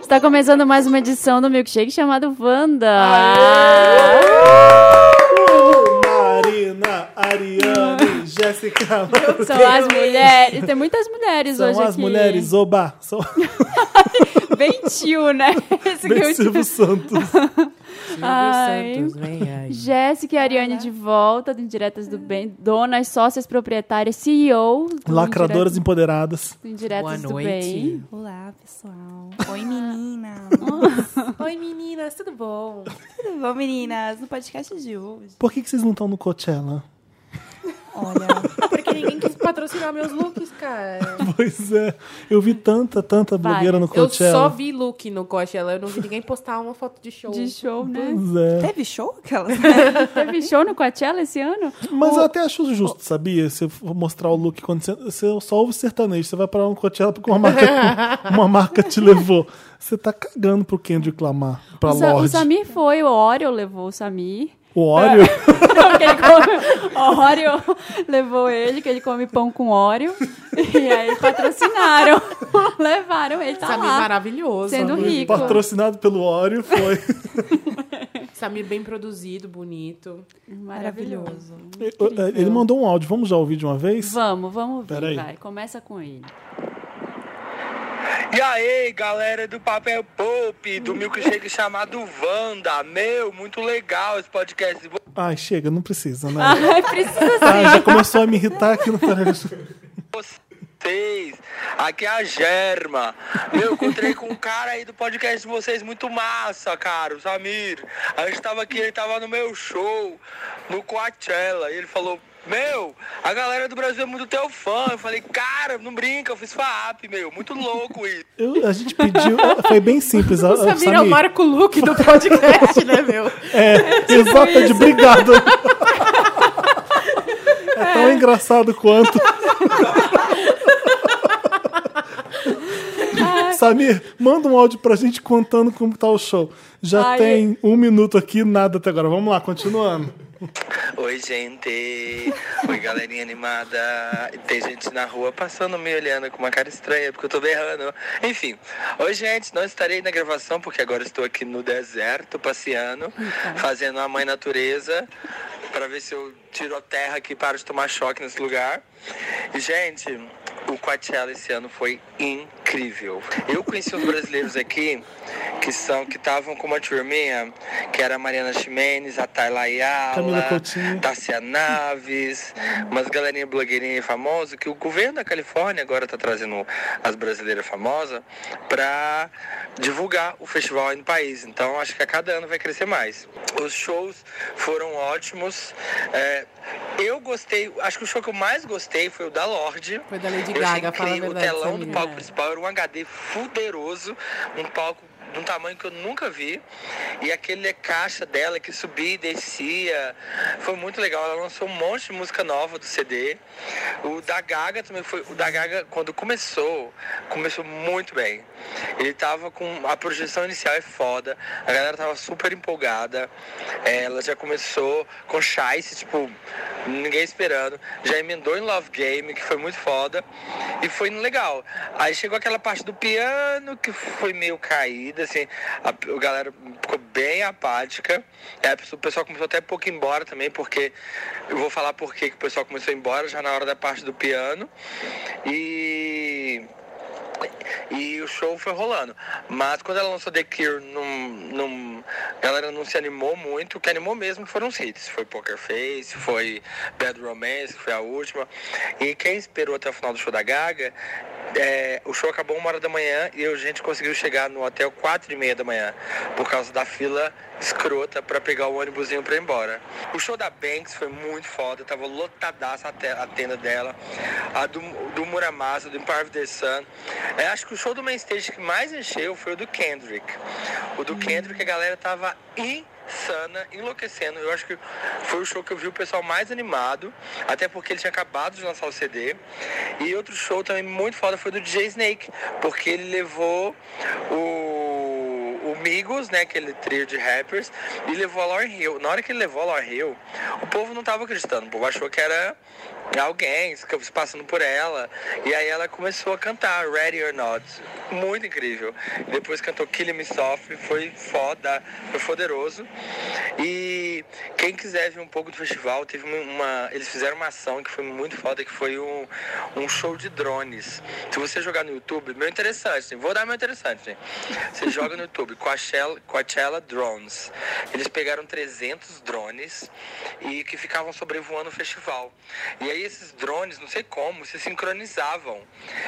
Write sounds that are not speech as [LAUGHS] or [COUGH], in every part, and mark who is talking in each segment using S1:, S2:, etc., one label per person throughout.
S1: Está Tá começando mais uma edição do Milkshake chamado Wanda.
S2: Uhul, Marina, Ariane, Jéssica, Maria.
S1: São as mulheres. Tem muitas mulheres
S2: São
S1: hoje
S2: as
S1: aqui.
S2: mulheres, oba! São
S1: Bem tio,
S2: [LAUGHS]
S1: né? Esse que
S2: bem
S1: eu
S2: Silvio
S1: tive.
S2: Santos.
S1: Ai.
S3: Santos, vem
S1: [LAUGHS]
S3: aí.
S1: Jéssica e Ariane de volta do Indiretas do Bem, donas, sócias proprietárias, CEO do Indiretas,
S2: Lacradoras empoderadas.
S1: do Indiretas
S3: Boa
S1: do
S3: noite.
S1: Bem.
S4: Olá, pessoal. Oi, meninas.
S3: Oi, meninas, tudo bom?
S4: Tudo bom, meninas? No podcast de hoje.
S2: Por que, que vocês não estão no Coachella? [LAUGHS]
S4: Olha,
S3: Porque ninguém quis patrocinar meus looks, cara.
S2: Pois é, eu vi tanta, tanta blogueira no
S3: Eu só
S2: Coachella.
S3: vi look no Coachella, eu não vi ninguém postar uma foto de show.
S1: De show, né?
S2: Pois é.
S4: teve show aquelas?
S1: Teve show no Coachella esse ano?
S2: Mas eu até acho justo, sabia? Se eu for mostrar o look quando você, você só ouve sertanejo, você vai parar no Coachella porque uma marca, uma marca te levou. Você tá cagando pro Kendrick Lamar, pra
S1: O, Sa- o
S2: Lorde.
S1: Samir foi, o Oreo levou o Samir.
S2: O Oreo?
S1: Não, porque ele come... O Oreo levou ele, que ele come pão com Oreo. E aí patrocinaram. Levaram ele, tá
S3: Samir
S1: lá.
S3: maravilhoso.
S1: Sendo rico.
S2: [LAUGHS] Patrocinado pelo Oreo, foi.
S3: Samir bem produzido, bonito.
S4: Maravilhoso.
S2: Ele ele mandou um áudio, vamos já ouvir de uma vez?
S1: Vamos, vamos ver,
S2: Peraí.
S1: vai. Começa com
S3: [LAUGHS]
S1: ele.
S5: E aí, galera do Papel Pop, do milkshake chamado Wanda. Meu, muito legal esse podcast.
S2: Ai, chega, não precisa, né? [LAUGHS]
S1: Ai, precisa
S2: Ah, já começou a me irritar aqui no Tarejo.
S5: Vocês, aqui é a Germa. Meu, encontrei com um cara aí do podcast de vocês, muito massa, cara, o Samir. A gente tava aqui, ele tava no meu show, no Coachella, e ele falou. Meu, a galera do Brasil é muito teu fã. Eu falei, cara, não brinca, eu fiz FAAP, meu. Muito louco isso.
S2: Eu- a gente pediu, foi bem
S1: [LAUGHS]
S2: simples. A,
S3: O Samir, é o
S2: Samir,
S3: Marco Luke do podcast, né, meu?
S2: é,
S1: [LAUGHS]
S2: exata de obrigado. É
S1: É.
S2: tão
S1: [LAUGHS]
S2: engraçado quanto. Samir, manda um áudio pra gente contando como tá o show. Já
S1: Ai. é.
S2: tem um minuto aqui, nada até agora. Vamos lá,
S1: [LAUGHS]
S2: continuando.
S5: Oi, gente. Oi, galerinha animada. Tem gente na rua passando, me olhando com uma cara estranha, porque eu tô berrando. Enfim. Oi, gente. Não estarei na gravação, porque agora estou aqui no deserto, passeando, fazendo a mãe natureza, para ver se eu tiro a terra aqui e paro de tomar choque nesse lugar. E, gente, o Coachella esse ano foi incrível. Eu conheci uns brasileiros aqui que são que estavam com uma turminha, que era a Mariana Ximenes, a Tayla Ayala,
S2: Camila Coutinho.
S5: Tássia Naves, umas galerinha blogueirinha famosa, que o governo da Califórnia agora tá trazendo as brasileiras famosas para divulgar o festival aí no país. Então acho que a cada ano vai crescer mais. Os shows foram ótimos. É, eu gostei, acho que o show que eu mais gostei foi o da Lorde.
S3: Foi da Lady
S5: Eu achei
S3: Gaga, fala a
S5: incrível. é
S3: verdade, é
S5: O telão do
S3: Samir.
S5: palco principal era um HD fuderoso, um palco de um tamanho que eu nunca vi. E aquele caixa dela que subia e descia. Foi muito legal. Ela lançou um monte de música nova do CD. O da Gaga também foi. O da Gaga, quando começou, começou muito bem. Ele tava com. A projeção inicial é foda. A galera tava super empolgada. É, Ela já começou com Shice, tipo, ninguém esperando. Já emendou em Love Game, que foi muito foda. E foi legal. Aí chegou aquela parte do piano, que foi meio caída, assim. A, a galera ficou bem apática. É, a pessoa- o pessoal começou até pouco embora também, porque. Eu vou falar por que que o pessoal começou a ir embora já na hora da parte do piano. E. E o show foi rolando. Mas quando ela lançou The Cure, num, num- a galera não se animou muito. O que animou mesmo foram os hits. Foi Poker Face, foi Bad Romance, que foi a última. E quem esperou até o final do show da Gaga, é, o show acabou uma hora da manhã e a gente conseguiu chegar no hotel quatro e meia da manhã. Por causa da fila escrota pra pegar o ônibusinho pra ir embora. O show da Banks foi muito foda. Tava lotadaça a te- a tenda dela. A do, do Muramasa, do Empire of the Sun. É, acho que o show do main stage que mais encheu foi o do Kendrick. O do Kendrick, a galera tava insana, enlouquecendo. Eu acho que foi o show que eu vi o pessoal mais animado, até porque ele tinha acabado de lançar o CD. E outro show também muito foda foi o do DJ Snake, porque ele levou o o o Migos, né, aquele trio de rappers, e levou a Lauren Hill. Na hora que ele levou a Lauren Hill, o povo não tava acreditando, o povo achou que era alguém se se passando por ela. E aí ela começou a cantar Ready or Not, muito incrível. Depois cantou Kill Me Soft, foi foda, foi poderoso. E quem quiser ver um pouco do festival, teve uma, eles fizeram uma ação que foi muito foda, que foi um, um show de drones. Se você jogar no YouTube, meu interessante, vou dar meu interessante.
S2: [LAUGHS]
S5: Você joga no YouTube, Coachella, Coachella Drones. Eles pegaram 300 drones e que ficavam sobrevoando o festival. E aí esses drones, não sei como, se sincronizavam.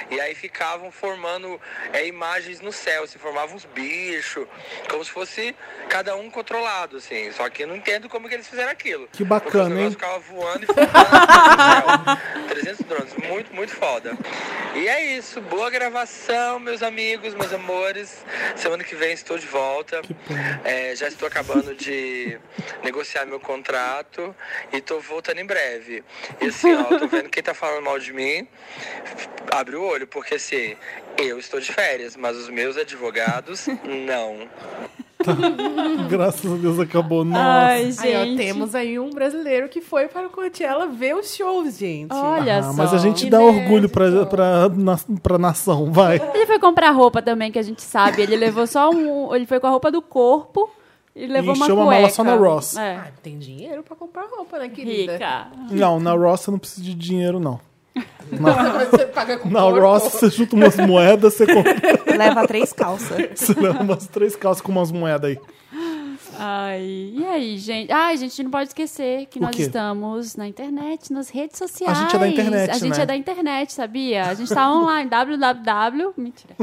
S5: E aí ficavam formando é, imagens no céu, se formavam uns bichos, como se fosse cada um controlado, assim. Só que eu não entendo como que eles fizeram aquilo.
S2: Que bacana,
S5: Porque os
S2: hein?
S5: negócios ficavam voando e formando [LAUGHS] no céu. 300 drones, muito, muito foda. E é isso, boa gravação, meus amigos, meus amores. Semana que vem estou de volta.
S2: Que pena.
S5: É, já estou acabando de negociar meu contrato e tô voltando em breve. E assim, ó, tô vendo quem tá falando mal de mim, abre o olho, porque assim, eu estou de férias, mas os
S2: [LAUGHS]
S5: meus advogados, não.
S2: Graças a Deus acabou. Nossa.
S1: Ai, gente.
S3: Aí, ó, temos aí um brasileiro que foi para o Coachella ver os shows, gente.
S1: Olha
S2: Ah,
S1: só.
S2: mas a gente
S3: Que
S2: dá
S3: inédito.
S2: orgulho pra, pra, na, pra nação, vai.
S1: Ele foi comprar roupa também, que a gente sabe. Ele levou só um. Ele foi com a roupa do corpo e levou uma
S2: encheu
S1: cueca.
S2: uma mala só na Ross.
S1: É.
S3: Ah, tem dinheiro pra comprar roupa, né, querida?
S1: Rica.
S2: Não, na Ross você não precisa de dinheiro, não.
S3: Mas [LAUGHS] você paga com
S2: Na
S3: corpo.
S2: Ross você junta umas moedas, você, compra, [LAUGHS]
S4: Leva três calças.
S2: você leva umas três calças com umas moedas aí.
S1: Ai, e aí, gente? Ai, gente, a gente não pode esquecer que
S2: O
S1: nós
S2: quê?
S1: estamos na internet, nas redes sociais.
S2: A gente é da internet,
S1: A gente
S2: né?
S1: é da internet, sabia? A gente tá online, [LAUGHS] www. Mentira.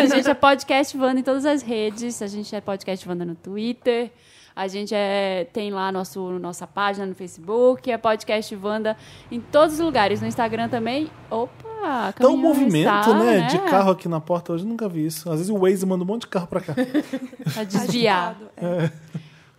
S1: A gente é podcast Vanda em todas as redes. A gente é podcast Vanda no Twitter. A gente é, tem lá nosso, nossa página no Facebook, é podcast Vanda em todos os lugares, no Instagram também. Opa!
S2: Tá um
S1: caminhão
S2: movimento,
S1: está,
S2: né, de carro aqui na porta. Hoje eu nunca vi isso. Às vezes o Waze manda um monte de carro pra cá.
S1: Tá desviado.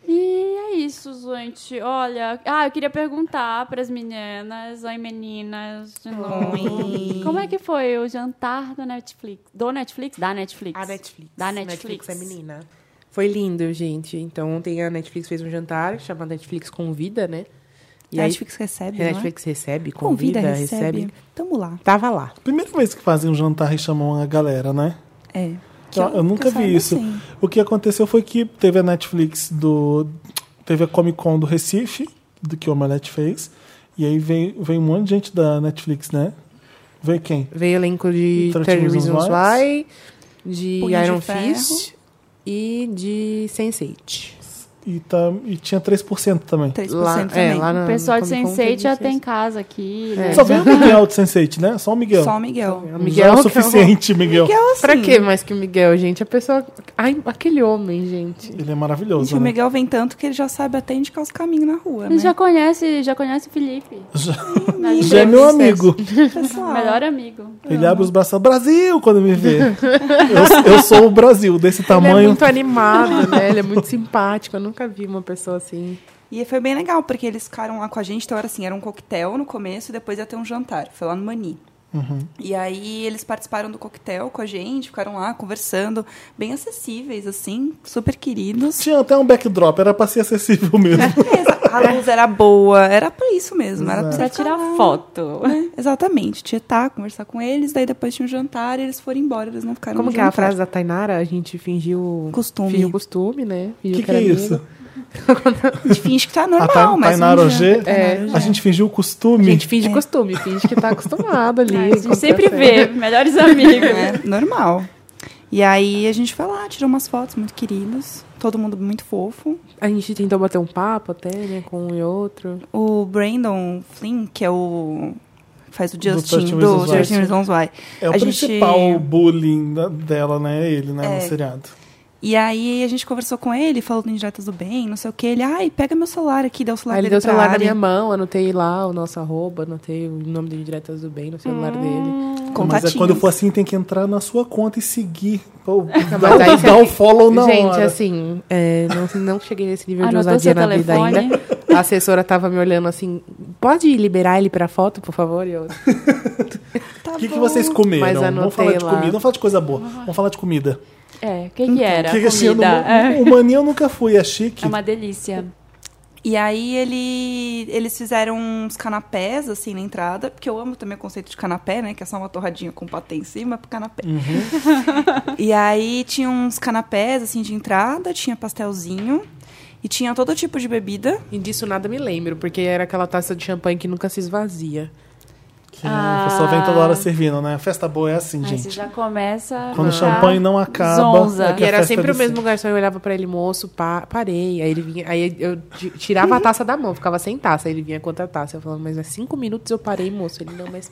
S1: E é isso, gente. Olha, ah, eu queria perguntar para as meninas, oi meninas, de novo.
S4: Oi.
S1: Como é que foi o jantar do Netflix? Do Netflix? Da Netflix.
S3: A Netflix.
S1: Da Netflix.
S3: Netflix é menina. Foi lindo, gente. Então, ontem a Netflix fez um jantar chamado Netflix Convida, né? E
S4: a
S3: aí,
S4: Netflix recebe,
S3: a
S4: não é?
S3: Netflix recebe, convida,
S4: Convida,
S3: recebe.
S4: recebe. Tamo lá.
S3: Tava lá.
S2: Primeira vez que fazem um jantar e chamam a galera, né?
S4: É. Que
S2: Eu, eu nunca vi
S4: saiba,
S2: isso.
S4: assim. sim.
S2: O que aconteceu foi que teve a Netflix do. Teve a Comic Con do Recife, do que o Omelete fez. E aí veio, veio um monte de gente da Netflix, né? Veio quem?
S3: Veio elenco de
S2: 30
S3: 30 Reasons
S2: Reasons
S3: Why, de
S4: Punho de
S3: Iron
S4: Ferro.
S3: Fist e de Sense8.
S2: E, tá, e tinha 3% também.
S4: 3%
S3: Lá,
S4: também.
S3: é, lá na,
S1: O pessoal de
S3: Comic Con
S1: Sensei
S3: teve
S1: já
S3: isso.
S1: tem casa aqui. né?
S2: Só veio o Miguel de Sense8, né? Só o Miguel.
S4: Só o Miguel.
S3: O Miguel
S2: Já é o
S3: que eu vou-
S2: suficiente, Miguel.
S4: Miguel, assim,
S3: Pra que mais que o Miguel, gente? A pessoa. Ai, aquele homem, gente.
S2: Ele é
S4: gente,
S2: maravilhoso.
S4: o
S2: né?
S4: Miguel vem tanto que ele já sabe até indicar os caminhos na rua, né?
S1: Ele já conhece, já conhece o Felipe.
S2: Já-
S1: Nas
S2: Já é meu
S1: entrevistas.
S2: amigo.
S4: Pessoal.
S1: Melhor amigo.
S2: Ele abre os braços Brasil quando me vê. Eu, eu sou o Brasil, desse
S3: Ele é
S2: tamanho.
S3: muito animado, né? Ele é [LAUGHS] muito simpático. Eu nunca vi uma pessoa assim.
S4: E foi bem legal, porque eles ficaram lá com a gente, então era assim, era um coquetel no começo e depois ia ter um jantar. Foi lá no Mani. E aí eles participaram do coquetel com a gente, ficaram lá conversando, bem acessíveis, assim, super queridos.
S2: Tinha até um backdrop, era pra ser acessível mesmo.
S4: Exa- A luz era boa, era pra isso mesmo, era pra,
S1: Pra
S4: você ficar
S1: tirar
S4: É. lá,
S1: foto.
S4: né? Exatamente, tietar, conversar com eles, daí depois tinha um jantar e eles foram embora, eles não ficaram
S1: um
S3: Como
S4: no
S3: que é a
S4: jantar.
S3: frase da Tainara? A gente fingiu.
S4: Costume.
S3: Fingiu costume, né?
S2: O [LAUGHS]
S3: Fingiu
S2: que, que
S3: era
S2: é
S3: amigo.
S2: isso?
S4: A gente finge que tá
S2: a
S4: normal,
S2: Ta-
S4: mas.
S2: Tainara
S4: um dia-
S2: Ogê?
S3: É.
S2: A gente fingiu o
S3: A
S2: costume.
S3: gente finge costume, finge que tá
S1: [LAUGHS]
S3: acostumado ali.
S1: Né? A É. gente
S3: acontece.
S1: sempre vê, melhores amigos.
S4: [LAUGHS] É,
S3: né?
S4: normal. E aí a gente foi lá, tirou umas fotos muito queridos, todo mundo muito fofo.
S3: A gente tentou bater um papo até, né? Com um e outro.
S4: O Brandon Flynn, que é o. faz o
S2: Thirteen
S4: Justin do
S2: Reasons Why.
S4: Justin Reasons Why.
S2: é o
S4: a gente-
S2: principal bullying da- dela, né? Ele,
S3: É.
S2: né? No seriado.
S4: E aí a gente conversou com ele, falou do Indiretas do Bem, não sei o que. Ele, ai, pega meu celular aqui, deu o celular
S3: Aí Ah, ele deu
S4: dele
S3: o
S4: pra
S3: celular na
S4: Ari.
S3: minha mão, anotei lá o nosso arroba, anotei o nome do Diretas do Bem no celular
S1: Hum.
S3: dele.
S2: Mas é
S4: Contatinhos.
S2: quando for assim, tem que entrar na sua conta e seguir. Pô, dá
S3: mas aí
S2: dá
S3: você-
S2: o follow na
S3: gente,
S2: hora.
S3: assim, é, não, não cheguei nesse nível de
S1: Anotou
S3: ousadia
S1: seu
S3: na vida
S1: telefone?
S3: ainda. A assessora tava me olhando assim, pode liberar ele pra foto, por favor? E eu,
S4: Tá
S2: O que, que
S4: bom.
S2: vocês comeram?
S3: Mas
S2: Vamos falar de
S3: anotei lá. Uhum.
S2: comida. Vamos falar de coisa boa. Vamos falar de comida.
S1: É, o que, que era?
S2: Que
S1: a
S2: assim, eu
S1: comida.
S2: não-
S1: é.
S2: O Mani eu nunca fui, é chique.
S1: é uma delícia.
S4: E aí ele, eles fizeram uns canapés, assim, na entrada, porque eu amo também o conceito de canapé, né? Que é só uma torradinha com patê em cima, pro canapé.
S3: Uhum.
S4: [LAUGHS] e aí tinha uns canapés, assim, de entrada, tinha pastelzinho, e tinha todo tipo de bebida.
S3: E disso nada me lembro, porque era aquela taça de champanhe que nunca se esvazia.
S2: Que a pessoa vem toda hora
S3: Ah.
S2: servindo, né? Festa boa é assim,
S1: Aí você
S2: gente.
S1: já começa. a
S2: Quando o
S1: ficar
S2: champanhe não acaba,
S1: Zonza.
S2: é que
S3: E
S2: a
S3: era
S2: festa
S3: sempre o
S2: desse-
S3: mesmo garçom, eu olhava pra ele, moço, pa- parei. Aí ele vinha, aí eu ti- tirava a taça da mão, ficava sem taça. Aí ele vinha com outra taça. Eu falava, mas é cinco minutos eu parei, moço. Ele, não, mas.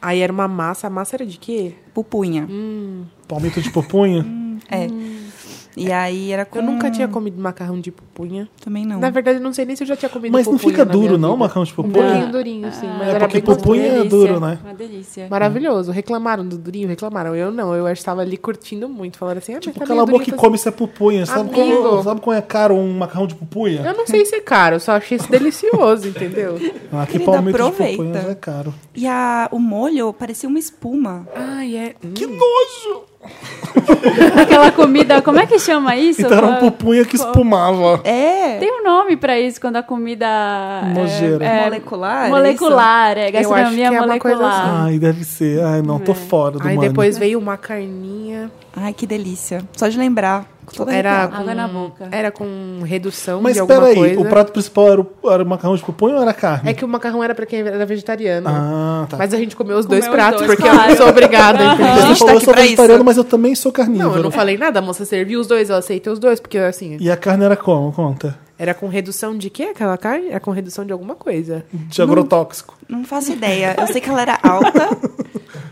S3: Aí era uma massa, a massa era de quê?
S4: Pupunha.
S3: Hum.
S2: Palmito de pupunha.
S4: É. E aí era com...
S3: Eu
S2: Ah.
S3: nunca tinha comido macarrão de pupunha.
S4: Também não.
S3: Na verdade, eu não sei nem se eu já tinha comido
S2: Mas não
S3: pupunha.
S2: fica
S3: na minha
S2: duro, não,
S3: vida.
S2: macarrão de
S3: Um
S2: pupunha?
S3: pouquinho durinho, sim. Mas
S2: É
S3: era
S2: porque
S3: bem gostoso.
S2: pupunha é
S1: delícia,
S2: duro, né?
S1: Uma delícia.
S3: Maravilhoso. Reclamaram do durinho, reclamaram. Eu não, eu estava ali curtindo muito. Falaram assim, ah,
S2: Tipo,
S3: mas tá
S2: cala a
S3: meio
S2: boca e
S3: durinho,
S2: come isso é pupunha. Sabe
S3: Amigo.
S2: como, sabe como é caro um macarrão de
S3: tá-
S2: pupunha?
S3: Eu não sei se é caro, eu só achei isso delicioso, entendeu?
S2: Ah, que
S4: Querida,
S2: palmito de
S4: aproveita.
S2: pupunha já é caro.
S4: E a, o molho parecia uma espuma.
S3: Ai, é.
S2: Que nojo!
S1: Aquela comida, como é que chama isso? é
S2: Então era um
S1: Qual-
S2: pupunha que espumava.
S4: É!
S1: Tem um nome pra isso quando a comida.
S2: Um
S1: é-
S2: Nojeira.
S1: É,
S4: Molecular?
S1: molecular, é
S3: Ah, Eu acho que
S1: gastronomia
S3: é uma coisa
S1: molecular.
S2: Ai, deve ser. Ai, não, tô fora do
S3: Aí
S2: mano.
S3: depois veio uma carninha.
S4: é isso? Ai, que delícia. Só de lembrar. Toda
S3: Era
S4: arrepiada.
S3: com,
S1: Água na boca.
S3: Era com redução
S2: Mas
S3: de alguma
S2: peraí,
S3: coisa.
S2: o prato principal era o, era o macarrão de pupunha ou era a carne?
S3: É que o macarrão era pra quem era vegetariano.
S2: Ah, tá.
S3: Mas a gente comeu os
S1: Comeu os
S3: dois pratos,
S1: dois,
S3: porque eu
S1: claro.
S3: não sou obrigada, entendeu?
S2: Você
S4: a gente tá
S2: falou, eu
S4: aqui
S2: sou
S4: pra
S2: vegetariano,
S4: isso.
S2: mas eu também sou carnívoro.
S3: Não, eu não falei nada. A moça serviu os dois, eu aceitei os dois, porque assim,
S2: E a carne era como? Conta.
S3: era com redução de quê aquela carne? Era com redução de alguma coisa.
S2: De agrotóxico.
S4: Não faço ideia. Eu sei que ela era
S2: [LAUGHS]
S4: alta.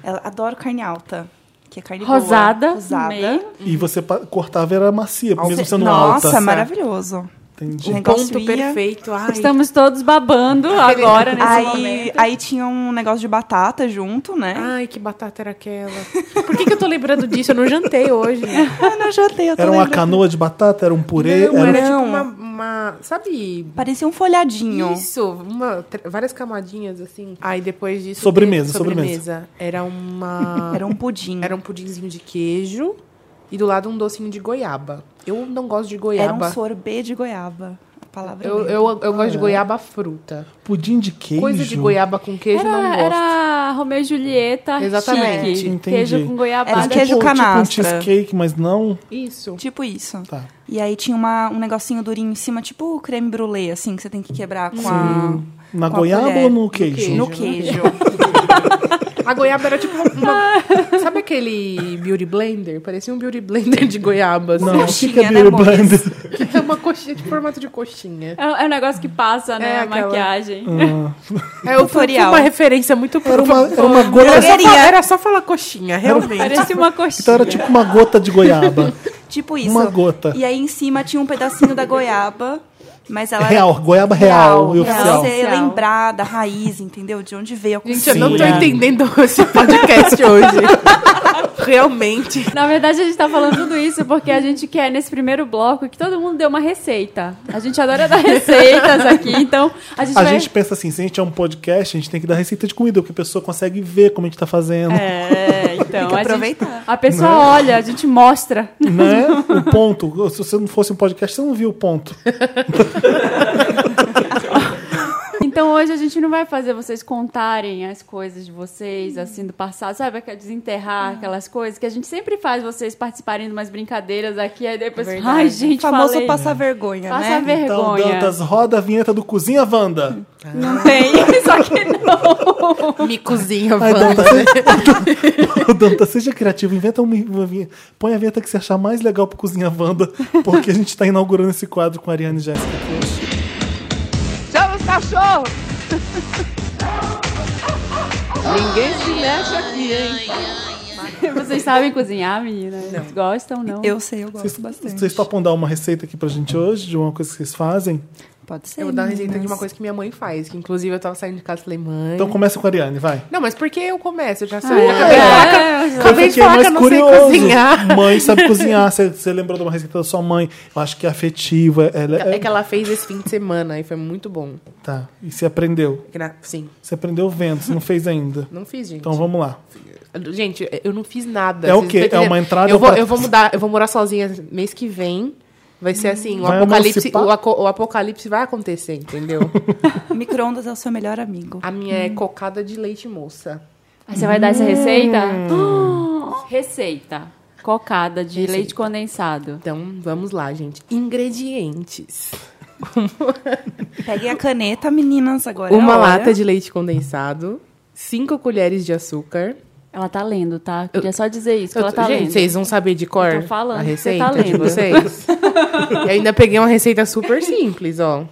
S4: Ela adoro carne alta. Que é
S2: Ah,
S4: carne boa.
S1: Rosada, no
S4: Rosada.
S1: meio.
S2: E você pa- cortava e era macia, mesmo sendo
S4: Nossa,
S2: alta.
S4: maravilhoso.
S2: Entendi.
S4: O negócio
S3: Ponto
S4: ia.
S3: perfeito. Ai,
S1: Estamos todos babando agora nesse
S4: Aí,
S1: momento.
S4: aí tinha um negócio de batata junto, né?
S3: ai, que batata era aquela. Por que, que eu tô lembrando disso? Eu não jantei hoje.
S4: Ah, não, já tenho. eu tô
S2: Era uma
S4: lembrando.
S2: canoa de batata, era um purê,
S3: não,
S2: era
S3: era tipo
S4: Não.
S3: uma, uma- Sabe?
S4: Parecia um folhadinho.
S3: Isso, uma- tr- várias camadinhas assim. Aí depois disso.
S2: Sobremesa,
S3: teve-
S2: sobremesa.
S3: Era
S2: [LAUGHS]
S3: uma.
S4: Era um pudim.
S3: Era um pudinzinho de queijo e do lado um docinho de goiaba. Eu não gosto de
S4: Era
S3: goiaba.
S4: um sorbet de goiaba. A palavra
S3: eu,
S4: mesmo.
S3: eu, eu gosto de goiaba fruta.
S2: um pudim de Ah, é. queijo.
S3: Coisa de goiaba com queijo não
S1: Era,
S3: gosto.
S1: era Romeu e Julieta.
S3: Exatamente.
S1: chique.
S2: Entendi.
S1: Queijo com
S4: Era
S1: goiabada.
S4: um queijo
S2: tipo,
S4: canastra.
S2: Tipo um cheesecake, mas não...
S3: Isso.
S4: Tipo isso.
S2: Tá.
S4: E aí tinha uma, um negocinho durinho em cima, tipo creme brulee, assim, que você tem que quebrar com a...
S2: Na
S4: Com a
S2: goiaba
S4: colher.
S2: ou no queijo?
S4: No queijo.
S3: [LAUGHS] A goiaba era tipo
S4: [LAUGHS]
S3: uma... Sabe aquele beauty blender? Parecia um beauty blender de goiaba. assim.
S2: Não, o que que é
S4: Coxinha, né,
S2: Beauty
S4: amores?
S2: Blender?
S3: [LAUGHS] É uma coxinha de formato de coxinha.
S1: É, um- é um negócio que passa, né?
S3: É,
S1: a
S3: aquela-
S1: maquiagem.
S2: Hum.
S3: É eu fui- fui
S4: Tutorial.
S3: uma referência muito
S2: Era uma, era uma
S3: Era
S2: gota...
S3: só,
S4: Drogueria.
S3: falar, era só falar coxinha, realmente.
S1: Parece uma
S2: Então
S1: coxinha.
S2: era tipo uma gota de goiaba.
S4: Tipo isso.
S2: Uma gota.
S4: E aí em cima tinha um pedacinho da goiaba, mas ela era
S2: Real, goiaba real, e
S4: pra
S2: oficial.
S4: você
S1: Oficial.
S4: lembrar da raiz, entendeu? De onde veio a
S3: Gente,
S4: cultura.
S3: eu não tô
S2: Sim.
S3: entendendo esse [LAUGHS] podcast hoje. realmente.
S1: Na verdade, a gente tá falando tudo isso porque a gente quer, nesse primeiro bloco, que todo mundo dê uma receita. A gente adora dar [LAUGHS] receitas aqui, então a gente
S2: A
S1: vai...
S2: gente pensa assim, se a gente é um podcast, a gente tem que dar receita de comida, porque a pessoa consegue ver como a gente tá fazendo.
S1: É, então.
S4: que
S1: a gente-
S4: aproveitar.
S1: [LAUGHS] a pessoa olha, a gente mostra.
S2: Né? O ponto. Se você não fosse um podcast, você não viu o ponto.
S1: Então hoje a gente não vai fazer vocês contarem as coisas de vocês, assim, do passado, sabe? aquela- Desenterrar aquelas coisas que a gente sempre faz vocês participarem de umas brincadeiras aqui, aí depois.
S3: Verdade.
S1: Ai,
S4: O
S1: gente,
S4: famoso
S1: falei.
S4: passar vergonha,
S1: Passa
S4: né?
S1: vergonha.
S2: Então, Dantas, roda a vinheta do Cozinha Wanda.
S1: Não tem, só que não.
S3: Me cozinha,
S2: Ai, Dantas,
S3: Wanda.
S2: [LAUGHS] Dantas, seja criativo, inventa uma, uma vinheta. Põe a vinheta que você achar mais legal pro Cozinha Wanda, porque a gente tá inaugurando esse quadro com a Ariane e Jéssica.
S6: Chama os cachorros! Ninguém se mexe aqui, hein?
S1: Vocês sabem cozinhar, meninas? Gostam, não?
S4: Eu sei, eu gosto
S2: Vocês,
S4: bastante.
S2: vocês topam dar uma receita aqui pra gente hoje, de uma coisa que vocês fazem?
S4: Pode ser.
S3: Eu vou dar uma receita de
S4: meninas.
S3: uma coisa que minha mãe faz, que inclusive eu tava saindo de casa e falei, mãe.
S2: Então começa com a Ariane, vai.
S3: Não, mas por que eu começo? Eu já sei.
S1: É,
S3: Acabei de
S2: fiquei
S3: falar
S2: mais
S3: que eu não sei
S2: curioso.
S3: cozinhar.
S2: Mãe
S3: [LAUGHS]
S2: sabe cozinhar. Você, você lembrou de uma receita da sua mãe? Eu acho que é afetiva. Ela é-
S3: É que ela fez esse fim de semana e foi muito bom.
S2: Tá. E você aprendeu?
S3: Gra- Sim,
S2: Você aprendeu vendo? Você não fez ainda?
S3: não fiz, gente.
S2: Então vamos lá.
S3: Gente, eu não fiz nada.
S2: É o
S3: vocês não
S2: quê?
S3: tão entendendo.
S2: É uma entrada
S3: Eu vou,
S2: pra-
S3: eu vou mudar, eu vou morar sozinha mês que vem. Vai ser assim, o
S2: Vai
S3: apocalipse,
S2: emancipar?
S3: o, aco- o apocalipse vai acontecer, entendeu?
S4: Micro-ondas é o seu melhor amigo.
S3: A minha é cocada de leite moça.
S1: Aí você vai dar essa receita? Ah, Receita. Cocada de leite condensado.
S3: Então, vamos lá, gente. Ingredientes.
S4: Peguem a caneta, meninas, agora. é a
S3: Uma
S4: hora.
S3: lata de leite condensado, cinco colheres de açúcar.
S1: Ela tá lendo, tá? Queria só dizer isso, que ela
S3: Eu-
S1: tá
S3: gente,
S1: lendo.
S3: vocês vão saber de cor
S1: Eu tô falando
S3: a
S1: que você
S3: receita
S1: tá
S3: de
S1: lendo. [LAUGHS]
S3: vocês. e ainda peguei uma receita super simples, ó.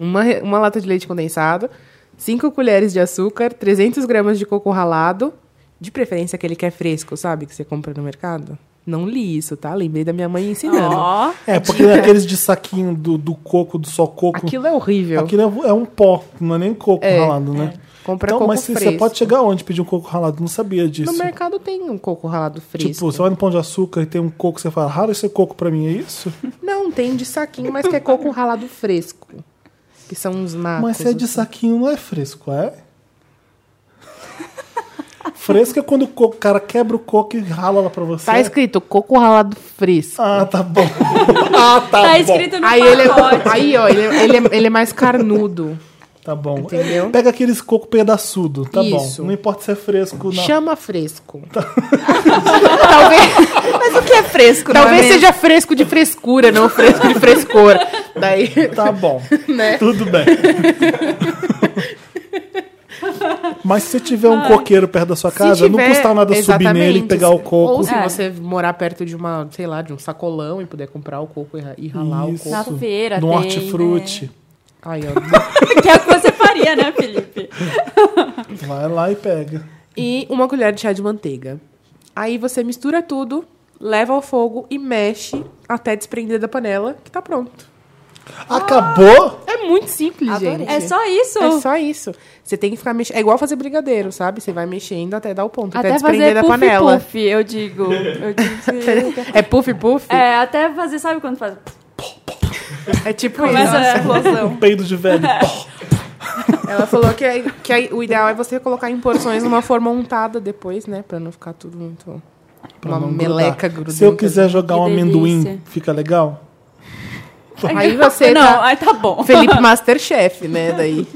S3: Uma, re- uma lata de leite condensado, 5 colheres de açúcar, 300 gramas de coco ralado, de preferência aquele que é fresco, sabe? Que você compra no mercado. Não li isso, tá? Lembrei da minha mãe ensinando.
S1: Ó,
S2: É, porque aqueles de saquinho do, do coco, do só coco.
S3: Aquilo é horrível.
S2: Aquilo é, é um pó, não é nem coco ralado, né?
S3: é. Compra
S2: então,
S3: coco
S2: mas você- você
S3: fresco.
S2: pode chegar onde pedir um coco ralado? Não sabia
S3: No
S2: disso.
S3: mercado tem um coco ralado fresco.
S2: Tipo, você vai no pão de açúcar e tem um coco, você fala, rala esse coco pra mim, é isso?
S3: Não, tem de saquinho, mas que é coco ralado fresco. Que são uns nacos.
S2: Mas se é de
S3: assim.
S2: saquinho, não é fresco, é? [LAUGHS] fresco é quando o, coco- o cara quebra o coco e rala lá pra você.
S3: Tá escrito coco ralado fresco.
S2: Ah, tá
S3: [LAUGHS]
S2: bom. ah,
S1: tá
S2: tá, bom.
S1: escrito no
S3: Aí ele, é,
S1: pacote.
S3: aí, ó, ele, é- ele é, ele é mais carnudo.
S2: Tá bom.
S3: Entendeu?
S2: Pega aqueles coco pedaçudo, tá
S3: Isso.
S2: bom. Não importa se é fresco, não.
S3: Chama
S2: [LAUGHS]
S3: fresco. talvez
S4: Mas o que é fresco, não é
S3: talvez
S4: mesmo?
S3: seja fresco de frescura, não fresco de frescor. Daí,
S2: Tá
S3: [LAUGHS]
S2: bom.
S3: Né?
S2: Tudo bem. Mas se tiver um coqueiro perto da sua casa, não custa nada subir nele e
S3: exatamente.
S2: pegar o coco.
S3: Ou se
S1: É.
S3: você morar perto de uma, sei lá, de um sacolão e puder comprar o coco e, ra- e ralar
S2: Isso.
S3: o
S1: Na
S3: coco.
S1: feira
S2: no
S1: tem,
S2: hortifruti.
S3: Aí, ó.
S1: [LAUGHS] que é o que você faria, né, Felipe?
S3: né?
S2: Vai lá e pega.
S3: E uma colher de chá de manteiga. Aí você mistura tudo, leva ao fogo e mexe até desprender da panela, que tá pronto. Ah.
S2: Acabou?
S3: É muito simples,
S4: Adorei.
S3: gente.
S1: É só isso.
S3: É só isso. Você tem que ficar mexendo. É igual fazer brigadeiro, sabe? Você vai mexendo até dar o ponto, até,
S1: Até
S3: desprender
S1: fazer
S3: da
S1: puff,
S3: panela.
S1: puff, eu digo. Eu [LAUGHS] digo que-
S3: É puff puff? É,
S1: É, até fazer, sabe quando faz?
S3: tipo
S1: Começa
S3: isso.
S1: a
S2: Um peido de velho. Pô.
S3: Ela falou que, é- que é- o ideal é você colocar em porções numa forma untada depois, né? Pra não ficar tudo muito.
S2: Pra
S3: uma
S2: não
S3: meleca
S2: grudar.
S3: grudada.
S2: Se eu quiser jogar
S1: Que
S2: um amendoim,
S1: delícia.
S2: fica legal?
S3: Aí você
S1: Não,
S3: tá
S1: [LAUGHS] aí tá bom.
S3: Felipe Masterchef, né? Daí.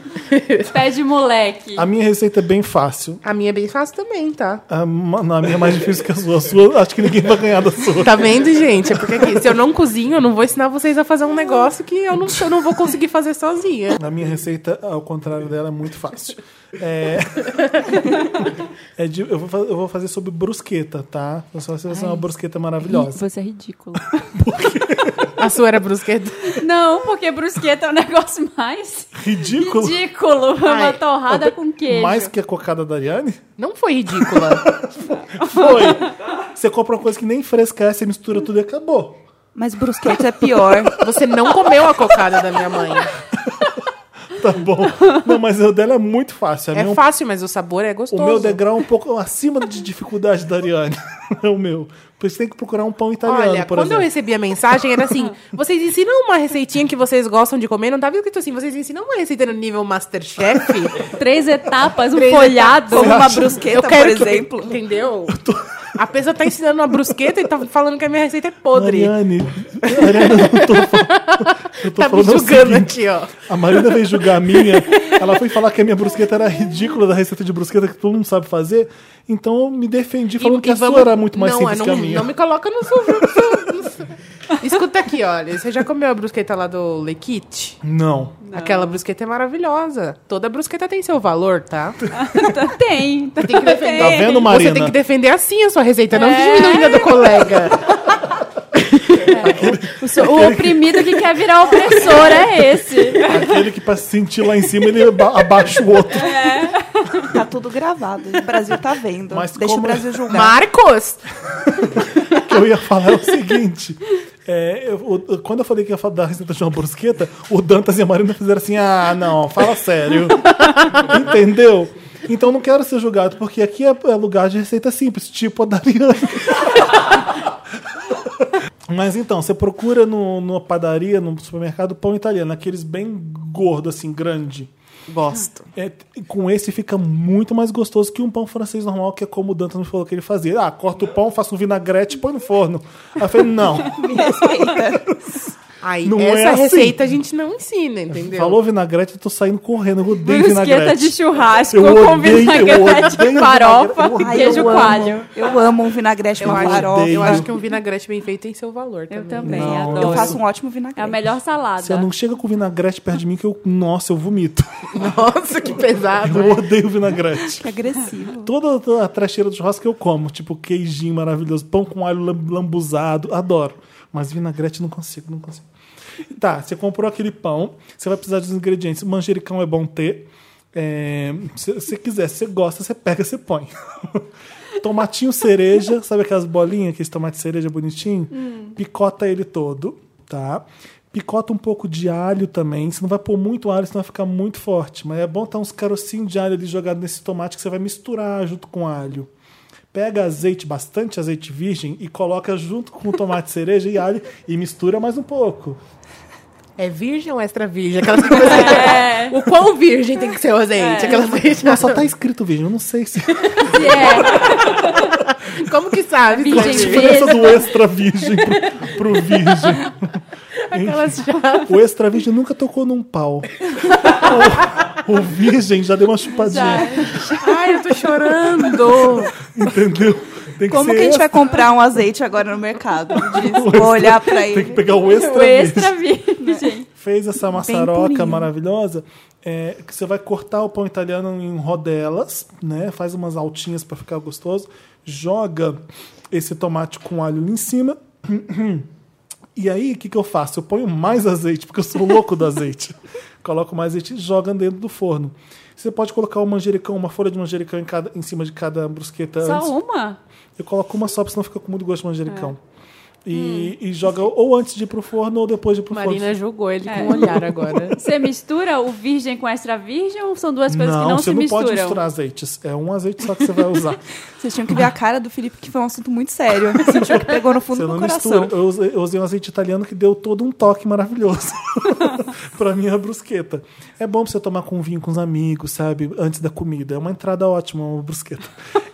S1: Pé de moleque.
S2: A minha receita é bem fácil.
S3: A minha é bem fácil também, tá?
S2: A, ma- não, a minha é mais difícil que a sua. A sua, acho que ninguém vai ganhar da sua.
S3: Tá vendo, gente? É porque aqui, se eu não cozinho, eu não vou ensinar vocês a fazer um negócio que eu não, eu não vou conseguir fazer sozinha.
S2: Na minha receita, ao contrário dela, é muito fácil. É... [LAUGHS] É de- eu, vou fa- eu vou fazer, sobre brusqueta, tá? Eu só sei fazer uma brusqueta maravilhosa.
S1: Você é ridículo.
S3: A sua era brusqueta.
S1: Não, porque brusqueta é um [LAUGHS] negócio mais
S2: Ridículo.
S1: ridículo. É Uma
S3: Ai,
S1: torrada com queijo.
S2: Mais que a cocada da Ariane?
S3: Não foi ridícula.
S2: Foi. Você compra uma coisa que nem fresca é, você mistura tudo e acabou.
S4: Mas brusquete
S1: [LAUGHS]
S4: é pior.
S3: Você não comeu a cocada da minha mãe.
S2: Tá bom. Não, mas o dela é muito fácil. A minha é
S3: É
S2: um-
S3: fácil, mas o sabor é gostoso.
S2: o meu degrau é um pouco acima de dificuldade da Ariane. [LAUGHS] É o meu. Por isso tem que procurar um pão italiano,
S3: Olha,
S2: por
S3: quando eu
S2: exemplo.
S3: recebi a mensagem, era assim: vocês ensinam uma receitinha que vocês gostam de comer? Não tava escrito assim, vocês ensinam uma receita no nível Masterchef?
S2: [LAUGHS]
S1: Três etapas, um
S3: Três
S1: folhado.
S4: Como uma
S2: acha?
S4: brusqueta, por
S3: que-
S4: exemplo.
S3: entendeu? A pessoa tá ensinando uma brusqueta e tá falando que a minha receita é podre.
S2: Ariane, Ariane, eu não tô falando. Eu tô
S3: tá me
S2: falando o
S3: julgando
S2: seguinte.
S3: aqui, ó.
S2: A Marina veio julgar a minha. Ela foi falar que a minha brusqueta era ridícula, da receita de brusqueta que todo mundo sabe fazer. Então eu me defendi falando que a
S3: vamos-
S2: sua era muito mais
S3: não,
S2: simples
S3: não,
S2: que a minha.
S3: Não me coloca no seu. no seu- no seu- Escuta aqui, olha. Você já comeu a brusqueta lá do Lequite?
S2: Não.
S3: Aquela brusqueta é maravilhosa. Toda brusqueta tem seu valor, tá?
S1: [LAUGHS] Tem.
S3: Você tem que defender.
S2: Tá vendo, Marina?
S3: Você tem que defender assim a sua receita, não diminuindo a do colega.
S1: O, seu- o oprimido que quer virar opressor é esse.
S2: Aquele que pra se sentir lá em cima, ele aba- abaixa o outro.
S4: Tá tudo gravado. O Brasil tá vendo.
S2: Mas
S4: Deixa
S2: como- é?
S4: o Brasil julgar.
S3: Marcos!
S2: O que eu ia falar é o seguinte. É, eu- o- o- quando eu falei que ia falar da receita de uma brusqueta, o Dantas e a Marina fizeram assim: ah, não, fala sério. Entendeu? Então não quero ser julgado, porque aqui é, é lugar de receita simples, tipo a da Ariane. Mas então, você procura no, numa padaria, num supermercado, pão italiano, aqueles bem gordo, assim, grande.
S3: Gosto.
S2: É, t- com esse fica muito mais gostoso que um pão francês normal, que é como o Dantas me falou que ele fazia. Ah, corta o pão, faço um vinagrete e põe no forno. Aí eu falei, não.
S3: Aí,
S2: Não é
S3: essa
S2: assim.
S3: receita a gente não ensina, entendeu?
S2: Falou né? vinagrete, eu tô saindo correndo. Eu odeio
S1: Brusqueta
S2: vinagrete.
S1: de churrasco
S2: Eu
S1: com
S2: odeio, eu
S1: vinagrete,
S2: odeio
S1: farofa,
S2: vinagrete, eu
S4: Ai,
S1: queijo
S4: eu amo.
S1: coalho.
S4: Eu amo um vinagrete
S3: Eu
S4: com
S3: acho,
S4: farofa.
S3: eu
S2: odeio.
S3: acho que um vinagrete bem feito tem seu valor também.
S1: Eu também,
S2: Não,
S1: adoro.
S4: Eu faço um ótimo
S1: É a
S4: vinagrete.
S1: melhor salada.
S2: Você não chega com vinagrete perto de mim que eu, nossa, eu vomito.
S3: Nossa, que pesado.
S2: Eu odeio vinagrete.
S4: Que agressivo.
S2: Toda toda a trecheira do churrasco que eu como, tipo queijinho maravilhoso, pão com alho lam- lambuzado, adoro. Mas vinagrete não consigo, não consigo. Tá, você comprou aquele pão, você vai precisar dos ingredientes. Manjericão é bom ter. É, se se quiser, se você gosta, você pega, você põe. [LAUGHS] Tomatinho cereja, sabe aquelas bolinhas, aqueles tomates cereja bonitinho? Picota ele todo, tá? Picota um pouco de alho também. Você não vai pôr muito alho, senão vai ficar muito forte. Mas é bom ter uns carocinhos de alho ali jogado nesse tomate que você vai misturar junto com o alho. Pega azeite, bastante azeite virgem, e coloca junto com o tomate [LAUGHS] cereja e alho e mistura mais um pouco.
S3: É virgem ou extra virgem? Aquelas que começam
S1: É,
S3: a- O quão virgem tem que ser o azeite? Aquelas virgens.
S2: Não, só tá escrito virgem, eu não sei se. [LAUGHS]
S1: É,
S3: Como que sabe?
S1: Virgem
S2: A
S3: Cleide?
S1: virgem.
S2: diferença do extra virgem pro, pro virgem.
S3: Aquelas já...
S2: O extra virgem nunca tocou num pau. O, o virgem já deu uma
S1: já.
S2: chupadinha,
S3: Ai, eu tô chorando.
S2: entendeu? Tem que
S4: Como
S2: ser
S4: que a gente vai
S2: extra,
S4: comprar um azeite agora
S2: [LAUGHS]
S4: no mercado? Diz, vou olhar pra
S2: é, Tem que
S4: ele.
S2: pegar o extra,
S1: O
S2: virgem.
S1: extra virgem.
S2: Fez essa maçaroca
S4: purinho.
S2: maravilhosa. é, que você vai cortar o pão italiano em rodelas, né? Faz umas altinhas pra ficar gostoso. Joga esse tomate com alho ali em cima. [CLEARS THROAT] E aí, o que, que eu faço? Eu ponho mais azeite, porque eu sou louco do azeite. Coloco mais azeite e joga dentro do forno. Você pode colocar um manjericão, uma folha de manjericão em, cada- em cima de cada brusqueta
S1: Só um?
S2: antes.
S1: uma?
S2: Eu coloco uma só, porque senão fica com muito gosto de manjericão. E, e joga ou antes de ir pro forno ou depois de ir pro
S3: Marina
S2: forno.
S3: julgou ele
S1: É.
S3: com um olhar agora.
S1: Você mistura o virgem com extra virgem ou são duas coisas que não
S2: você
S1: se
S2: não
S1: misturam?
S2: pode misturar azeites. É um azeite só que você vai
S1: [LAUGHS]
S2: usar.
S4: Vocês tinham que ver a cara do Felipe, que foi um assunto
S2: [LAUGHS]
S4: muito sério. Sentiu que pegou no
S2: você
S4: fundo do
S2: não
S4: coração.
S2: mistura. Eu usei, eu usei um azeite italiano que deu todo um toque maravilhoso [LAUGHS] pra minha brusqueta. É bom pra você tomar com vinho com os amigos, sabe? Antes da comida. É uma entrada ótima uma brusqueta.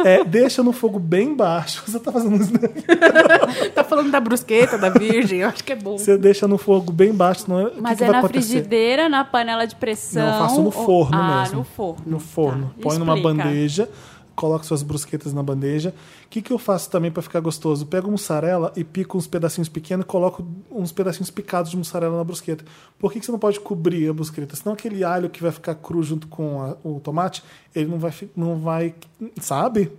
S2: É, deixa no fogo bem baixo. [LAUGHS] Você tá fazendo isso, né?
S3: [LAUGHS] Tá falando da brusqueta, da virgem, eu acho que é bom.
S2: Você deixa no fogo bem baixo. Não é, o que
S1: Mas
S2: que
S1: é
S2: vai
S1: na
S2: acontecer?
S1: frigideira, na panela de pressão.
S2: Não, eu faço no
S1: ou-
S2: forno
S1: ah,
S2: mesmo.
S1: no forno.
S2: No forno.
S1: Tá,
S2: Põe numa
S1: explica.
S2: bandeja, coloca suas brusquetas na bandeja. O que, que eu faço também para ficar gostoso? Pego mussarela e pico uns pedacinhos pequenos e coloco uns pedacinhos picados de mussarela na brusqueta. Por que, que você não pode cobrir a brusqueta? Senão aquele alho que vai ficar cru junto com a- o tomate, ele não vai. fi- Não vai sabe?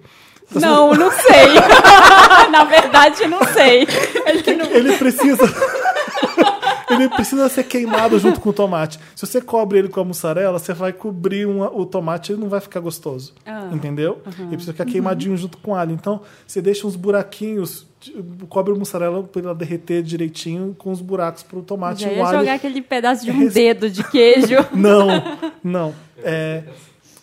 S1: Não, não sei. [LAUGHS] na verdade, não sei. Ele não...
S2: Ele precisa. [LAUGHS] ele precisa ser queimado junto com o tomate. Se você cobre ele com a mussarela, você vai cobrir uma- o tomate ele não vai ficar gostoso.
S1: Ah.
S2: Entendeu?
S1: Uhum.
S2: Ele precisa ficar queimadinho junto com o alho. Então, você deixa uns buraquinhos, t- cobre a mussarela pra ela derreter direitinho com os buracos pro tomate
S1: Já
S2: e o
S1: ia
S2: um alho.
S1: jogar aquele pedaço de um
S2: Res-
S1: dedo de queijo.
S2: Não, não. É,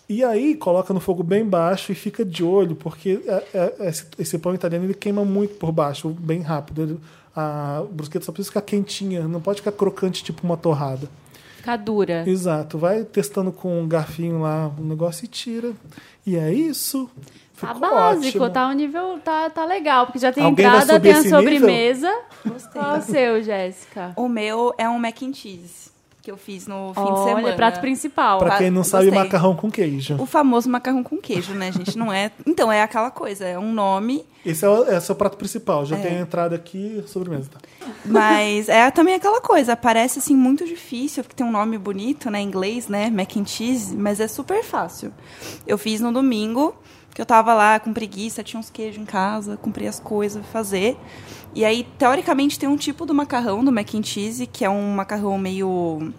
S2: e aí coloca no fogo bem baixo e fica de olho, porque é, é, esse, esse pão italiano ele queima muito por baixo, bem rápido. Ele- a brusqueta só precisa ficar quentinha, não pode ficar crocante tipo uma torrada.
S1: [LAUGHS] Fica dura.
S2: Exato, vai testando com um garfinho lá o negócio e tira. E é isso.
S1: Tá
S2: Ficou
S1: básico,
S2: ótimo.
S1: tá um nível, tá, tá legal, porque já tem
S2: Alguém vai
S1: entrada,
S2: subir
S1: tem a
S2: esse nível?
S1: sobremesa. Qual é o seu, [LAUGHS] Jéssica?
S4: O meu é um mac and cheese, que eu fiz no fim de
S1: Olha,
S4: semana.
S1: prato principal.
S2: Pra quem não
S4: Ah,
S2: sabe,
S4: gostei.
S2: macarrão com queijo.
S4: O famoso macarrão com queijo, né, gente? Não é... Então, é aquela coisa, é um nome,
S2: Esse é o, esse é o prato principal. Já tem a entrada aqui, sobremesa. Tá?
S4: mas é também aquela coisa. Parece, assim, muito difícil, porque tem um nome bonito, né, em inglês, né, mac and cheese, mas é super fácil. Eu fiz no domingo, que eu tava lá com preguiça, tinha uns queijos em casa, comprei as coisas, fui fazer. E aí, teoricamente, tem um tipo do macarrão, do mac and cheese, que é um macarrão meio...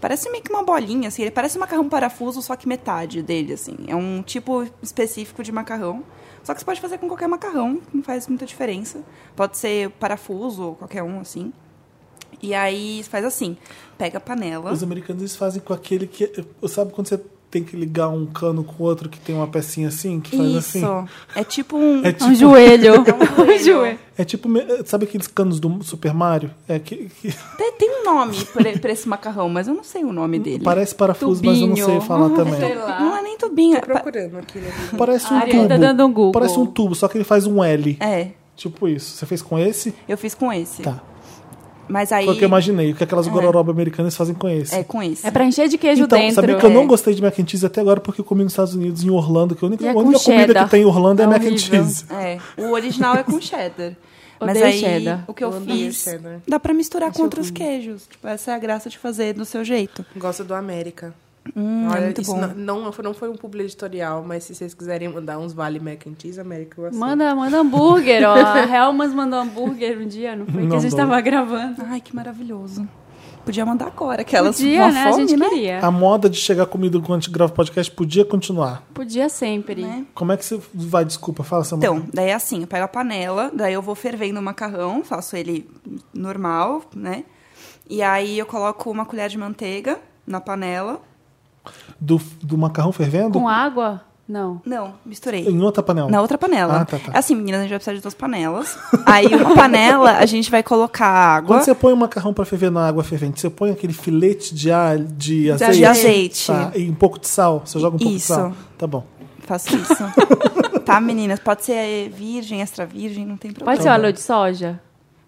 S4: Parece meio que uma bolinha, assim. Ele parece um macarrão parafuso, só que metade dele, assim. É um tipo específico de macarrão. Só que você pode fazer com qualquer macarrão, não faz muita diferença. Pode ser parafuso ou qualquer um, assim. E aí você faz assim: pega a panela.
S2: Os americanos eles fazem com aquele que. Sabe quando você tem que ligar um cano com outro que tem uma pecinha assim? Que faz assim?
S4: Isso. É tipo um.
S2: É
S1: É
S2: tipo,
S1: um
S4: [LAUGHS]
S1: joelho. um
S4: joelho.
S1: joelho.
S2: é tipo. me- Sabe aqueles canos do Super Mario? É que, que
S4: Tem, tem um nome pra, pra esse macarrão, mas eu não sei o nome dele.
S2: parece parafuso, mas eu não sei
S4: Tubinho.
S2: falar
S1: [LAUGHS] Sei
S2: também.
S4: Não
S1: lá.
S4: é nem tubinho. é
S3: Tô
S4: pa-
S3: procurando aqui, né?
S2: Parece um
S1: A Ariana
S2: tubo.
S1: tá dando um Google.
S2: Parece um tubo, só que ele faz um L.
S4: É,
S2: Tipo isso. Você fez com esse?
S4: eu fiz com esse.
S2: Tá.
S4: Mas aí.
S2: Foi o que eu imaginei. O que aquelas gororoba americanas fazem com esse.
S4: É com esse.
S1: É pra encher de queijo
S2: Então,
S1: dentro.
S2: sabia que eu
S1: É.
S2: não gostei de mac and cheese até agora porque eu comi nos Estados Unidos, em Orlando, que a única,
S1: E é
S2: a
S1: com
S2: única comida
S1: cheddar.
S2: que tem em Orlando é,
S1: É
S2: mac and
S1: horrível.
S2: cheese.
S4: É, o original é com cheddar. Mas
S1: Odeio
S4: aí,
S1: cheddar.
S4: o que eu,
S3: Eu odeio
S4: fiz,
S3: cheddar.
S4: dá pra misturar com outros queijos. Tipo, essa é a graça de fazer do seu jeito.
S3: Gosto do América.
S4: Hum, é
S3: Olha,
S4: muito
S3: isso
S4: bom.
S3: Não, não, foi- não foi um publi editorial, mas se vocês quiserem mandar uns Vale Mac and Cheese, América, eu aceito.
S1: Manda, manda hambúrguer, ó. A Helmas mandou hambúrguer um dia, não foi? que a gente
S2: Mandou.
S1: tava gravando.
S4: Ai, que maravilhoso. Podia mandar agora, aquelas
S1: Podia,
S4: uma
S1: né? a
S4: fome,
S1: gente
S4: né?
S1: queria.
S2: A moda de chegar comida quando a gente grava podcast podia continuar.
S1: Podia sempre.
S4: Né?
S2: Como é que você vai? Desculpa, fala, Samuel.
S4: Então, daí é assim, eu pego a panela, daí eu vou fervendo o macarrão, faço ele normal, né? E aí eu coloco uma colher de manteiga na panela. Então.
S2: Do, do macarrão fervendo?
S1: Com água? Não.
S4: Não, misturei.
S2: Em outra panela.
S4: Na outra panela.
S2: Ah, tá, tá.
S4: É Assim, meninas, a gente vai precisar de duas panelas. Aí, uma panela, a gente vai colocar água
S2: Quando você põe o macarrão pra ferver na água fervente, você põe aquele filete de, a- de azeite.
S4: de azeite.
S2: Tá, e um pouco de sal. Você joga um pouco
S4: Isso.
S2: de sal. Tá bom.
S4: Faço isso.
S2: [LAUGHS]
S4: tá, meninas? Pode ser é, virgem, extra virgem, não tem problema.
S1: Pode ser óleo de soja?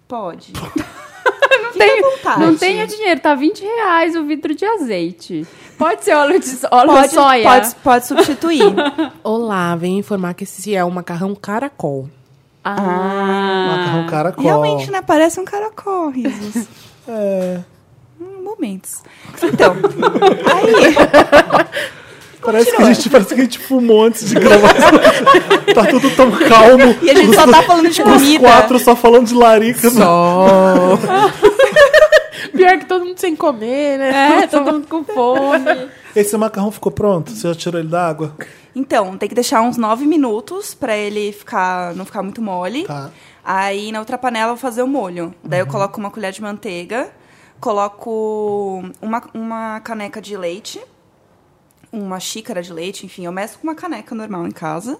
S4: Pode.
S1: Não
S4: à vontade.
S1: Não tenha dinheiro, tá 20 reais o vidro de azeite. Pode ser óleo de so- óleo de
S4: Pode,
S1: soja.
S4: pode,
S2: [LAUGHS]
S4: pode substituir.
S3: Olá, vem informar que esse é um macarrão caracol.
S1: Ah.
S2: Macarrão caracol.
S4: Realmente, né? Parece um caracol, risos.
S2: É,
S4: Hum, Momentos. Então, aí,
S2: parece, que a gente, parece que a gente fumou antes de
S4: [LAUGHS]
S2: gravar. tá tudo tão calmo.
S4: e a gente só tá falando de
S2: Os
S4: comida.
S2: quatro só falando de larica. né?
S3: Só.
S1: Pior que todo mundo sem
S3: Comer, né?
S1: É, todo mundo com fome.
S2: Esse macarrão ficou pronto? Você já tirou ele da água?
S4: Então, tem que deixar uns 9 minutos pra ele ficar, não ficar muito mole.
S2: Tá.
S4: Aí na outra panela eu vou fazer o molho. Daí eu coloco uma colher de manteiga, coloco uma, uma caneca de leite, uma xícara de leite, enfim, eu meço com uma caneca normal em casa.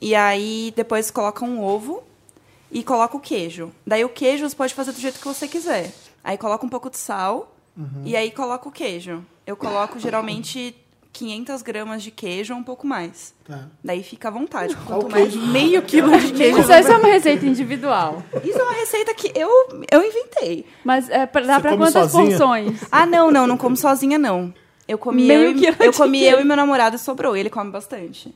S4: E aí depois coloca um ovo e coloca o queijo. Daí o queijo você pode fazer do jeito que você quiser. Aí coloca um pouco de sal
S2: Uhum.
S4: e aí coloca o queijo. Eu coloco geralmente 500 gramas de queijo ou um pouco mais.
S2: Tá.
S4: Daí fica à vontade.
S2: Qual
S4: Quanto mais,
S2: queijo? [LAUGHS]
S4: meio quilo de queijo.
S1: Isso essa é uma receita individual.
S4: Isso é uma receita que eu, eu inventei.
S1: Mas é, pra, dá
S2: Você
S1: pra
S2: come
S1: quantas
S2: sozinha?
S1: porções?
S4: Ah, não, não, não como sozinha, não. Eu comi,
S1: Meio
S4: eu, e-
S1: quilo
S4: eu,
S1: de
S4: comi
S1: queijo. Ah.
S4: eu e meu namorado e sobrou. Ele come bastante.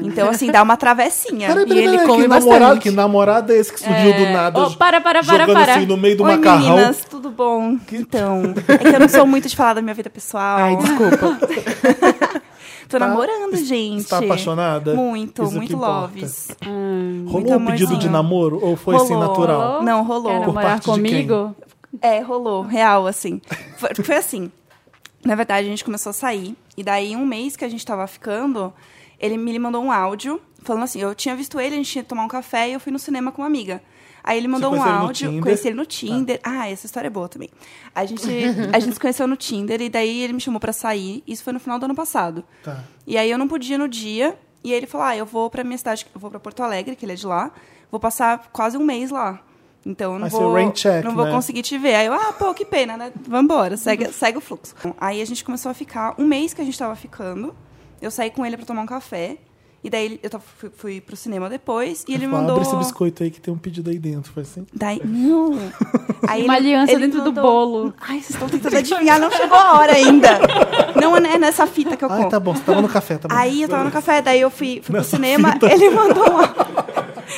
S4: Então, assim, dá uma travessinha.
S2: Peraí,
S4: E
S2: peraí,
S4: ele
S2: peraí,
S4: come
S2: que,
S4: bastante.
S2: namorado, que namorado é esse que surgiu do nada?
S1: Oh, para, para, para,
S2: jogando
S1: para.
S2: assim no meio do
S4: Oi,
S2: macarrão.
S4: meninas, tudo bom? Então, é que eu não sou muito de falar da minha vida pessoal.
S3: [LAUGHS] Ai, desculpa.
S4: Tô namorando, gente.
S2: Tá? Está apaixonada?
S4: Muito,
S2: Isso que
S4: muito
S2: importa.
S4: loves.
S2: Rolou
S4: Muito
S2: um pedido de
S4: amorzinho.
S2: namoro ou foi assim
S4: Rolou,
S2: natural?
S1: rolou.
S4: Não, rolou.
S1: Quer
S2: Por
S1: namorar
S2: parte de quem?
S1: comigo?
S4: É, rolou, real, assim. Foi, foi assim. Na verdade, a gente começou a sair. E daí, um mês que a gente tava ficando, ele me mandou um áudio falando assim: eu tinha visto ele, a gente tinha que tomar um café e eu fui no cinema com uma amiga. Aí ele mandou um
S2: conheceu ele no
S4: áudio,
S2: Tinder? Tá.
S4: conheci ele no Tinder. Ah, essa história é boa também. A gente, a gente se conheceu no Tinder e daí ele me chamou pra sair. Isso foi no final do ano passado.
S2: Tá.
S4: E aí eu não podia no dia. E ele falou: Ah, eu vou pra minha cidade, eu vou pra Porto Alegre, que ele é de lá. Vou passar quase um mês lá. Então eu não
S2: Vai ser
S4: vou,
S2: rain check,
S4: não vou
S2: né? Uhum.
S4: conseguir te ver. Aí eu, ah, pô, que pena, né? Vambora, segue, segue o fluxo. Aí a gente começou a ficar, um mês que a gente tava ficando, eu saí com ele pra tomar um café. E daí ele- eu tava- fui, fui pro cinema depois e ele
S2: Fala,
S4: mandou.
S2: Abre esse biscoito aí que tem um pedido aí dentro. Foi assim? [LAUGHS]
S4: Daí, não. Aí
S1: Uma aliança dentro do bolo.
S4: Ai, vocês estão tentando adivinhar, não chegou a hora ainda. Não é nessa fita que eu
S2: Ah,
S4: conto.
S2: tá bom, você tava no café, tá bom.
S4: Aí eu tava no café, daí eu fui, fui pro
S2: Nessa
S4: cinema,
S2: fita.
S4: ele mandou um áudio,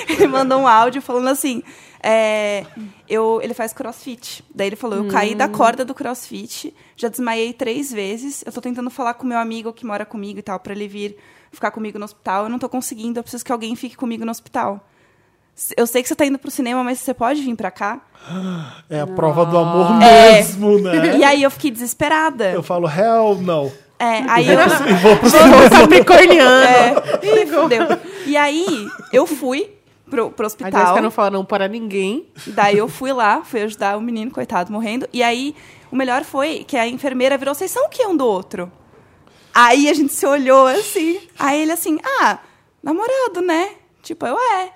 S4: ele mandou um áudio falando assim, é, eu, ele faz crossfit. Daí ele falou, eu caí da corda do crossfit, já desmaiei três vezes, eu tô tentando falar com meu amigo que mora comigo e tal, pra ele vir ficar comigo no hospital, eu não tô conseguindo, eu preciso que alguém fique comigo no hospital. eu sei que você tá indo pro cinema, mas você pode vir pra cá?
S2: É a prova do amor
S4: É.
S2: mesmo, né?
S4: [LAUGHS] E aí eu fiquei desesperada.
S2: Eu falo, hell no.
S4: É, aí eu.
S2: E vou pro
S3: Capricorniano.
S2: [LAUGHS]
S4: É, [LAUGHS] Ih, fudeu. E aí eu fui pro, pro
S3: Aliás,
S4: hospital.
S3: que eu não falo não para ninguém.
S4: Daí eu fui lá, fui ajudar o menino, coitado, morrendo. E aí, o melhor foi que a enfermeira virou, vocês são o que um do outro? Aí a gente se olhou assim. Aí ele assim, ah, namorado, né? Tipo, eu é.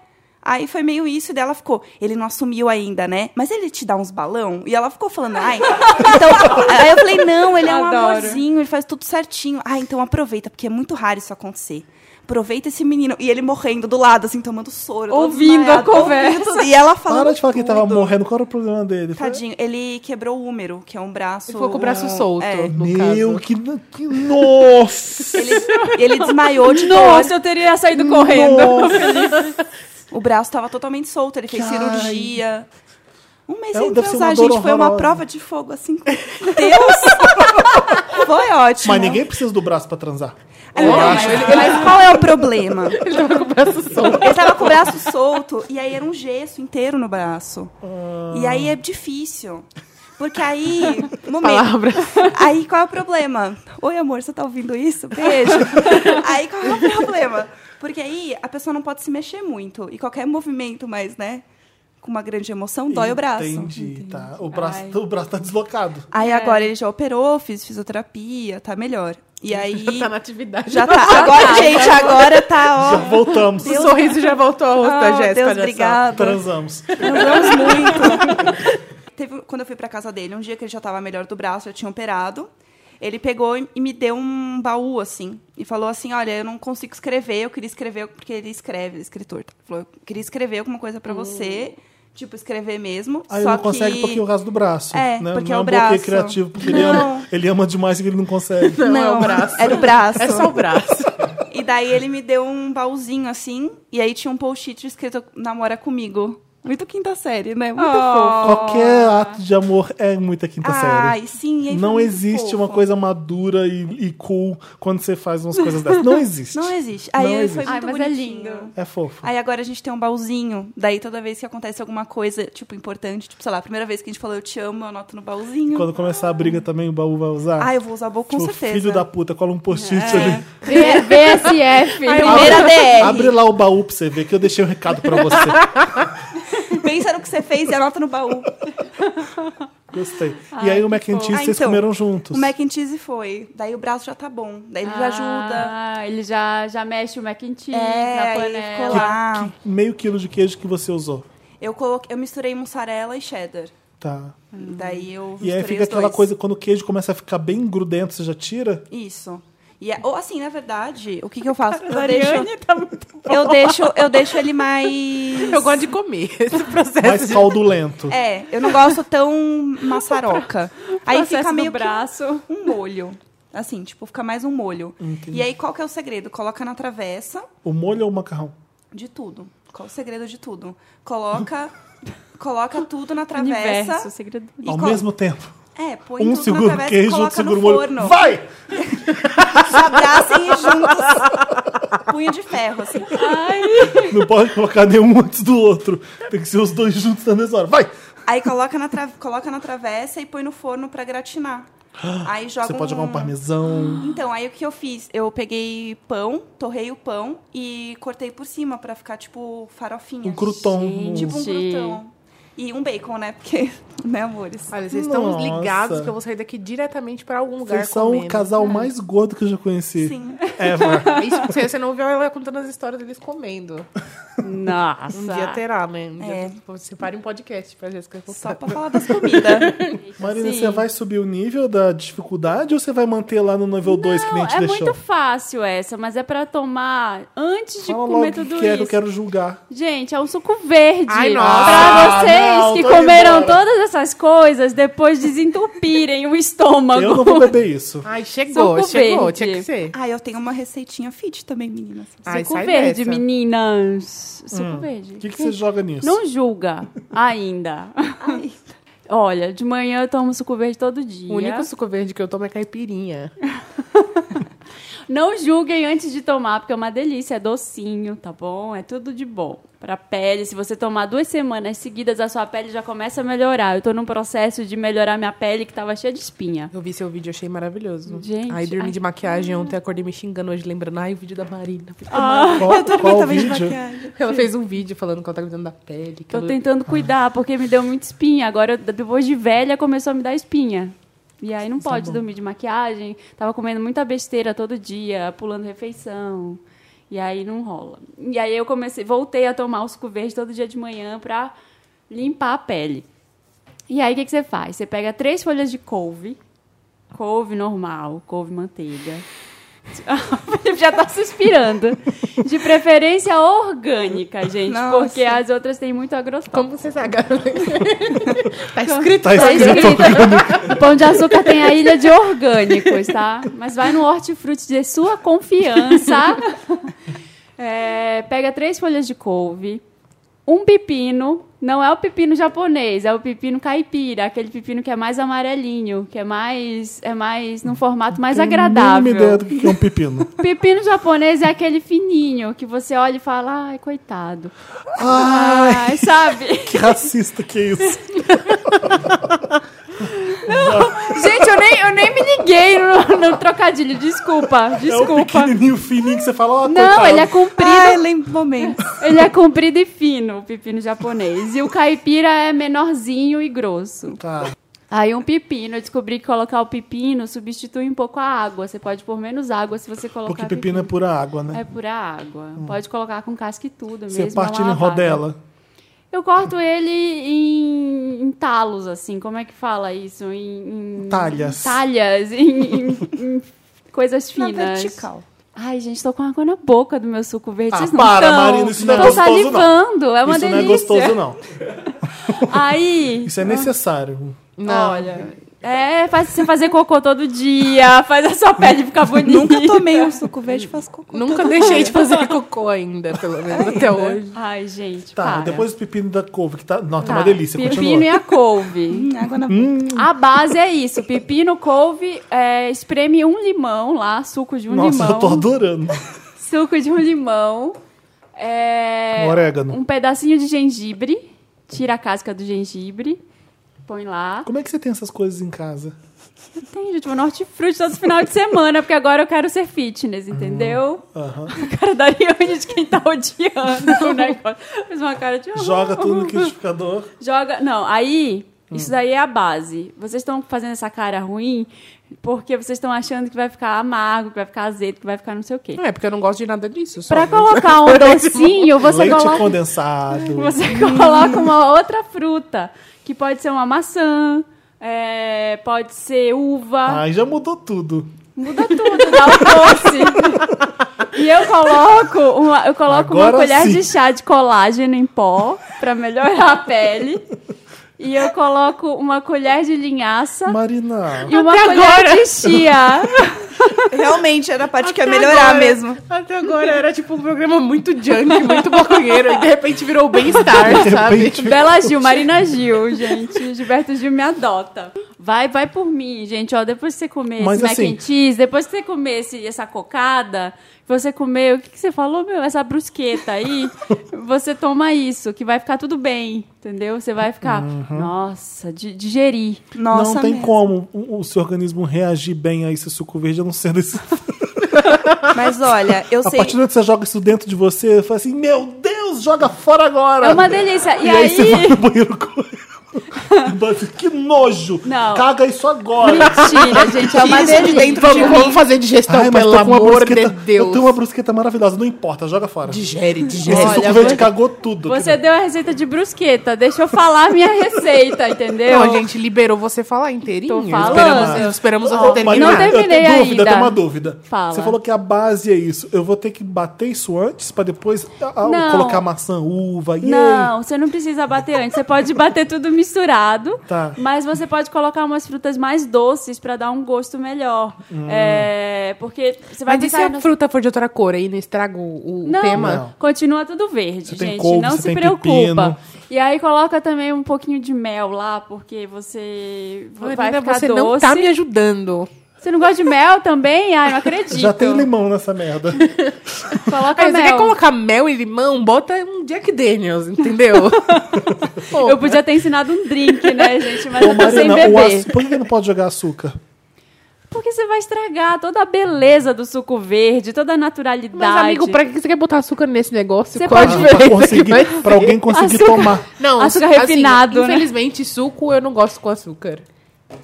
S4: Aí foi meio isso, e daí ela ficou, ele não assumiu ainda, né? Mas ele te dá uns balão? E ela ficou falando, ai. Então, aí eu falei, não, ele é um
S1: Adoro.
S4: amorzinho, ele faz tudo certinho. Ah, então aproveita, porque é muito raro isso acontecer. Aproveita esse menino. E ele morrendo do lado, assim, tomando soro. todo
S1: Ouvindo a
S4: desmaiado,
S1: conversa.
S4: ouvindo. E ela falando.
S2: Para de falar que ele tava
S4: tudo.
S2: morrendo, qual era o problema dele? Foi-
S4: Tadinho, ele quebrou o úmero, que é um braço.
S3: Ele ficou com o braço solto,
S4: É.
S3: no
S2: Meu,
S3: caso.
S2: que, que.
S4: [LAUGHS]
S2: Nossa!
S4: Ele, ele desmaiou de dor.
S1: Nossa, eu teria saído
S4: É,
S1: correndo.
S4: O braço tava totalmente solto, ele fez
S2: Ai.
S4: cirurgia. Um mês
S2: É,
S4: sem
S2: deve ser
S4: transar,
S2: uma
S4: gente,
S2: dor
S4: foi uma
S2: horrorosa.
S4: prova de fogo, assim. com Deus! [LAUGHS] foi ótimo.
S2: Mas ninguém precisa do braço pra transar.
S4: Ah, não, mas, mas qual é o problema? [LAUGHS] Ele tava com o braço solto. Ele tava com o braço solto, e aí era um gesso inteiro no braço. E aí é difícil. Porque [LAUGHS] aí. Momento.
S3: Palavra.
S4: Aí qual é o problema? Oi, amor, você tá ouvindo isso? [LAUGHS] Beijo. aí qual é o problema? Porque aí a pessoa não pode se mexer muito. E qualquer movimento mais, né? Com uma grande emoção, dói o Então, braço.
S2: Entendi, tá. O braço, o braço tá deslocado.
S4: Aí agora ele já operou, fiz fisioterapia, [LAUGHS] tá melhor. E aí.
S3: Tá na atividade.
S4: Já tá. Agora, gente, agora tá,
S2: Já
S4: ó.
S2: voltamos.
S3: O sorriso já voltou ao rosto da
S4: Oh,
S3: Jéssica.
S4: Deus,
S3: olha só.
S4: obrigada.
S2: Transamos.
S4: Transamos muito. [LAUGHS] Teve, quando eu fui pra casa dele, um dia que ele já tava melhor do braço, já tinha operado, ele pegou e e me deu um baú, assim, e falou assim, olha, eu não consigo escrever, eu queria escrever, porque ele escreve, ele é escritor, tá? Ele falou, eu queria escrever alguma coisa pra você, tipo, escrever mesmo,
S2: Aí
S4: só
S2: não consegue
S4: que...
S2: porque é o caso do braço.
S4: É,
S2: né?
S4: porque
S2: não
S4: é o
S2: um bloqueio
S4: braço.
S2: criativo, porque ele ama,
S4: Não.
S2: ele ama demais e ele não consegue.
S4: [LAUGHS] Não,
S3: é o braço.
S4: Era o braço.
S3: É só o braço.
S4: E daí ele me deu um baúzinho, assim, e aí tinha um post-it escrito, namora comigo. Muito quinta série, né? Muito fofo.
S2: Qualquer ato de amor é muita quinta série.
S4: Ai, sim. Ah, e aí foi
S2: Não
S4: muito
S2: existe
S4: fofo.
S2: uma coisa madura e, e cool quando você faz umas coisas dessas.
S4: [LAUGHS]
S2: Não existe.
S4: Não existe. Aí
S2: Não
S4: foi
S2: existe.
S1: Ai,
S4: muito
S1: mas é
S4: bonitinho.
S1: lindo.
S2: É fofo.
S4: Aí agora a gente tem um baúzinho. Daí toda vez que acontece alguma coisa, tipo, importante, tipo, sei lá, a primeira vez que a gente falou eu te amo, eu anoto no baúzinho.
S2: Quando começar a briga também, o baú vai usar.
S4: Ah, eu vou usar o baú com
S2: Tipo,
S4: certeza. É.
S2: Filho da puta, cola um post-it ali.
S1: V- VSF.
S4: Primeira DR.
S2: Abre lá o baú pra você ver que eu deixei um recado pra você.
S4: [LAUGHS] Pensa no que você fez e anota
S2: [LAUGHS]
S4: no baú.
S2: Gostei. e aí o mac and cheese
S4: Ah,
S2: vocês
S4: então,
S2: comeram juntos.
S4: O mac and cheese foi. Daí o braço já tá bom. Daí ele já ajuda.
S1: Ah, ele já, já mexe o mac and cheese na
S4: É, aí
S1: panela.
S4: ficou lá.
S2: Meio quilo de queijo que você usou.
S4: Eu, coloquei, eu misturei mussarela e cheddar.
S2: Tá.
S4: Daí eu
S2: E aí
S4: misturei
S2: fica
S4: os
S2: aquela
S4: dois.
S2: coisa, quando o queijo começa a ficar bem grudento, você já tira?
S4: [LAUGHS] Isso. E é- ou assim, na verdade, o que, que eu faço? Eu deixo,
S1: tá
S4: eu deixo, eu deixo
S2: [LAUGHS]
S4: ele mais.
S3: Eu gosto de comer [LAUGHS] esse processo.
S2: Mais fraudulento.
S4: É, eu não gosto tão maçaroca. Aí
S1: Processo
S4: fica
S1: do
S4: meio que
S1: braço.
S4: um molho. Assim, tipo, fica mais um molho. E aí, qual que é o segredo? Coloca na travessa
S2: O molho ou o macarrão?
S4: de tudo. Qual o segredo de tudo?
S2: [LAUGHS]
S4: Coloca, coloca tudo na travessa.
S1: Universo, segredo.
S4: e
S2: Ao
S4: colo-
S2: mesmo tempo.
S4: É, põe
S2: Um
S4: tudo
S2: segura
S4: na
S2: o
S4: travessa e
S2: queijo, outro
S4: coloca
S2: segura
S4: no
S2: o molho.
S4: forno. [LAUGHS]
S2: Vai!
S4: Se abracem e juntos. Punho de ferro, assim.
S2: Não pode colocar nenhum antes do outro. Tem que ser os dois juntos na mesma hora. Vai!
S4: Aí coloca na, tra- coloca na travessa e põe no forno pra gratinar. Aí joga
S2: Você pode
S4: um...
S2: jogar um parmesão.
S4: Então, aí o que eu fiz? Eu peguei pão, torrei o pão e cortei por cima pra ficar tipo farofinha.
S2: Um crouton.
S4: Tipo um crutão. E um bacon, né? Porque, [LAUGHS] né, amores?
S3: Olha, vocês estão
S2: Nossa.
S3: ligados que eu vou sair daqui diretamente pra algum lugar
S2: Vocês são um o
S3: comendo. É
S2: casal mais gordo que eu já conheci.
S4: É. Sim.
S2: Ever.
S4: [LAUGHS]
S3: Isso, porque você não ouviu ela contando as histórias deles comendo.
S1: [LAUGHS] Nossa.
S3: Um dia terá, né? Um dia
S4: É.
S3: tu- separe um podcast pra Jéssica contar.
S4: Só pra falar das comidas.
S2: Marina,
S1: Sim.
S2: você vai subir o nível da dificuldade ou você vai manter lá no nível 2 que nem
S1: Não,
S2: te
S1: é
S2: deixou?
S1: muito fácil essa, mas é pra tomar antes de
S2: Fala
S1: comer
S2: logo
S1: tudo
S2: o que é que
S1: isso.
S2: eu quero julgar.
S1: Gente, é um suco verde.
S3: Ai, nossa.
S1: Pra vocês
S2: Ah, não,
S1: que
S2: tô indo
S1: comeram
S2: embora.
S1: todas essas coisas, depois desentupirem o estômago.
S2: Eu não vou beber
S4: [LAUGHS]
S2: isso.
S3: Ai, chegou,
S1: Suco
S3: chegou.
S1: verde.
S3: Tinha que ser.
S4: ah, eu tenho uma receitinha fit também, meninas.
S2: Ah,
S3: Ai,
S1: Suco
S3: sai
S1: verde,
S3: dessa.
S1: meninas. Suco verde.
S2: O Hum. que, que você joga nisso?
S1: Não julga ainda. Olha, de manhã eu tomo suco verde todo dia.
S3: O único suco verde que eu tomo é caipirinha.
S1: Não julguem antes de tomar, porque é uma delícia, é docinho, tá bom? É tudo de bom. Pra pele, se você tomar duas semanas seguidas, a sua pele já começa a melhorar. Eu tô num processo de melhorar minha pele que tava cheia de espinha.
S3: Eu vi seu vídeo, achei maravilhoso.
S1: Gente,
S3: aí dormi
S1: ai,
S3: de maquiagem ontem, acordei me xingando hoje, lembrando. Ai, o vídeo da Marina.
S2: Qual,
S4: Eu dormi
S2: qual
S4: também de
S2: vídeo?
S4: maquiagem.
S3: Ela fez um vídeo falando que ela tá cuidando da pele. Que
S1: Tô
S3: ela-
S1: tentando cuidar, porque me deu muita espinha. Agora, eu- depois de velha, começou a me dar espinha. E aí não pode dormir de maquiagem. Tava comendo muita besteira todo dia, pulando refeição. E aí não rola. E aí eu comecei, voltei a tomar o suco verde todo dia de manhã pra limpar a pele. E aí o que, que você faz? Você pega três folhas de couve, couve normal, couve manteiga. [LAUGHS] O Felipe já tá suspirando. De preferência orgânica, gente,
S4: Nossa.
S1: porque as outras têm muito agrotóxico.
S3: Como você sabe? [LAUGHS] tá escrito.
S2: Tá
S1: Tá
S2: escrito.
S1: escrito. O Pão de açúcar tem a ilha de orgânicos, tá? Mas vai no hortifruti de sua confiança. É, pega três folhas de couve, um pepino. Não é o pepino japonês, é o pepino caipira, aquele pepino que é mais amarelinho, que é mais, é mais num formato mais
S2: um Mínima ideia
S1: agradável.
S2: do que é um pepino.
S1: Pepino japonês é aquele fininho que você olha e fala, ai, coitado.
S2: Ai,
S1: Ai, sabe?
S2: que racista que é isso.
S1: Gente, eu nem, eu nem me liguei no, no trocadilho. Desculpa,
S2: É o
S1: desculpa.
S2: pequenininho fininho que você fala, ó,
S1: Não,
S2: coitado.
S1: ele é comprido.
S4: Ai, lembro momentos.
S1: Ele é comprido e fino, o pepino japonês. E o caipira é menorzinho e grosso.
S2: Tá.
S1: Aí um pepino, eu descobri que colocar o pepino substitui um pouco a água. Você pode pôr menos água se você colocar
S2: Porque pepino é pura água, né?
S1: É pura água. Pode colocar com casca e tudo mesmo.
S2: Você
S1: é uma
S2: parte ele em
S1: lavada.
S2: rodela.
S1: Eu corto ele em, em talos, assim. Como é que fala isso? Em, em-
S2: Talhas.
S1: em Talhas, em, em- em coisas
S4: [LAUGHS] Na
S1: finas.
S4: vertical.
S1: Ai, gente, tô com água na boca do meu suco verde.
S2: Ah,
S1: Vocês não
S2: para,
S1: tão.
S2: Marina, isso não é
S1: tô
S2: gostoso, não.
S1: salivando, é uma
S2: isso
S1: delícia.
S2: não é gostoso, não.
S1: Aí,
S2: Isso é necessário.
S3: Não.
S1: olha... É, faz você fazer cocô todo dia, faz a sua pele ficar bonita.
S4: Nunca tomei um suco verde faz cocô.
S3: Nunca deixei de fazer cocô ainda, pelo menos até hoje.
S1: Ai, gente,
S2: Tá,
S1: para.
S2: depois o pepino da couve, que tá. Nossa,
S1: Tá,
S2: uma delícia,
S1: Pepino
S2: continua.
S1: e a couve.
S4: Hum, água na
S1: A base é isso: pepino, couve, é, espreme um limão lá, suco de um
S2: Nossa,
S1: limão.
S2: eu tô adorando.
S1: Suco de um limão. é,
S2: Um orégano.
S1: Um pedacinho de gengibre. Tira a casca do gengibre. Põe lá.
S2: Como é que você tem essas coisas em casa?
S1: Tem, gente, vou no hortifruti todo final de semana, porque agora eu quero ser fitness, entendeu? [LAUGHS]
S2: Aham.
S1: A cara da Ariane de quem tá
S2: [LAUGHS]
S1: odiando o negócio. Fiz uma cara de...
S2: Joga tudo no liquidificador.
S1: Joga. Não, aí.
S2: Hum.
S1: Isso daí é a base. Vocês estão fazendo essa cara ruim porque vocês estão achando que vai ficar amargo, que vai ficar azedo, que vai ficar não sei o quê.
S3: Não é porque eu não gosto de nada disso. só.
S1: Pra colocar
S2: [LAUGHS]
S1: um docinho, você
S2: Leite
S1: coloca.
S2: condensado.
S1: Você coloca uma outra fruta, que pode ser uma maçã, é, pode ser uva,
S2: Ai, já mudou tudo.
S1: muda tudo, dá o
S2: [LAUGHS]
S1: doce. E eu coloco uma, eu coloco uma
S2: Agora
S1: colher
S2: sim.
S1: de chá de colágeno em pó pra melhorar a pele. E eu coloco uma colher de linhaça [LAUGHS]
S2: Marina.
S1: e uma colher de
S3: [LAUGHS]
S1: chia.
S4: Realmente, era a parte que ia
S3: Até
S4: melhorar
S3: agora-
S4: mesmo.
S3: Até agora era tipo um programa muito junk, muito maconheiro. E de repente virou [LAUGHS] bem-estar,
S2: De
S3: sabe?
S2: repente.
S1: Bela Gil, Marina Gil, gente. Gilberto Gil me adota. Vai, vai por mim, gente. Ó, depois que você comer
S2: Mas
S1: esse
S2: assim-
S1: mac and cheese, depois que você comer esse- essa cocada, você comer, o que, que você falou, meu? Essa brusqueta
S3: [LAUGHS]
S1: aí, você toma isso, que vai ficar tudo bem, entendeu? Você vai ficar,
S3: Uhum.
S1: nossa, di- digerir.
S4: Nossa,
S2: não tem
S4: mesmo.
S2: como o, o seu organismo reagir bem a esse suco verde, a não
S1: [LAUGHS]
S2: ser desse.
S4: Mas olha, eu
S2: A
S4: sei.
S2: partir do momento que você joga isso dentro de você, fala assim: Meu Deus, joga fora agora!
S3: Ah,
S1: É uma delícia. E,
S2: E, aí,
S1: aí.
S2: você vai no
S1: [LAUGHS]
S2: banheiro correndo. que nojo!
S1: Não.
S2: Caga isso agora!
S1: Mentira, gente, é uma
S3: Isso de
S1: delícia.
S3: dentro de mim. vamos fazer digestão,
S2: Ai, mas
S3: pelo
S2: tá
S3: amor de
S2: brusqueta-
S3: Deus.
S2: Eu tenho uma brusqueta maravilhosa, não importa, joga fora.
S3: Digere, digere.
S2: Esse
S1: Olha,
S2: suco verde
S1: você-
S2: cagou tudo.
S1: Você deu a receita de brusqueta, deixa eu falar a minha receita, entendeu?
S3: Não, a gente liberou você falar inteirinho.
S1: Tô falando.
S3: Esperamos, esperamos você
S2: Ó,
S3: terminar.
S2: Marina,
S1: Não tem- terminei
S2: eu tenho dúvida,
S1: ainda.
S2: Eu tenho uma dúvida.
S1: Fala.
S2: Você falou que a base é isso. Eu vou ter que bater isso antes pra depois ah, ah,
S1: Não.
S2: colocar maçã, uva, e
S1: Não, você não precisa bater antes. Você pode bater tudo misturado,
S2: Tá.
S1: mas você pode colocar umas frutas mais doces pra dar um gosto melhor.
S2: Hum.
S1: É, porque você vai
S3: Mas e se
S1: pensar...
S3: a fruta for de outra cor aí, não estraga o, o
S1: Não,
S3: tema?
S2: Não.
S1: continua tudo verde,
S2: Você tem
S1: gente.
S2: couve,
S1: não
S2: você
S1: se
S2: tem
S1: preocupa.
S2: pepino.
S1: E aí coloca também um pouquinho de mel lá, porque você vai
S3: Marina,
S1: ficar
S3: você
S1: doce.
S3: não tá me ajudando.
S1: Você não gosta de mel também? Ai, não acredito.
S2: Já tem limão nessa merda.
S1: Coloca
S3: Aí, você
S1: mel.
S3: quer colocar mel e limão? Bota um Jack Daniels, [LAUGHS] entendeu? Pô,
S1: Eu podia ter ensinado um drink, né, gente? Mas
S2: Ô,
S1: eu tô [LAUGHS] sem
S2: Marina, o
S1: beber.
S2: aç... por que que não pode jogar açúcar?
S1: Porque você vai estragar toda a beleza do suco verde, toda a naturalidade.
S3: Mas, amigo, pra que você quer botar açúcar nesse negócio?
S1: Você
S3: Qual a
S1: pode-
S2: Pra
S3: diferença
S2: conseguir-
S3: que vai [LAUGHS] ser?
S2: pra alguém conseguir
S1: Açúcar.
S2: tomar.
S3: Não,
S1: Açúcar
S3: assim,
S1: refinado, né?
S3: Infelizmente, suco eu não gosto com açúcar.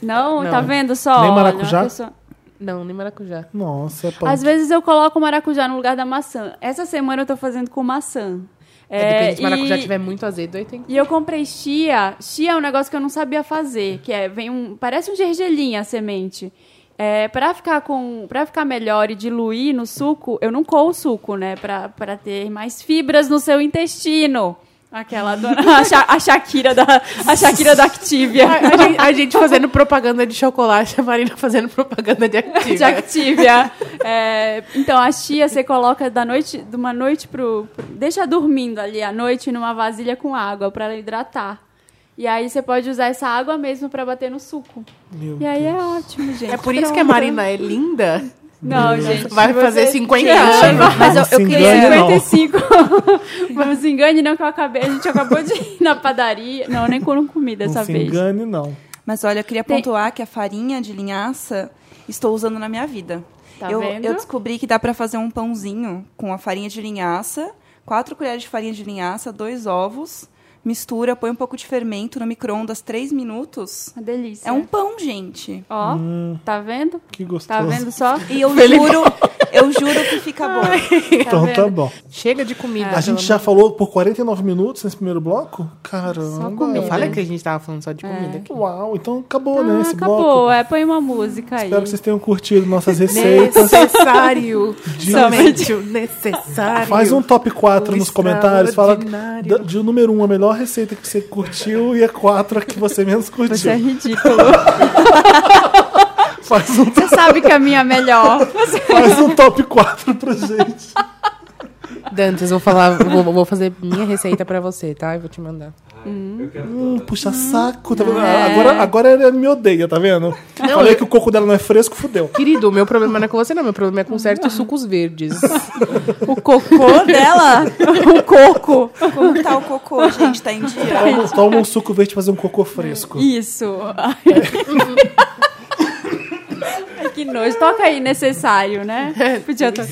S1: Não,
S2: Não.
S1: tá vendo só?
S2: Nem
S1: Olha,
S2: maracujá?
S1: uma pessoa-
S3: Não, nem maracujá.
S2: Nossa, é punk.
S1: Às vezes eu coloco o maracujá no lugar da maçã. Essa semana eu tô fazendo com maçã.
S3: É, depende se
S1: e-
S3: maracujá tiver muito azedo, aí tem que...
S1: E eu comprei chia. Chia é um negócio que eu não sabia fazer, que é vem um, parece um gergelim a semente. É, para ficar com, para ficar melhor e diluir no suco, eu não coo o suco, né, Pra para ter mais fibras no seu intestino. Aquela dona, [LAUGHS] a, Sha- a Shakira da a Shakira da Activia.
S3: A, [LAUGHS] a gente, a gente fazendo propaganda de chocolate, a Marina fazendo propaganda de Activia.
S1: de Activia. É, então, a chia você coloca da noite, de uma noite pro, pro- Deixa dormindo ali à noite numa vasilha com água pra ela hidratar. E aí você pode usar essa água mesmo pra bater no suco.
S2: Meu
S1: e aí é
S2: Deus.
S1: ótimo, gente.
S3: É por isso
S1: Pronto.
S3: que a Marina é linda.
S1: Não, gente.
S3: Vai fazer 50
S1: Gente,
S3: anos.
S4: Mas eu-
S2: Não se
S4: eu queria-
S2: engane, não.
S1: 55. [LAUGHS] Não se engane, não, que eu acabei. A gente acabou de ir na padaria. Não, nem com comi é dessa
S2: Não se
S1: vez.
S2: engane, não.
S4: Mas olha, eu queria
S1: Tem-
S4: pontuar que a farinha de linhaça estou usando na minha vida.
S1: Tá
S4: eu,
S1: vendo?
S4: eu descobri que dá pra fazer um pãozinho com a farinha de linhaça, quatro colheres de farinha de linhaça, dois ovos, mistura, põe um pouco de fermento no micro-ondas, três minutos.
S1: Uma delícia.
S4: É um pão, gente.
S1: Ó,
S2: Hum.
S1: tá vendo?
S2: Que gostoso.
S1: Tá
S2: [LAUGHS]
S1: vendo só?
S4: E eu
S3: Felipe-
S4: juro, eu juro que fica bom.
S2: então tá
S1: vendo? Tá
S2: bom.
S3: Chega de comida.
S2: a gente já falou por 49 minutos nesse primeiro bloco? Caramba.
S1: Só comida. né?
S3: Eu falei que a gente tava falando só de comida aqui.
S2: Uau, então acabou, né?
S1: Ah,
S2: Esse
S1: acabou.
S2: bloco.
S1: É, põe uma música aí. Né,
S2: Espero que vocês tenham curtido nossas receitas.
S3: Necessário.
S2: Diz-
S3: Somente o necessário.
S2: Faz um top 4
S3: O
S2: nos comentários. Fala
S3: extraordinário.
S2: da- de número 1 a melhor receita que você curtiu e a 4 a que você menos curtiu. [LAUGHS]
S1: Você é ridículo.
S2: Faz, um,
S1: Você sabe que a minha é melhor.
S2: faz um top 4 pra gente.
S3: Dantes, vou falar, vou, vou fazer minha receita pra você, tá? Eu vou te mandar.
S2: Hum, puxa saco. Tá vendo?
S1: É.
S2: Agora, agora ela me odeia, tá vendo? Falei que o coco dela não é fresco, fudeu.
S3: Querido, o meu problema não é com você, não. Meu problema é com certos sucos verdes.
S1: O cocô dela? O coco.
S4: Como tá o cocô, gente? Tá em dia?
S2: Toma, toma um suco verde pra fazer um cocô fresco.
S1: Isso. Ai, Ai, que nojo. Toca aí, necessário, né?
S2: É,
S1: Podia tocar.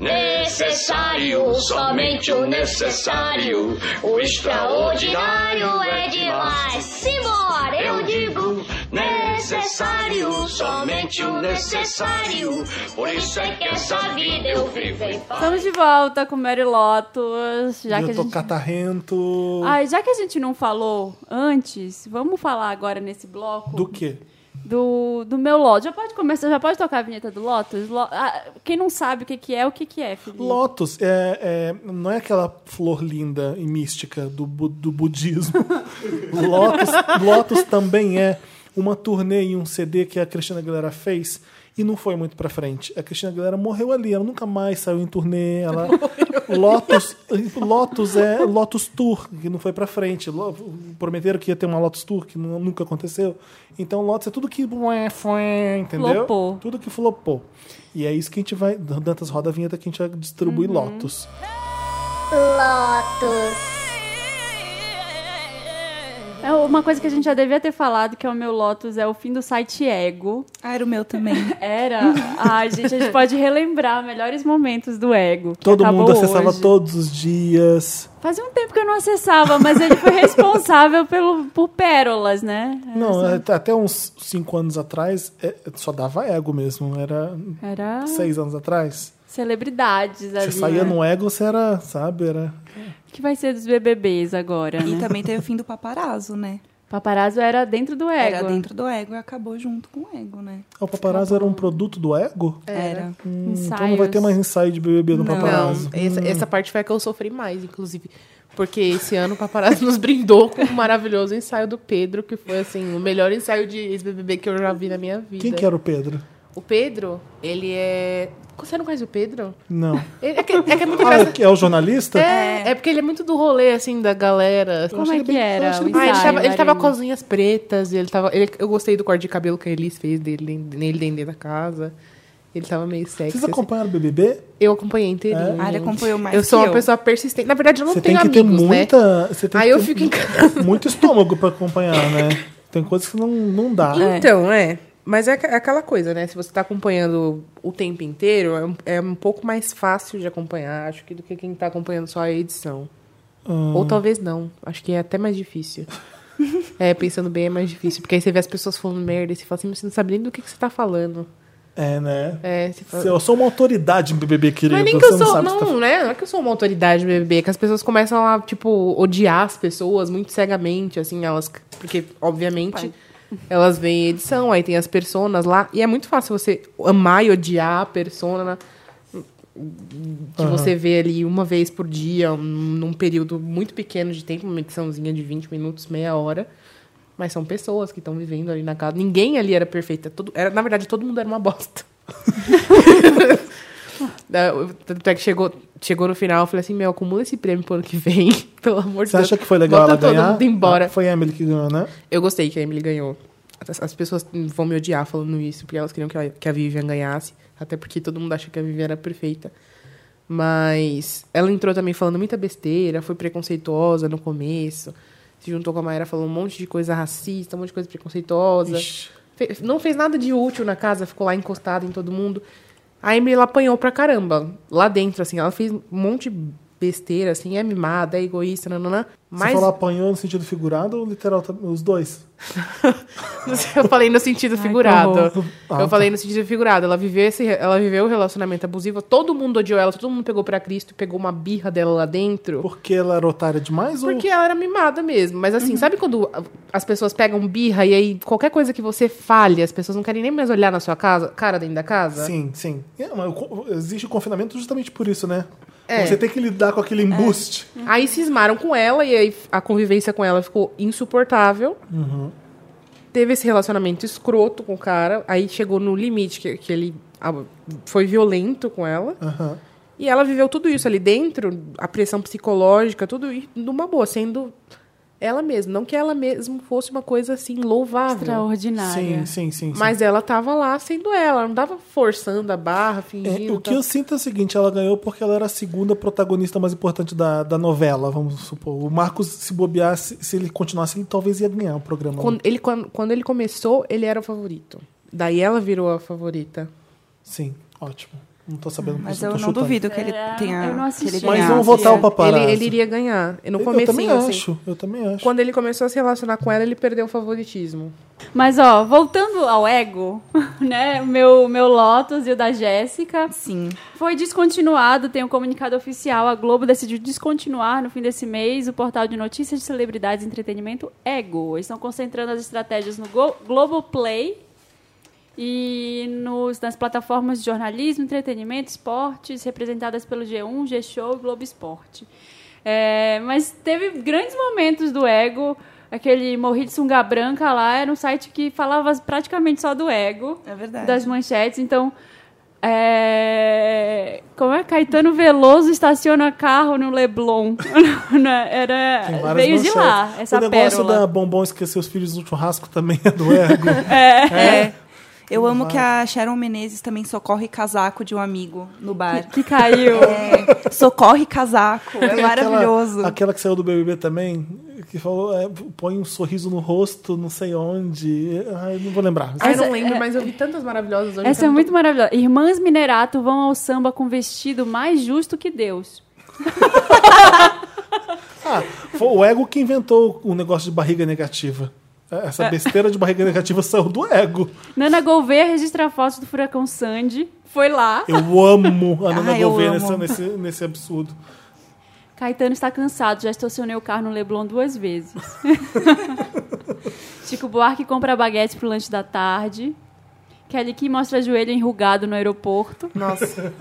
S7: necessário, somente o necessário. O extraordinário é demais. Simbora, eu digo necessário, somente o necessário. Por isso é que essa vida eu vivo em paz.
S1: Estamos de volta com Mary Lotus. Já que a
S2: eu tô
S1: gente... Ah.
S2: catarrento.
S1: Ai, já que a gente não falou antes, vamos falar agora nesse bloco
S2: Do quê?
S1: do, do meu Lotus. Já pode começar, já pode tocar a vinheta do Lotus? Lo- Ah, quem não sabe o que, que é, o que, que é, Felipe?
S2: Lotus é, é- não é aquela flor linda e mística do, bu- do budismo. Lotus, Lotus também é uma turnê e um CD que a Cristina Aguilera fez e não foi muito pra frente. A Cristina Aguilera morreu ali, ela nunca mais saiu em
S1: [LAUGHS]
S2: turnê. Ela... Lotus, Lotus é Lotus Tour, que não foi pra frente. Lo- Prometeram que ia ter uma Lotus Tour, que nu- nunca aconteceu. Então Lotus é tudo que... ué, foi, Entendeu?
S1: Flopou.
S2: Tudo que flopou. E é isso que a gente vai. Dantas roda a vinheta que a gente vai
S1: Uhum.
S2: distribuir Lotus.
S1: É uma coisa que a gente já devia ter falado, que é o meu Lotus, é o fim do site Ego.
S4: Ah, era o meu também.
S1: Era.
S3: Uhum.
S1: Ai, gente, a gente pode relembrar melhores momentos do Ego. que
S2: Todo
S1: acabou
S2: mundo acessava
S1: hoje.
S2: todos os dias.
S1: Fazia um tempo que eu não acessava, mas ele foi responsável pelo, por pérolas, né?
S3: É,
S2: Não, até- até uns cinco anos atrás é, só dava ego mesmo. Era
S1: Era
S3: Ah.
S2: seis anos atrás.
S1: celebridades ali.
S2: Você saía
S1: né?
S2: no ego, você era, sabe, era.
S1: O que vai ser dos BBBs agora,
S4: E
S1: né?
S4: também teve o fim do paparazzo, né?
S1: Paparazzo era dentro do Ego.
S4: Era dentro do ego e acabou junto com o ego, né?
S2: O paparazzo era um produto do ego?
S4: Era.
S2: Hum, Então não vai ter mais ensaio de BBB no
S3: Não, é
S2: paparazzo.
S3: essa, essa parte foi a que eu sofri mais, inclusive. Porque esse ano o paparazzo nos brindou com um maravilhoso ensaio do Pedro, que foi, assim, o melhor ensaio de ex-BBB que eu já vi na minha vida.
S2: Quem que é? era o Pedro?
S3: O Pedro, ele é. Você não conhece o Pedro? [LAUGHS]
S2: Não.
S3: Ele- é, que, é que é muito
S2: Ah, é
S3: engraçado.
S2: que é o jornalista?
S3: É, é porque ele é muito do rolê, assim, da galera.
S1: Como é que era? o
S3: Ah, ele,
S1: ensaio,
S3: tava, ele
S1: era
S3: tava
S1: em-
S3: com as unhas pretas, ele tava. ele- eu gostei do corte de cabelo que a Elis fez dele, nele dentro da casa. Ele tava meio sexy.
S2: Vocês
S3: assim.
S2: acompanharam o BBB?
S3: Eu acompanhei inteirinho.
S4: Ah, ele acompanhou mais
S3: Eu sou
S4: que
S3: uma
S4: eu.
S3: pessoa persistente. Na verdade, eu não
S2: Você tem
S3: tenho
S2: que ter
S3: amigos, né?
S2: muita. Você tem
S3: Aí
S2: que
S3: eu
S2: ter
S3: fico em casa.
S2: Muito estômago pra acompanhar, né? Tem coisas que não, não dá.
S3: Então, é. Mas é aqu- é aquela coisa, né? Se você tá acompanhando o tempo inteiro, é um, é um pouco mais fácil de acompanhar, acho que, do que quem tá acompanhando só a edição.
S2: Hum.
S3: Ou talvez não. Acho que é até mais difícil. é, pensando bem, é mais difícil. Porque aí você vê as pessoas falando merda e você fala assim, mas você não sabe nem do que, que você tá falando.
S2: É, né?
S3: É, você fala...
S2: Eu sou uma autoridade em BBB, querido.
S3: Não é nem que
S2: você
S3: eu sou.
S2: sabe o que
S3: Não,
S2: você tá
S3: né? Não é que eu sou uma autoridade no BBB, é que as pessoas começam a, tipo, odiar as pessoas muito cegamente, assim, elas. Porque, obviamente, elas veem edição, aí tem as personas lá. E é muito fácil você amar e odiar a persona né? que você vê ali uma vez por dia, um- num período muito pequeno de tempo, uma ediçãozinha de 20 minutos, meia hora. Mas são pessoas que estão vivendo ali na casa. Ninguém ali era perfeita. Todo, era, na verdade, todo mundo era uma
S2: [LAUGHS]
S3: bosta. Da- eu- Tanto é que chegou, chegou no final, eu falei assim, meu, acumula esse prêmio pro ano que vem, [LAUGHS] pelo amor de
S2: Você
S3: Deus.
S2: acha que foi legal
S3: Bota
S2: ela
S3: todo
S2: ganhar?
S3: mundo embora.
S2: Ah, foi a Emily que ganhou, né?
S3: Eu gostei que a Emily ganhou. As, as pessoas vão me odiar falando isso, porque elas queriam que a, que a Vivian ganhasse. Até porque todo mundo acha que a Vivian era perfeita. Mas ela entrou também falando muita besteira, foi preconceituosa no começo. Se juntou com a Mayra, falou um monte de coisa racista, um monte de coisa preconceituosa. Fe- não fez nada de útil na casa, ficou lá encostada em todo mundo. A Emily ela apanhou pra caramba. Lá dentro, assim, ela fez um monte de besteira, assim, é mimada, é egoísta, nananã.
S2: Você
S3: Mas...
S2: falou apanhou no sentido figurado ou literal? também? Os dois?
S3: Não sei, [LAUGHS] Eu falei no sentido
S1: que
S3: figurado.
S2: Ah, tá.
S3: eu falei no sentido figurado. Ela viveu, esse, ela viveu o relacionamento abusivo. Todo mundo odiou ela, todo mundo pegou pra Cristo, pegou uma birra dela lá dentro.
S2: Porque ela era otária demais
S3: Porque ela era mimada mesmo. Mas
S2: Uhum.
S3: assim, sabe quando a- as pessoas pegam birra e aí qualquer coisa que você falha, as pessoas não querem nem mais olhar na sua casa, cara dentro da
S2: ou...
S3: casa?
S2: Sim, sim. É, mas o co- existe o confinamento justamente por isso, né?
S3: É.
S2: Você tem que lidar com aquele embuste.
S3: Aí cismaram com ela e aí a convivência com ela ficou insuportável.
S2: Uhum.
S3: Teve esse relacionamento escroto com o cara. Aí chegou no limite que, que ele ah, foi violento com ela.
S2: Aham.
S3: E ela viveu tudo isso ali dentro, a pressão psicológica, tudo e numa boa, sendo ela mesma. Não que ela mesma fosse uma coisa assim louvável.
S1: Extraordinária.
S2: Sim, sim, sim. sim.
S3: Mas ela tava lá sendo ela, ela não tava forçando a barra,
S2: É,
S3: fingindo. tá?
S2: o que
S3: tal.
S2: eu sinto é o seguinte, ela ganhou porque ela era a segunda protagonista mais importante da, da novela, vamos supor. O Marcos, se bobear, se, se ele continuasse, ele talvez ia ganhar o programa.
S3: quando, ele, quando, quando ele começou, ele era o favorito. Daí ela virou a favorita.
S2: Sim, ótimo. Não tô sabendo
S4: Ah, Mas
S2: disso,
S4: eu
S2: tô
S4: não
S2: chutando.
S4: duvido que ele
S1: tá É,
S4: tenha.
S1: eu não
S4: que
S1: assisti.
S4: ele
S2: Mas
S4: tenha-
S2: vamos votar o
S3: Ele,
S2: paparazzo.
S3: ele iria ganhar. No
S2: eu também
S3: comecinho, assim.
S2: acho, eu também acho.
S3: Quando ele começou a se relacionar com ela, ele perdeu o favoritismo.
S1: Mas, ó, voltando ao ego, [LAUGHS] né? O meu, meu Lotus e o da Jéssica.
S4: Sim.
S1: Foi descontinuado, tem um comunicado oficial. A Globo decidiu descontinuar no fim desse mês o portal de notícias de celebridades e entretenimento Ego. Eles estão concentrando as estratégias no Go Globoplay e nos, nas plataformas de jornalismo, entretenimento, esportes, representadas pelo G1, G-Show e Globo Esporte. É, mas teve grandes momentos do ego. Aquele morri de sunga branca lá era um site que falava praticamente só do ego
S4: É verdade.
S1: das manchetes. Então, é... como é Caetano Veloso estaciona carro no Leblon? [LAUGHS] Né?
S2: Tem
S1: Era
S2: várias
S1: veio de
S2: manchetes.
S1: lá essa
S2: O negócio
S1: pérola.
S2: da Bombom esquecer os filhos no churrasco também é do ego.
S4: É. Eu amo que a Sharon Menezes também socorre casaco de um amigo no bar.
S1: que caiu.
S4: É, socorre casaco. É
S2: Tem
S4: maravilhoso.
S2: Aquela, aquela que saiu do BBB também, que falou, é, põe um sorriso no rosto, não sei onde. Ai, não vou lembrar.
S3: Ah, eu
S1: Essa-
S3: não lembro,
S2: é-
S3: mas eu vi tantas maravilhosas hoje.
S1: Essa
S3: que
S1: é
S3: eu não
S1: muito maravilhosa. Irmãs Minerato vão ao samba com vestido mais justo que Deus.
S2: Ah, foi o ego que inventou o negócio de barriga negativa. É, Essa besteira de barriga negativa saiu do ego.
S1: Nana Gouveia registra fotos do furacão Sandy. Foi lá.
S2: Eu amo a Nana
S4: Ah, eu
S2: Gouveia nesse,
S4: amo.
S2: nesse, nesse absurdo.
S1: Caetano está cansado, já estacionei o carro no Leblon duas
S4: [LAUGHS]
S1: vezes. Chico Buarque compra baguete pro lanche da tarde. Kelly Key mostra joelho enrugado no aeroporto.
S3: Nossa.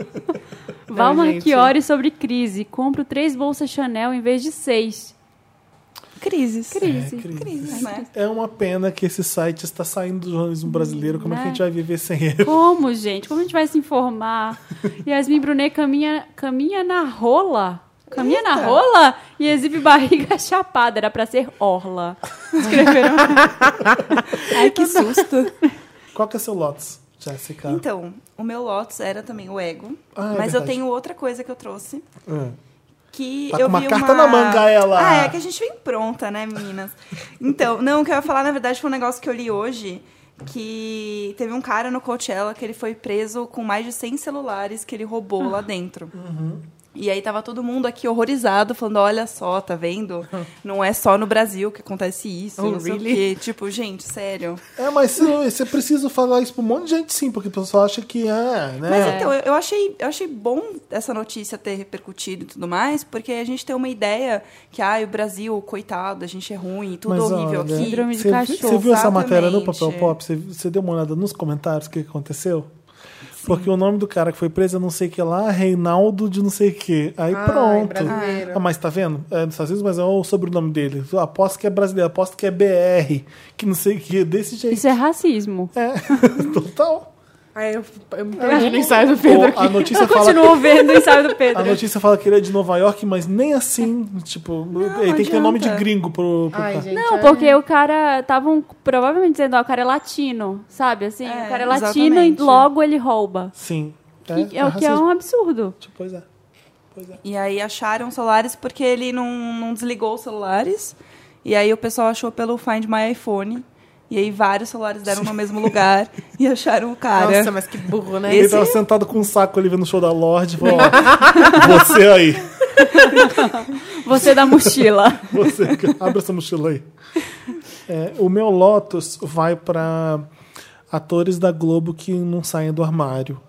S1: Val
S3: gente.
S1: Marchiori sobre crise. Compro três bolsas Chanel em vez de seis.
S4: Crises.
S1: Crise.
S2: É, crise.
S4: Crises, né?
S2: É uma pena que esse site está saindo do jornalismo brasileiro. Como é que a gente vai viver sem ele?
S1: Como, gente? Como a gente vai se
S4: [LAUGHS]
S1: informar? Yasmin Brunet caminha, caminha na rola. Caminha na
S4: Eita.
S1: rola e exibe barriga [LAUGHS] chapada. Era pra ser
S4: [LAUGHS]
S1: orla. Escreveram.
S4: Ai, que susto.
S2: Qual que é seu Lotus, Jéssica?
S4: Então, o meu Lotus era também o ego.
S2: Tá. Ah, é
S4: mas eu
S2: verdade.
S4: tenho outra coisa que eu trouxe.
S2: Hum.
S4: Que
S2: Tá
S4: eu
S2: com uma
S4: vi
S2: carta na manga, ela.
S4: Ah, é que a gente vem pronta, né, meninas? Então, não, o que eu ia falar, na verdade, foi um negócio que eu li hoje. Que teve um cara no Coachella que ele foi preso com mais de 100 celulares que ele roubou
S2: Ah.
S4: lá dentro.
S2: Uhum.
S4: E aí tava todo mundo aqui horrorizado, falando, olha só,
S2: [LAUGHS]
S4: tá vendo? Não é só no Brasil que acontece isso,
S3: Oh,
S4: não sei
S3: really?
S4: o quê. Tipo, gente, sério.
S2: É, mas você- você precisa falar isso pra um monte de gente, sim, porque o pessoal acha que é, né?
S4: Mas então, eu- eu achei, eu achei bom essa notícia ter repercutido e tudo mais, porque a gente tem uma ideia que, ai, o Brasil, coitado, a gente é ruim, tudo
S2: Mas,
S4: horrível
S2: olha,
S4: aqui.
S1: Síndrome de
S2: Você, vi-
S1: cachorro.
S2: você viu essa matéria no
S4: Exatamente.
S2: Papel Pop? Você, você deu uma olhada nos comentários o que que aconteceu? Porque o nome do cara que foi preso é não sei o que lá, Reinaldo de não sei o que. Aí
S3: Ai,
S2: pronto.
S3: brasileiro.
S2: Ah, mas tá vendo? É nos Estados Unidos, mas é o sobrenome dele. Eu Aposto que é brasileiro, aposto que é BR, que não sei o que, desse jeito.
S1: Isso é racismo.
S2: É, [LAUGHS] total.
S3: Aí eu, eu me
S2: Ah.
S3: perdi no ensaio do Pedro
S2: Ou
S3: aqui.
S2: a notícia
S1: Eu
S2: fala
S1: continuo vendo o ensaio do
S2: A [LAUGHS]
S1: Pedro.
S2: notícia fala que ele é de Nova York, mas nem assim. Tipo, ele tem que ter
S4: adianta.
S2: nome de gringo pro, pro cara.
S3: é
S1: Não, porque o cara estavam provavelmente dizendo, ó, o cara é latino, sabe? Assim,
S4: É,
S1: o cara é latino
S4: exatamente.
S1: e logo ele rouba.
S2: Sim.
S1: Que- É, o que é
S2: racismo.
S1: um absurdo.
S2: Pois é. Pois é.
S4: E aí acharam os celulares porque ele não, não desligou os celulares. E aí o pessoal achou pelo Find My iPhone. E aí vários celulares deram no
S2: [LAUGHS]
S4: mesmo lugar e acharam o cara.
S3: Nossa, mas que burro, né?
S2: Ele
S4: Esse-
S2: tava sentado com um saco ali vendo o show da Lorde e
S1: [LAUGHS]
S2: falou: ó, você aí,
S1: Você da mochila.
S2: você, abre essa mochila aí. É, o meu Lotus vai pra atores da Globo que não saem do armário.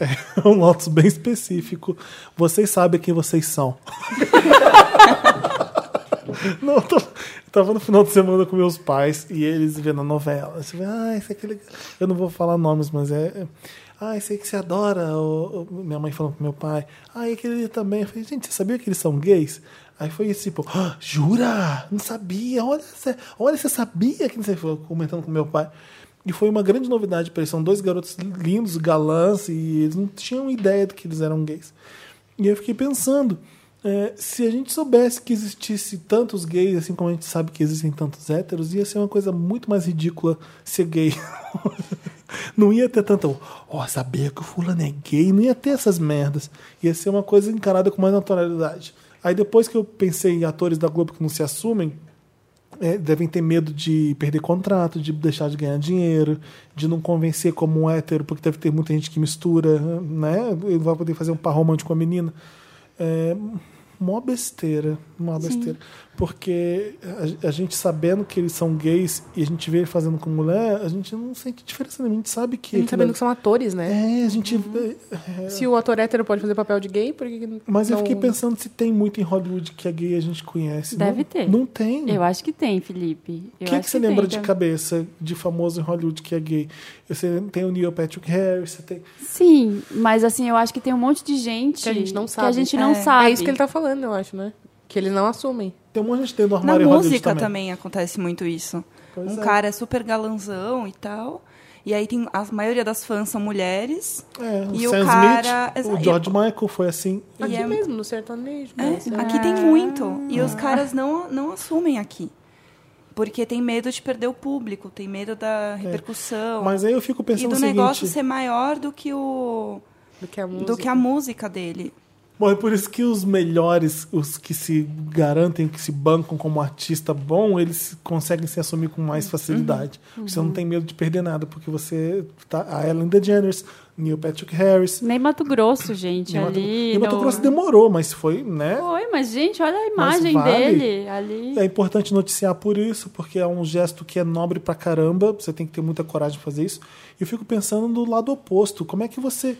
S2: É um Lotus bem específico. Vocês sabem quem vocês são. [LAUGHS] Não, eu tô- eu tava no final de semana com meus pais e eles vendo a novela. Assim, ah, esse é aquele. Eu não vou falar nomes, mas é. é- Ah, esse aí que você adora. o- o- Minha mãe falando pro meu pai. Ah, e aquele ali também. Eu falei, gente, você sabia que eles são gays? Aí foi esse tipo, "Ah, jura? Não sabia. Olha, você, olha, você sabia que não sei. Foi comentando com meu pai. E foi uma grande novidade pra eles. São dois garotos lindos, galãs, e eles não tinham ideia do que eles eram gays. E eu fiquei pensando, é, se a gente soubesse que existisse tantos gays, assim como a gente sabe que existem tantos héteros, ia ser uma coisa muito mais ridícula ser gay. [LAUGHS] não ia ter tanto, ó, sabia que o fulano é gay, não ia ter essas merdas. Ia ser uma coisa encarada com mais naturalidade. Aí depois que eu pensei em atores da Globo que não se assumem, é, devem ter medo de perder contrato, de deixar de ganhar dinheiro, de não convencer como um hétero, porque deve ter muita gente que mistura, né? Ele vai poder fazer um par romântico com a menina. É, mó besteira, mó besteira. Porque a, a gente sabendo que eles são gays e a gente vê ele fazendo com mulher, a gente não sente diferença nenhuma, a gente sabe que...
S3: A gente
S2: aquilo
S3: sabendo que são atores, né?
S2: É, a gente... é,
S3: Se um ator hétero pode fazer papel de gay, por que que não...
S2: Mas eu
S3: Então
S2: fiquei pensando se tem muito em Hollywood que é gay e a gente conhece.
S1: Deve
S2: Não-
S1: ter.
S2: Não tem.
S1: Eu acho que tem, Felipe. Eu
S2: Quem é que
S1: acho
S2: você lembra
S1: tem,
S2: de
S1: tá?
S2: cabeça de famoso em Hollywood que é gay? Você tem o Neil Patrick Harris, você tem.
S1: Sim, mas assim, eu acho que tem um monte de gente
S3: Que a gente não
S1: Que a
S3: sabe.
S1: gente não
S4: É.
S1: sabe.
S3: É isso que ele tá falando, eu acho, né? Que eles não assumem.
S2: Tem um monte de gente dentro do
S4: Na
S2: armário em Hollywood
S4: música
S2: também.
S4: também. acontece muito isso.
S2: Pois
S4: um
S2: é.
S4: cara é super galanzão e tal. E aí tem a maioria das fãs são mulheres.
S2: É, o
S4: E o
S2: Sam
S4: cara- é
S2: Smith, o
S4: Exa-
S2: George Michael foi assim.
S4: E
S3: Aqui
S4: é-
S3: mesmo, no sertanejo.
S4: É,
S3: mas, né?
S4: aqui tem muito. E
S2: Ah.
S4: os caras não, não assumem aqui. Porque tem medo de perder o público, tem medo da repercussão.
S2: É. Mas aí eu fico
S4: Então, e
S2: pensando
S4: do
S2: o seguinte.
S4: negócio ser maior do que o
S3: Do que a música.
S4: do que a música dele.
S2: Bom, é por isso que os melhores, os que se garantem, que se bancam como artista bom, eles conseguem se assumir com
S4: Uhum.
S2: mais facilidade. Você não tem medo de perder nada, porque você tá a Ellen DeGeneres, Neil Patrick Harris.
S1: Nem Mato Grosso, gente,
S2: Mato-
S1: ali.
S2: e Mato
S1: no-
S2: Grosso um- demorou, mas foi, né?
S1: Foi, mas gente, olha a imagem
S2: vale.
S1: dele ali.
S2: É importante noticiar por isso, porque é um gesto que é nobre pra caramba, você tem que ter muita coragem de fazer isso. E eu fico pensando do lado oposto, como é que você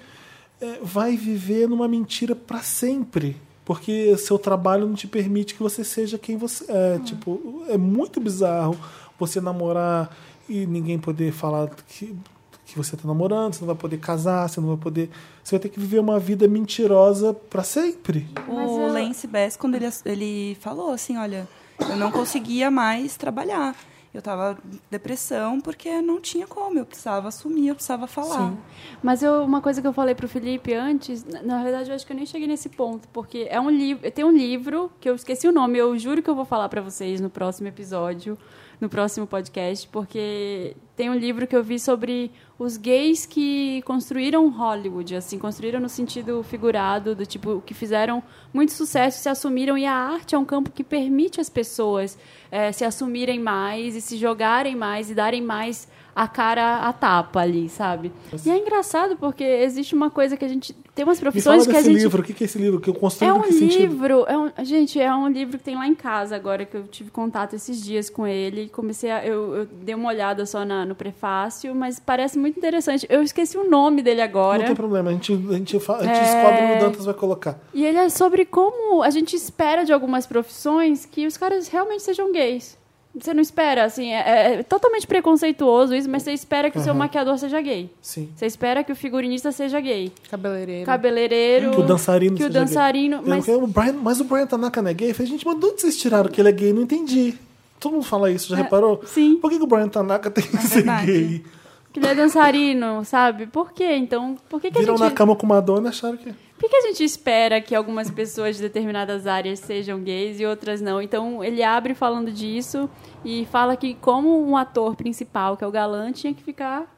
S2: é, vai viver numa mentira pra sempre? Porque seu trabalho não te permite que você seja quem você é.
S1: Ah.
S2: Tipo, é muito bizarro você namorar e ninguém poder falar que, que você tá namorando, você não vai poder casar, você não vai poder. Você vai ter que viver uma vida mentirosa pra sempre.
S4: O Lance Bass, quando ele, ele falou assim, olha, Eu não conseguia mais trabalhar. Eu tava em depressão porque não tinha como. Eu precisava assumir, eu precisava falar.
S1: Sim. Mas eu, uma coisa que eu falei pro Felipe antes, na- na verdade eu acho que eu nem cheguei nesse ponto, porque é um livro, tem um livro que eu esqueci o nome, eu juro que eu vou falar para vocês no próximo episódio, no próximo podcast, porque tem um livro que eu vi sobre os gays que construíram Hollywood, assim, construíram no sentido figurado, do tipo, que fizeram muito sucesso, se assumiram, e a arte é um campo que permite as pessoas eh, se assumirem mais e se jogarem mais e darem mais a cara a tapa ali, sabe? E é engraçado porque existe uma coisa que a gente. Tem umas
S2: Me fala
S1: profissões que a
S2: desse
S1: gente.
S2: livro, o que que é esse livro? Que eu construí
S1: É
S2: em
S1: um
S2: que sentido?
S1: livro, é um, gente, é um livro que tem lá em casa agora, que eu tive contato esses dias com ele. Comecei a. Eu, eu dei uma olhada só na- no prefácio, mas parece muito interessante. Eu esqueci o nome dele agora.
S2: Não tem problema, a gente, a gente, fa- a gente
S1: É.
S2: descobre o Dantas vai colocar.
S1: E ele é sobre como a gente espera de algumas profissões que os caras realmente sejam gays. Você não espera, assim, é, é totalmente preconceituoso isso, mas você espera que o seu maquiador seja gay.
S2: Sim.
S1: Você espera que o figurinista seja gay.
S3: Cabeleireiro.
S1: Cabeleireiro.
S2: Que o dançarino
S1: Que o
S2: seja gay.
S1: dançarino.
S2: Eu
S1: Mas
S2: quero o Brian- mas o Brian Tanaka não é gay? Eu falei, gente, mas de onde vocês tiraram que ele é gay? Não entendi. Todo mundo fala isso, já reparou?
S1: É, sim. É
S2: Por que, que o Brian Tanaka tem que ser
S4: verdade.
S2: gay?
S1: que ele é dançarino, sabe? Por quê? Então, por que, que a
S2: Viram
S1: gente.
S2: na cama com Madonna e acharam que.
S1: Por que a gente espera que algumas pessoas de determinadas áreas sejam gays e outras não? Então ele abre falando disso e fala que como um ator principal, que é o galã, tinha que ficar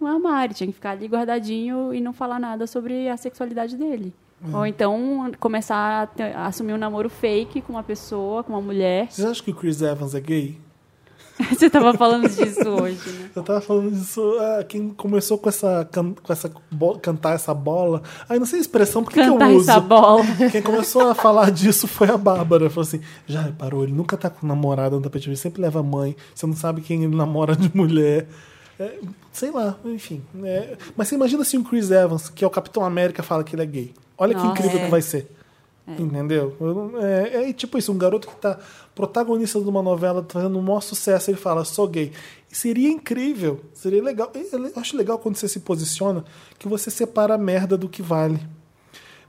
S1: no armário, tinha que ficar ali guardadinho e não falar nada sobre a sexualidade dele.
S2: Hum.
S1: Ou então começar a, ter- a assumir um namoro fake com uma pessoa, com uma mulher.
S2: Vocês acham que o Chris Evans é gay?
S1: [LAUGHS] Você tava falando disso hoje, né?
S2: Eu tava falando disso, ah, quem começou com essa, can- com essa bo- cantar essa bola, aí não sei a expressão, por que, que eu
S1: Cantar
S2: uso?
S1: essa bola.
S2: Quem começou a falar disso foi a Bárbara. Falou assim: já reparou, ele nunca tá com namorada no tapete, ele sempre leva a mãe, você não sabe quem ele namora de mulher. É, sei lá, enfim. é. mas você imagina assim o Chris Evans, que é o Capitão América, fala que ele é gay. Olha
S1: Nossa.
S2: que incrível
S4: É.
S2: que vai ser. Entendeu? Eu não- É, é tipo isso, um garoto que tá protagonista de uma novela, tá fazendo um maior sucesso, ele fala, sou gay. E seria incrível, seria legal. Eu acho legal quando você se posiciona que você separa a merda do que vale.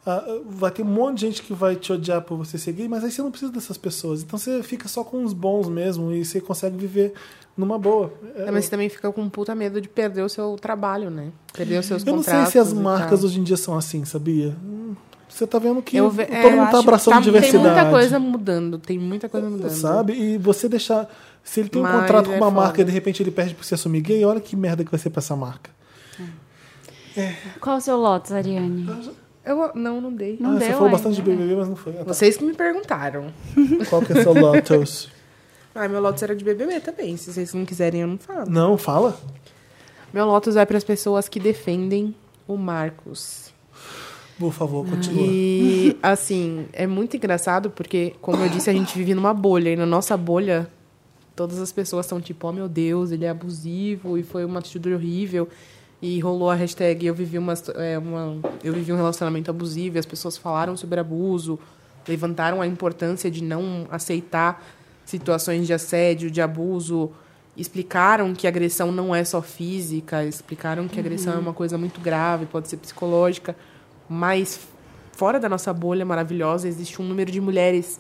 S2: Ah, vai ter um monte de gente que vai te odiar por você ser gay, mas aí você não precisa dessas pessoas. Então você fica só com os bons mesmo e você consegue viver numa boa. É,
S3: É, mas você também fica com um puta medo de perder o seu trabalho, né? Perder os seus
S2: eu não
S3: contratos.
S2: sei se as
S3: e
S2: marcas
S3: tal.
S2: hoje em dia são assim, sabia? Hum, Você tá vendo que
S3: Eu ve- é,
S2: todo
S3: eu
S2: mundo
S3: acho
S2: tá
S3: que
S2: abraçando
S3: tá-
S2: diversidade.
S3: Tem muita coisa mudando, tem muita coisa mudando.
S2: Sabe? E você deixar. Se ele tem um
S3: Mas
S2: contrato com
S3: é
S2: uma
S3: foda.
S2: marca e de repente ele perde por se assumir gay, olha que merda que vai ser pra essa marca.
S1: Qual o seu Lotus, Ariane?
S3: Eu não, não dei.
S1: Não
S2: ah, você
S1: deu
S2: falou bastante de
S1: ainda, né?
S2: BBB, mas não foi. Ah, tá.
S3: Vocês que me perguntaram.
S2: Qual que é
S3: [LAUGHS]
S2: seu Lotus?
S3: Ah, meu Lotus era de BBB também. Se vocês não quiserem, eu não falo.
S2: Não, fala.
S3: Meu Lotus vai para as pessoas que defendem o Marcos.
S2: Por favor, continua.
S3: E, assim, é muito engraçado porque, como eu disse, a gente vive numa bolha. E na nossa bolha, todas as pessoas são tipo, oh meu Deus, ele é abusivo e foi uma atitude horrível. E rolou a hashtag eu vivi, uma, situ- é, uma- eu vivi um relacionamento abusivo. E as pessoas falaram sobre abuso, levantaram a importância de não aceitar situações de assédio, de abuso. Explicaram que agressão não é só física, explicaram que agressão é uma coisa muito grave, pode ser psicológica. Mas fora da nossa bolha maravilhosa, existe um número de mulheres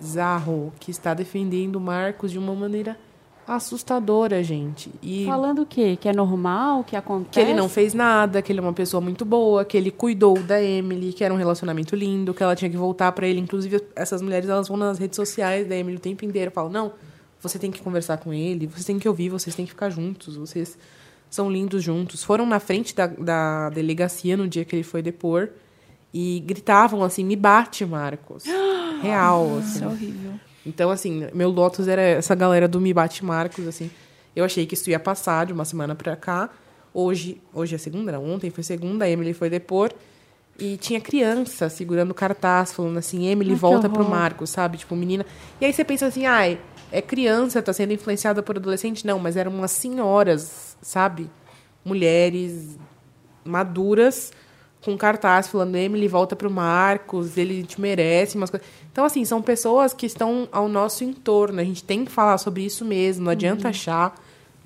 S3: bizarro que está defendendo o Marcos de uma maneira assustadora, gente. E
S1: Falando o quê? Que é normal, que acontece?
S3: que ele não fez nada, que ele é uma pessoa muito boa, que ele cuidou da Emily, que era um relacionamento lindo, que ela tinha que voltar pra ele. Inclusive, essas mulheres, elas vão nas redes sociais da Emily o tempo inteiro, falam, não, você tem que conversar com ele, você tem que ouvir, vocês têm que ficar juntos, vocês são lindos juntos. Foram na frente da, da delegacia no dia que ele foi depor e gritavam assim, me bate, Marcos. Real, assim.
S4: Isso é horrível.
S3: Então, assim, meu Lotus era essa galera do Me Bate Marcos, assim. Eu achei que isso ia passar de uma semana pra cá. Hoje, hoje é segunda, não, ontem foi segunda, a Emily foi depor. E tinha criança segurando cartaz, falando assim, Emily,
S1: Ai, que
S3: volta pro
S1: horror.
S3: Marcos, sabe? Tipo, menina. E aí você pensa assim, ai, é criança, tá sendo influenciada por adolescente? Não, mas eram umas senhoras, sabe? Mulheres maduras com um cartaz falando Emily volta pro Marcos, ele te merece, umas coisas. Então assim, são pessoas que estão ao nosso entorno, a gente tem que falar sobre isso mesmo, não adianta achar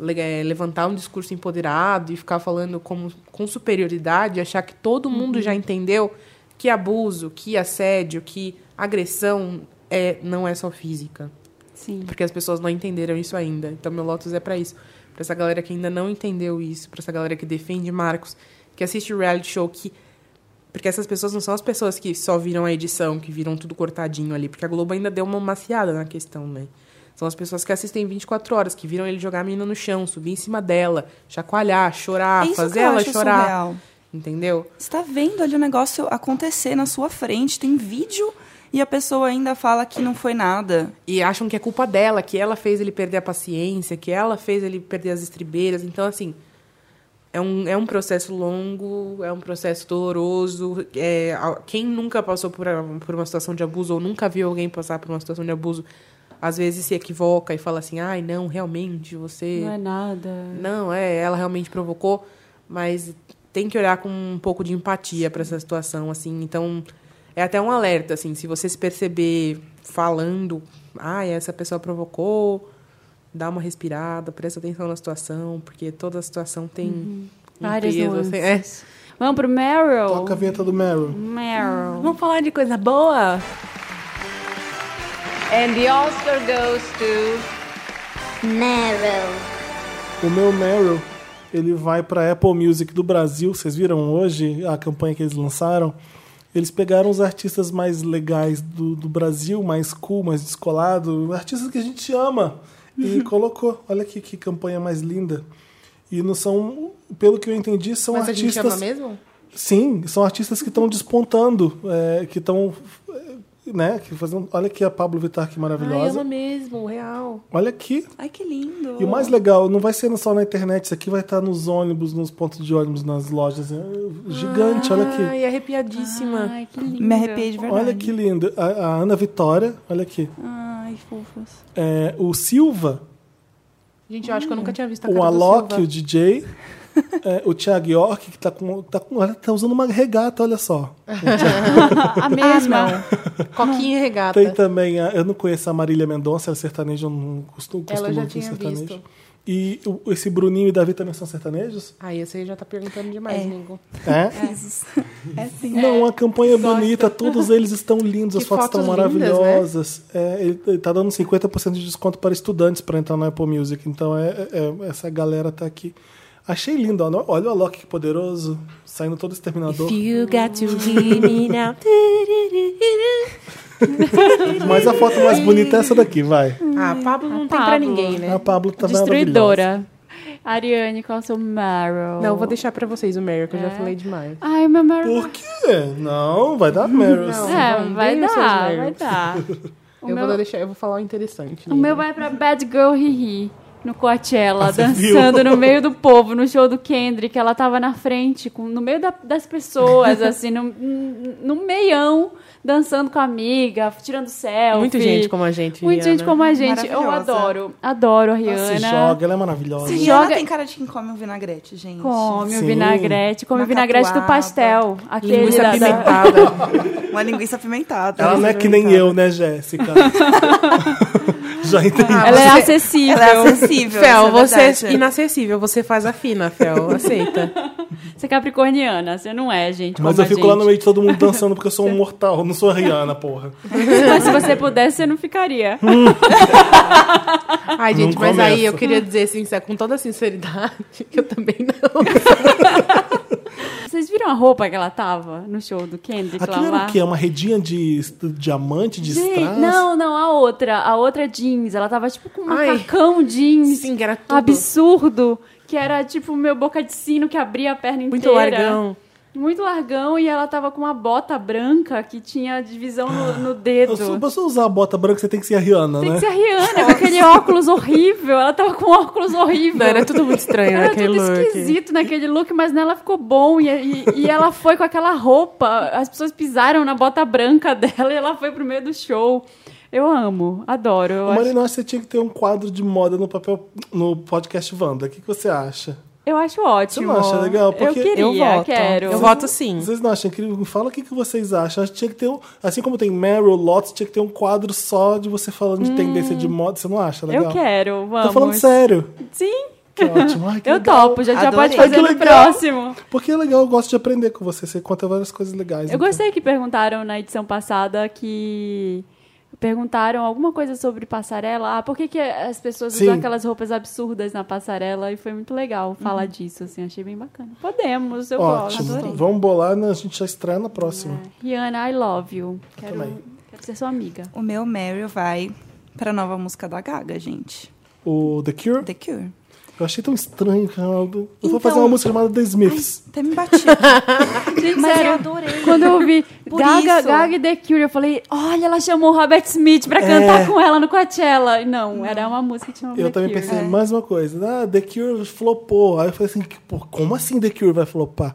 S3: le- eh, levantar um discurso empoderado e ficar falando como com superioridade, achar que todo mundo já entendeu que abuso, que assédio, que agressão é, não é só física.
S1: Sim.
S3: Porque as pessoas não entenderam isso ainda. Então, meu Lotus é pra isso. Pra essa galera que ainda não entendeu isso, pra essa galera que defende Marcos, que assiste reality show, que. Porque essas pessoas não são as pessoas que só viram a edição, que viram tudo cortadinho ali. Porque a Globo ainda deu uma maciada na questão, né? São as pessoas que assistem 24 horas, que viram ele jogar a menina no chão, subir em cima dela, chacoalhar, chorar,
S4: É isso que
S3: fazer
S4: eu
S3: Ah, ela
S4: acho
S3: chorar.
S4: surreal.
S3: Entendeu?
S4: Você tá vendo ali o negócio acontecer na sua frente, tem vídeo e a pessoa ainda fala que não foi nada.
S3: E acham que é culpa dela, que ela fez ele perder a paciência, que ela fez ele perder as estribeiras. Então, assim, é um, é um processo longo, é um processo doloroso. É, a- quem nunca passou por, a- por uma situação de abuso ou nunca viu alguém passar por uma situação de abuso, às vezes se equivoca e fala assim: ai, não, realmente, você.
S1: Não é nada.
S3: Não, é, ela realmente provocou, mas tem que olhar com um pouco de empatia pra essa situação, assim. Então, é até um alerta, assim, se você se perceber falando, ah, essa pessoa provocou, dá uma respirada, presta atenção na situação, porque toda situação tem um
S1: Várias
S3: peso, assim, é.
S1: nuances. Vamos pro Meryl?
S2: Toca a vinheta do Meryl.
S1: Meryl.
S3: Hum, Vamos falar de coisa boa?
S6: And the Oscar goes to.
S8: Meryl.
S2: O meu Meryl, ele vai pra Apple Music do Brasil. Vocês viram hoje a campanha que eles lançaram? Eles pegaram os artistas mais legais do, do Brasil, mais cool, mais descolado, artistas que a gente ama. E colocou. Olha aqui que campanha mais linda. E não são, pelo que eu entendi, são
S3: Mas a gente
S2: artistas.
S3: ama mesmo?
S2: Sim, são artistas que estão despontando, é, que estão. é, Né, que fazendo, olha aqui a Pablo Vittar, que
S3: Ai, ama
S2: maravilhosa.
S3: mesmo, real.
S2: Olha aqui,
S4: Ai, que lindo.
S2: e o mais legal, não vai ser só na internet, isso aqui vai estar nos ônibus, nos pontos de ônibus, nas lojas. né? Gigante, olha aqui.
S3: Ai, é arrepiadíssima.
S1: Ai, que lindo.
S4: Me arrepiei de verdade.
S2: Olha que lindo. A, a Ana Vitória, olha aqui.
S4: Ai, fofos.
S2: É, o Silva,
S3: Gente, eu acho que eu nunca tinha visto a cara
S2: o
S3: do
S2: Alok,
S3: Tá Silva.
S2: o DJ. é, o Thiago York, que tá com. Tá, com olha, tá usando uma regata, olha só.
S3: Ah,
S1: Ah, A mesma.
S3: Coquinha e regata.
S2: Tem também a, Eu não conheço a Marília Mendonça, ela é sertaneja, eu não costumo, costumo
S3: Ela já
S2: ouvir
S3: tinha
S2: sertanejo.
S3: visto.
S2: E o- esse Bruninho e Davi também são sertanejos?
S3: Aí você já tá perguntando demais, Ningo.
S2: É?
S4: É sim.
S2: Não, a campanha é bonita, todos eles estão lindos, as
S3: Que
S2: fotos estão
S3: fotos lindas,
S2: maravilhosas. É, ele, ele tá dando 50% de desconto para estudantes para entrar na Apple Music. Então é, é- é- essa galera tá aqui. Achei lindo, ó. olha o Alok que poderoso, saindo todo exterminador.
S3: You got to give [LAUGHS] me now.
S2: Mas a foto mais bonita é essa daqui, vai.
S3: Ah, Pablo não tem pra
S1: Pablo.
S3: ninguém,
S2: A
S3: né?
S2: Pablo tá maravilhosa.
S1: Destruidora. Ariane, qual é o seu Meryl?
S3: Não, vou deixar pra vocês o Meryl, que eu já falei demais.
S1: Ai, meu Meryl.
S2: Por quê? Não, vai dar Meryl.
S3: Não.
S1: É,
S3: Vamos,
S1: vai
S3: deem os seus
S1: dar, vai
S3: Meryls.
S1: dar. O
S3: eu,
S1: meu,
S3: vou deixar, eu vou falar o interessante.
S1: o meu é vai pra Bad Girl Hihi. No Coachella,
S2: Né? Ah, você viu?
S1: dançando no meio do povo, no show do Kendrick, ela tava na frente, com, no meio da- das pessoas, assim, no, no meião, dançando com a amiga, tirando selfie.
S3: Muita gente como a gente.
S1: Muita gente como a gente. Eu
S4: Maravilhosa.
S1: adoro, adoro a Rihanna.
S2: Se joga, ela é maravilhosa.
S1: Se
S4: E
S1: joga-
S4: ela tem cara de quem come um vinagrete, gente.
S1: Come o
S2: Sim.
S1: vinagrete, come o
S4: Uma
S1: vinagrete do
S4: catuaba.
S1: pastel. Aquele da,
S3: Linguiça
S1: da...
S3: apimentada.
S4: Uma linguiça apimentada.
S2: Ela não é que nem eu, né, Jéssica? Já entendi.
S1: Ela é
S3: Você-
S1: acessível.
S2: [LAUGHS]
S4: Ela é acessível.
S3: Fel,
S4: isso é
S3: você é
S4: verdade.
S3: inacessível, você faz a fina, Fel. Aceita.
S1: Você é capricorniana, você não é, gente.
S2: Mas
S1: como
S2: eu
S1: a
S2: fico
S1: gente.
S2: lá no meio de todo mundo dançando porque eu sou
S1: [LAUGHS]
S2: um mortal, não sou a Rihanna, porra.
S1: Mas se você pudesse, você não ficaria.
S3: Ai, gente,
S2: Não
S3: mas aí
S2: começa.
S3: eu queria dizer, assim, com toda sinceridade, [LAUGHS] que eu também não.
S1: Vocês viram a roupa que ela tava no show do Kendrick
S2: Aquilo
S1: lá?
S2: era o quê? É Uma redinha de est- diamante, de
S1: Gente,
S2: strass?
S1: não, não, a outra. A outra jeans. Ela tava tipo com um
S3: Ai.
S1: macacão jeans.
S3: Sim, que era tudo.
S1: Absurdo. Que era tipo o meu boca de sino que abria a perna
S3: Muito
S1: inteira.
S3: largão.
S1: Muito largão e ela tava com uma bota branca que tinha divisão no, no dedo.
S2: Eu sou, pra você usar a bota branca, você tem que ser a Rihanna,
S1: Tem
S2: né?
S1: que ser a Rihanna com aquele óculos horrível. Ela tava com óculos horrível.
S3: Não, era tudo muito estranho
S1: Era
S3: naquele
S1: tudo
S3: look.
S1: esquisito naquele look, mas nela ficou bom. E, e, e ela foi com aquela roupa. As pessoas pisaram na bota branca [LAUGHS] dela e ela foi pro meio do show. Eu amo, adoro. Eu,
S2: Ô,
S1: acho,
S2: Marina, eu acho que você tinha que ter um quadro de moda no papel no podcast Wanda. O que, que você acha?
S1: eu acho ótimo.
S2: Você não acha legal?
S1: Eu
S2: Porque
S1: queria,
S3: Eu voto.
S1: quero.
S3: Eu voto
S1: Hum.
S3: sim.
S2: Vocês não acham incrível? Me fala o que, que vocês acham. Acho que tinha que ter um. Assim como tem Meryl, Lotus, tinha que ter um quadro só de você falando de tendência de moda. Você não acha legal?
S1: Hum. Eu quero, vamos.
S2: Tô falando sério.
S1: Sim,
S2: Que ótimo. Ai,
S1: [LAUGHS]
S2: que
S1: eu
S2: legal.
S1: topo. Já, já
S4: Adorei.
S1: pode fazer
S2: Ai, que
S1: no
S2: legal.
S1: próximo.
S2: Porque é legal, eu gosto de aprender com você. Você conta várias coisas legais.
S1: Eu
S2: então.
S1: gostei que perguntaram na edição passada que Perguntaram alguma coisa sobre passarela. Ah, por que, que as pessoas
S2: Sim. Uhum.
S1: usam aquelas roupas absurdas na passarela? E foi muito legal falar disso, assim. Achei bem bacana. Podemos, eu gosto.
S2: Ótimo.
S1: Adorei. É.
S2: Vamos bolar, né? a gente já estreia na próxima.
S1: Rihanna, I love you. Quero,
S2: Também.
S1: quero ser sua amiga.
S4: O meu Meryl vai pra nova música da Gaga, gente.
S2: O The Cure.
S4: The Cure.
S2: Eu achei tão estranho, Ronaldo. Eu vou
S4: Então-
S2: fazer uma música chamada The Smiths.
S4: Até tá me batido.
S1: Gente,
S4: Mas
S1: sério,
S4: eu adorei.
S1: Quando eu vi
S4: Por
S1: Gaga,
S4: isso.
S1: Gaga e The Cure, eu falei, olha, ela chamou o Robert Smith
S2: É.
S1: pra cantar com ela no Coachella. E Não, era uma música que chamava
S2: Eu
S1: The
S2: também
S1: Cure.
S2: pensei, mais uma coisa. Ah, The Cure flopou. Aí eu falei assim, pô, como assim The Cure vai flopar?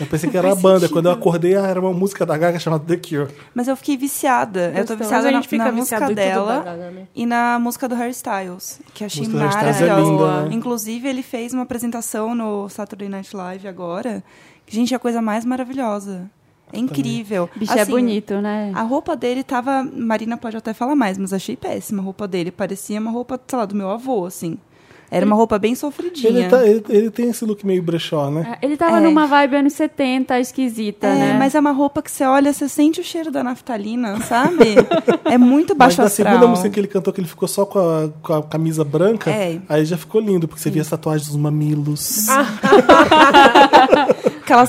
S2: Eu pensei que era a banda. Quando eu acordei, ah, era uma música da Gaga chamada The Cure.
S4: Mas eu fiquei viciada. Eu tô
S3: Gostoso.
S4: viciada
S3: Mas a
S4: na,
S3: gente fica
S4: na
S3: viciado
S4: música
S3: em tudo da
S4: dela
S3: Gaga, né?
S4: e na música do Harry Styles, que eu achei
S2: música do Harry Styles é
S4: maravilhosa.
S2: linda, né?
S4: Inclusive, ele fez uma apresentação no Saturday Night Live agora. que, Gente, é a coisa mais maravilhosa. É incrível.
S1: Bicho é
S4: Assim,
S1: bonito, né?
S4: A roupa dele tava. Marina pode até falar mais, mas achei péssima a roupa dele. Parecia uma roupa, sei lá, do meu avô, assim. Era uma roupa bem sofridinha.
S2: Ele, tá- ele- ele tem esse look meio brechó, né?
S1: Ah, Ele tava
S4: É.
S1: numa vibe anos 70, esquisita,
S4: É,
S1: né?
S4: mas é uma roupa que você olha, você sente o cheiro da naftalina, sabe? é muito baixo
S2: [LAUGHS] Mas na
S4: astral.
S2: segunda música que ele cantou, que ele ficou só com a, com a camisa branca,
S4: É.
S2: aí já ficou lindo, porque você via as tatuagens dos mamilos. Ah.
S4: Aquelas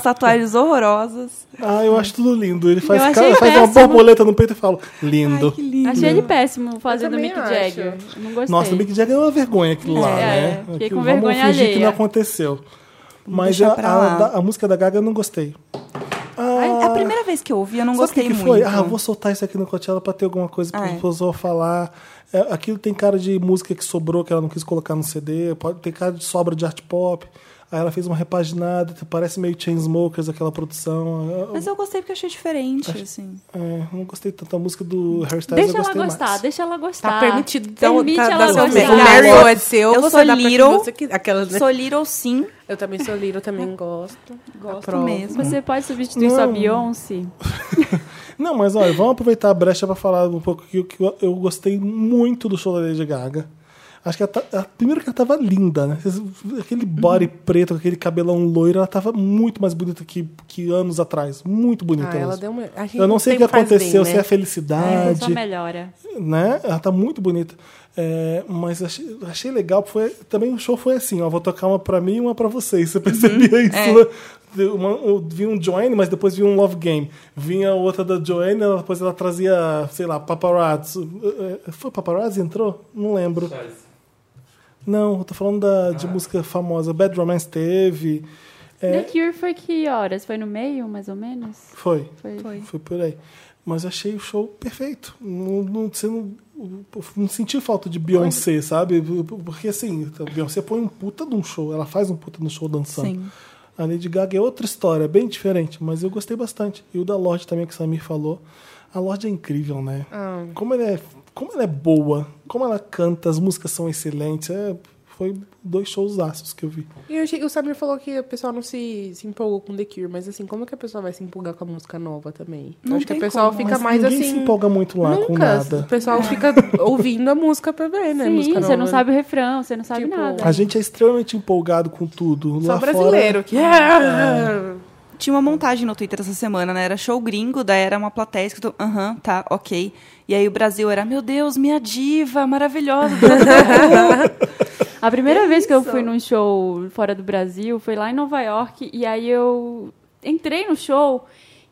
S2: [LAUGHS]
S4: tatuagens horrorosas.
S2: Ah, eu acho tudo lindo. Ele faz,
S1: Eu
S2: cara,
S1: achei
S2: faz uma
S1: péssimo.
S2: borboleta no peito e fala, lindo.
S4: lindo.
S1: Achei ele péssimo fazendo
S3: Eu também
S1: Mick
S3: acho.
S1: Jagger. Eu Não gostei.
S2: Nossa, o Mick Jagger é uma vergonha aquilo lá,
S1: É,
S2: né?
S1: é.
S2: Aquilo,
S1: Fiquei com
S2: vamos
S1: vergonha
S2: fingir que
S1: alheia.
S2: não aconteceu. Mas
S4: deixar
S2: a,
S4: pra
S2: a-
S4: lá.
S2: da- a música da Gaga eu não gostei. Ah,
S4: É a primeira vez que eu ouvi, eu não
S2: sabe o
S4: gostei
S2: que que
S4: muito.
S2: foi? Ah, vou soltar isso aqui no Coachella pra ter alguma coisa pra
S4: Ah,
S2: as
S4: é.
S2: pessoas falar. É, aquilo tem cara de música que sobrou, que ela não quis colocar no CD. Pode, tem cara de sobra de art pop. Aí ela fez uma repaginada, parece meio Chainsmokers, aquela produção. Eu-
S4: Mas eu gostei porque eu achei diferente, assim.
S2: é, não gostei tanto da música do Harry Styles,
S1: Deixa
S2: eu
S1: ela
S2: gostei
S1: gostar,
S2: mais.
S1: deixa ela gostar.
S3: Tá permitido. Então,
S1: Permite
S3: tá,
S1: ela
S3: tá-
S1: gostar.
S3: O Meryl é seu,
S4: Eu
S3: você
S4: sou
S3: dá pra quem
S4: little.
S3: você quiser. Aquelas, né?
S4: Sou little sim,
S3: Eu também sou Little, também gosto.
S4: gosto
S3: Aprovo.
S4: mesmo.
S1: Você pode substituir sua Beyoncé?
S2: Não, mas olha, vamos aproveitar a brecha pra falar um pouco que, que eu, eu gostei muito do show da Lady Gaga. Acho que ela tá, a, primeiro que ela tava linda, né? Vocês- Aquele
S3: Uhum.
S2: body preto, aquele cabelão loiro, ela tava muito mais bonita que, que anos atrás. Muito bonita.
S3: Ah, ela
S2: mesmo.
S3: deu uma... a gente
S2: Eu não sei o que
S3: sempre faz bem,
S2: aconteceu,
S3: né?
S2: se é a
S1: Só
S2: felicidade,
S1: melhora.
S2: né? Ela tá muito bonita. É, mas achei, achei legal, foi, também o show foi assim, ó, vou tocar uma pra mim e uma pra vocês. Você percebia isso, né? Deu uma- eu vi um Joanne, mas depois vi um Love Game. Vinha outra da Joanne, ela- depois ela trazia, sei lá, paparazzo. Eh, eh, Foi paparazzi? Entrou? Não lembro. Não, eu tô falando da, de música famosa. Bad Romance teve. É.
S1: The Cure foi que horas? Foi no meio, mais ou menos?
S2: Foi.
S1: Foi.
S4: Foi.
S2: Foi por aí. Mas eu achei o show perfeito. Não, não, você não, não sentiu falta de Beyoncé, sabe? Porque assim, a Beyoncé põe um puta num show, ela faz um puta no show dançando.
S4: Sim.
S2: A Lady Gaga é outra história, bem diferente, mas eu gostei bastante. E o da Lorde também, que o Samir falou. A Lorde é incrível, né?
S3: Ah.
S2: Como, ela é, como ela é boa, como ela canta, as músicas são excelentes. É, foi dois shows aços que eu vi.
S3: E eu achei- o Samir falou que o pessoal não se, se empolgou com The Cure, mas assim, como que a pessoa vai se empolgar com a música nova também?
S4: Não
S3: Acho que a
S4: tem
S3: pessoa
S4: como.
S3: fica
S2: Mas
S3: mais
S2: ninguém
S3: assim.
S2: se empolga muito lá
S3: nunca.
S2: com nada.
S3: O pessoal fica ouvindo a música pra ver, né?
S1: Sim,
S3: música
S1: você não
S3: nova.
S1: sabe o refrão, você não sabe
S3: Tipo,
S1: nada.
S2: A gente é extremamente empolgado com tudo.
S3: Só
S2: lá
S3: brasileiro [LAUGHS] que é.
S4: Tinha uma montagem no Twitter essa semana, né? Era show gringo, daí era uma plateia escrito, aham, tá, ok. E aí o Brasil era, meu Deus, minha diva, maravilhosa.
S1: A primeira vez que eu fui num show fora do Brasil foi lá em Nova York e aí eu entrei no show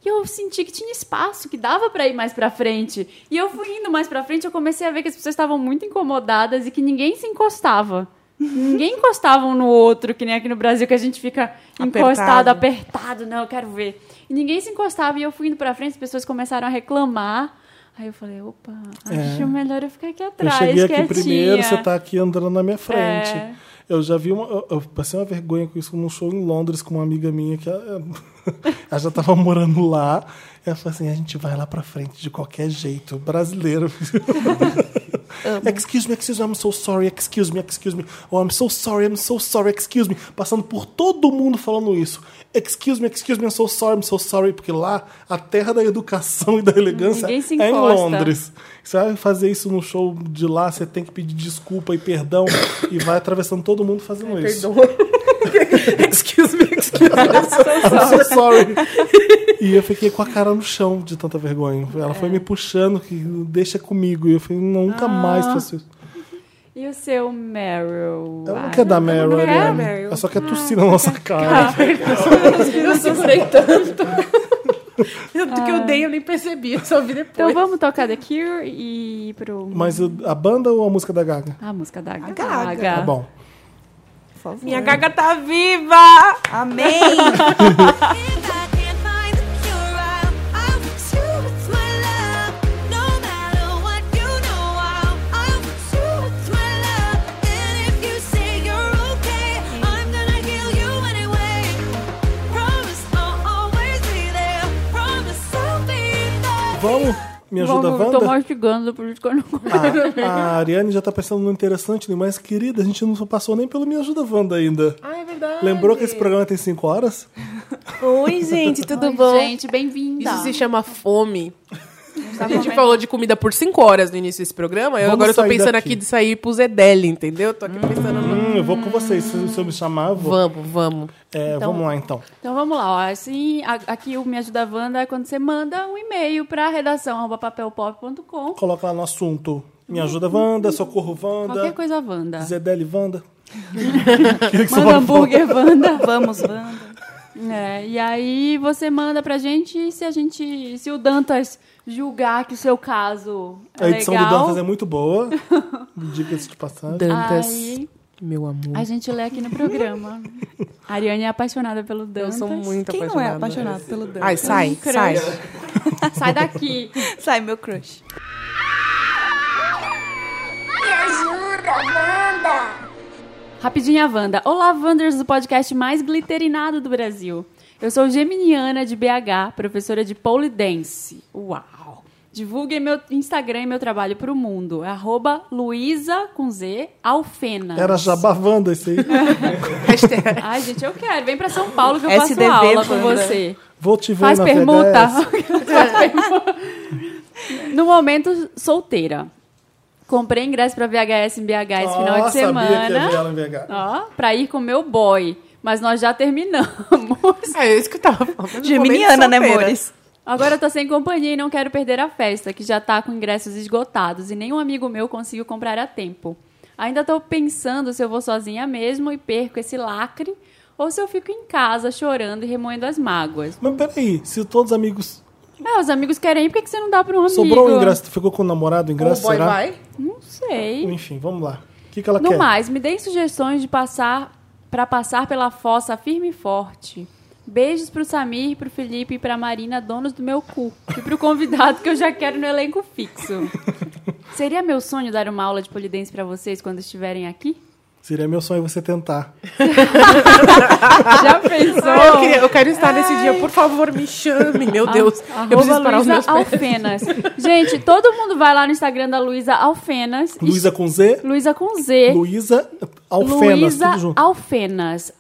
S1: e eu senti que tinha espaço, que dava pra ir mais pra frente. E eu fui indo mais pra frente, eu comecei a ver que as pessoas estavam muito incomodadas e que ninguém se encostava. Ninguém encostava um no outro, que nem aqui no Brasil, que a gente fica encostado,
S3: Apertado.
S1: apertado, não, eu quero ver. E ninguém se encostava e eu fui indo pra frente, as pessoas começaram a reclamar. Aí eu falei, opa, acho melhor eu ficar aqui
S2: É. Eu
S1: atrás,
S2: cheguei aqui
S1: quietinha.
S2: primeiro, você tá aqui andando na minha frente.
S1: É.
S2: Eu já vi uma. Eu, eu passei uma vergonha com isso num show em Londres com uma amiga minha que ela, [LAUGHS] ela já tava morando lá. Ela falou assim: a gente vai lá pra frente de qualquer jeito. Brasileiro. [LAUGHS] excuse me, excuse me, I'm so sorry, excuse me, excuse me. Oh, I'm so sorry, I'm so sorry, excuse me. Passando por todo mundo falando isso. Excuse me, excuse me, I'm so sorry, I'm so sorry. Porque lá, a terra da educação e da elegância
S1: Ninguém se
S2: é em
S1: encosta.
S2: Londres. Você vai fazer isso no show de lá, você tem que pedir desculpa e perdão e vai atravessando todo mundo fazendo isso.
S3: Perdoa. [LAUGHS] excuse me, excuse
S2: [LAUGHS] I'm so sorry. E eu fiquei com a cara no chão de tanta vergonha. Ela foi me puxando, que deixa comigo. E eu falei, nunca mais faço isso.
S1: E o seu Meryl? Ah,
S2: Ela não quer dar Meryl,
S1: quer,
S2: Ariane.
S3: Meryl.
S2: Ela só quer tossir na nossa cara.
S3: me. Eu segurei tanto. [LAUGHS] Ah. Tanto que eu dei, eu nem percebi. Eu só vi depois.
S1: Então vamos tocar The Cure e ir pro...
S2: Mas o- a banda ou a música da Gaga?
S1: A música da Gaga.
S4: Gaga.
S2: Tá bom.
S4: Por favor.
S3: Minha gaga tá viva!
S4: Amém!
S9: If I can't find the cure, I'll, I'll fix you with my love. No matter what you know, I'll, I'll fix you with my love. And if you say you're okay, I'm gonna heal you anyway. Promise I'll always be there. Promise I'll be there.
S2: Vamos? Me ajuda,
S1: Vamos, um
S2: Wanda? Ah.
S1: tô mastigando, por isso que eu não...
S2: A, a Ariane já tá pensando no interessante, né? mas querida, a gente não passou nem pelo Me Ajuda Wanda ainda.
S3: Ah, é verdade.
S2: Lembrou que esse programa tem 5 horas?
S3: Oi, gente, tudo
S1: Oi,
S3: bom?
S1: Gente, bem-vinda.
S3: Isso se chama fome. A gente falou de comida por 5 horas no início desse programa. Eu
S2: Vamos
S3: agora eu tô
S2: sair
S3: pensando
S2: daqui.
S3: aqui de sair pro Zedeli, entendeu? Tô aqui pensando no.
S2: Hum, eu vou com vocês. Se, se eu me chamar, eu vou.
S3: Vamos, vamos.
S2: É, Vamos lá, então.
S1: Então vamos lá, ó. Assim, a- aqui o Me Ajuda Wanda é quando você manda um e-mail pra redação arroba papelpop.com.
S2: Coloca lá no assunto. Me ajuda, Wanda. Socorro, Wanda.
S1: Qualquer coisa Wanda.
S2: Zedele, Wanda.
S1: [LAUGHS]
S2: um
S1: Manda hambúrguer Wanda.
S4: Vamos, Wanda.
S1: É, e aí você manda pra gente e se a gente. Se o Dantas julgar que o seu caso é
S2: A edição do
S1: legal,
S2: Dantas é
S1: [LAUGHS]
S2: muito boa. Dicas de passagem.
S3: Dantas,
S1: aí
S3: meu amor.
S1: a gente lê aqui no programa. A Ariane é apaixonada pelo
S3: Eu
S1: Dantas.
S3: sou muito
S4: Quem não
S3: apaixonada.
S4: é apaixonado pelo Dan?
S3: né? Ai, sai, sai.
S1: [LAUGHS]
S3: [LAUGHS]
S1: Sai daqui.
S4: Sai, meu crush.
S8: Me ajuda, Wanda!
S1: Rapidinha, Wanda. Olá, Wanders, do podcast mais glitterinado do Brasil. Eu sou geminiana de BH, professora de pole dance. Uau! Divulguem meu Instagram e meu trabalho pro mundo. É Arroba Luísa, com Z, Alfena.
S2: Era Jabá Wanda isso aí.
S3: Hashtag-
S1: Ai, gente, eu quero. Vem pra São Paulo que eu faço
S4: SDV,
S1: uma aula com
S4: Wanda.
S1: você.
S2: Vou te ver
S1: Faz
S2: na
S1: permuta. [LAUGHS]
S2: VHS.
S1: Faz permuta. No momento, solteira. Comprei ingresso pra VHS em BH esse
S2: Ó,
S1: final de semana.
S2: Sabia que ia ver ela em VH.
S1: Ó, pra ir com meu boy. Mas nós já terminamos. [LAUGHS]
S3: É isso que eu tava falando.
S4: Geminiana, né,
S3: Solteira.
S4: amores?
S1: Agora eu tô sem companhia e não quero perder a festa, que já tá com ingressos esgotados e nenhum amigo meu conseguiu comprar a tempo. Ainda tô pensando se eu vou sozinha mesmo e perco esse lacre ou se eu fico em casa chorando e remoendo as mágoas.
S2: Mas peraí, se todos os amigos...
S1: Ah, os amigos querem ir, por que que você não dá pra um amigo?
S2: Sobrou um ingresso, tu ficou com o namorado, o ingresso,
S3: O boy
S2: será?
S3: vai?
S1: Não sei.
S2: Enfim, vamos lá. O que, que ela
S1: No
S2: quer?
S1: mais, me deem sugestões de passar para passar pela fossa firme e forte. Beijos pro Samir, pro Felipe e pra Marina, donos do meu cu. E pro convidado que eu já quero no elenco
S3: [LAUGHS]
S1: fixo. Seria meu sonho dar uma aula de polidense para vocês quando estiverem aqui?
S2: Seria meu sonho você tentar.
S1: Já pensou?
S3: Ai, Ah, eu, queria- eu quero estar nesse dia, por favor, me chame. Meu Deus, eu preciso
S1: Ah, Arroba
S3: parar os
S1: Luísa
S3: meus pés.
S1: Alfenas. Gente, todo mundo vai lá no Instagram da Luísa Alfenas.
S2: Luísa com Z,
S1: Luísa com Z.
S2: Luísa Alfenas,
S1: Luísa
S2: tudo junto.
S1: Alfenas.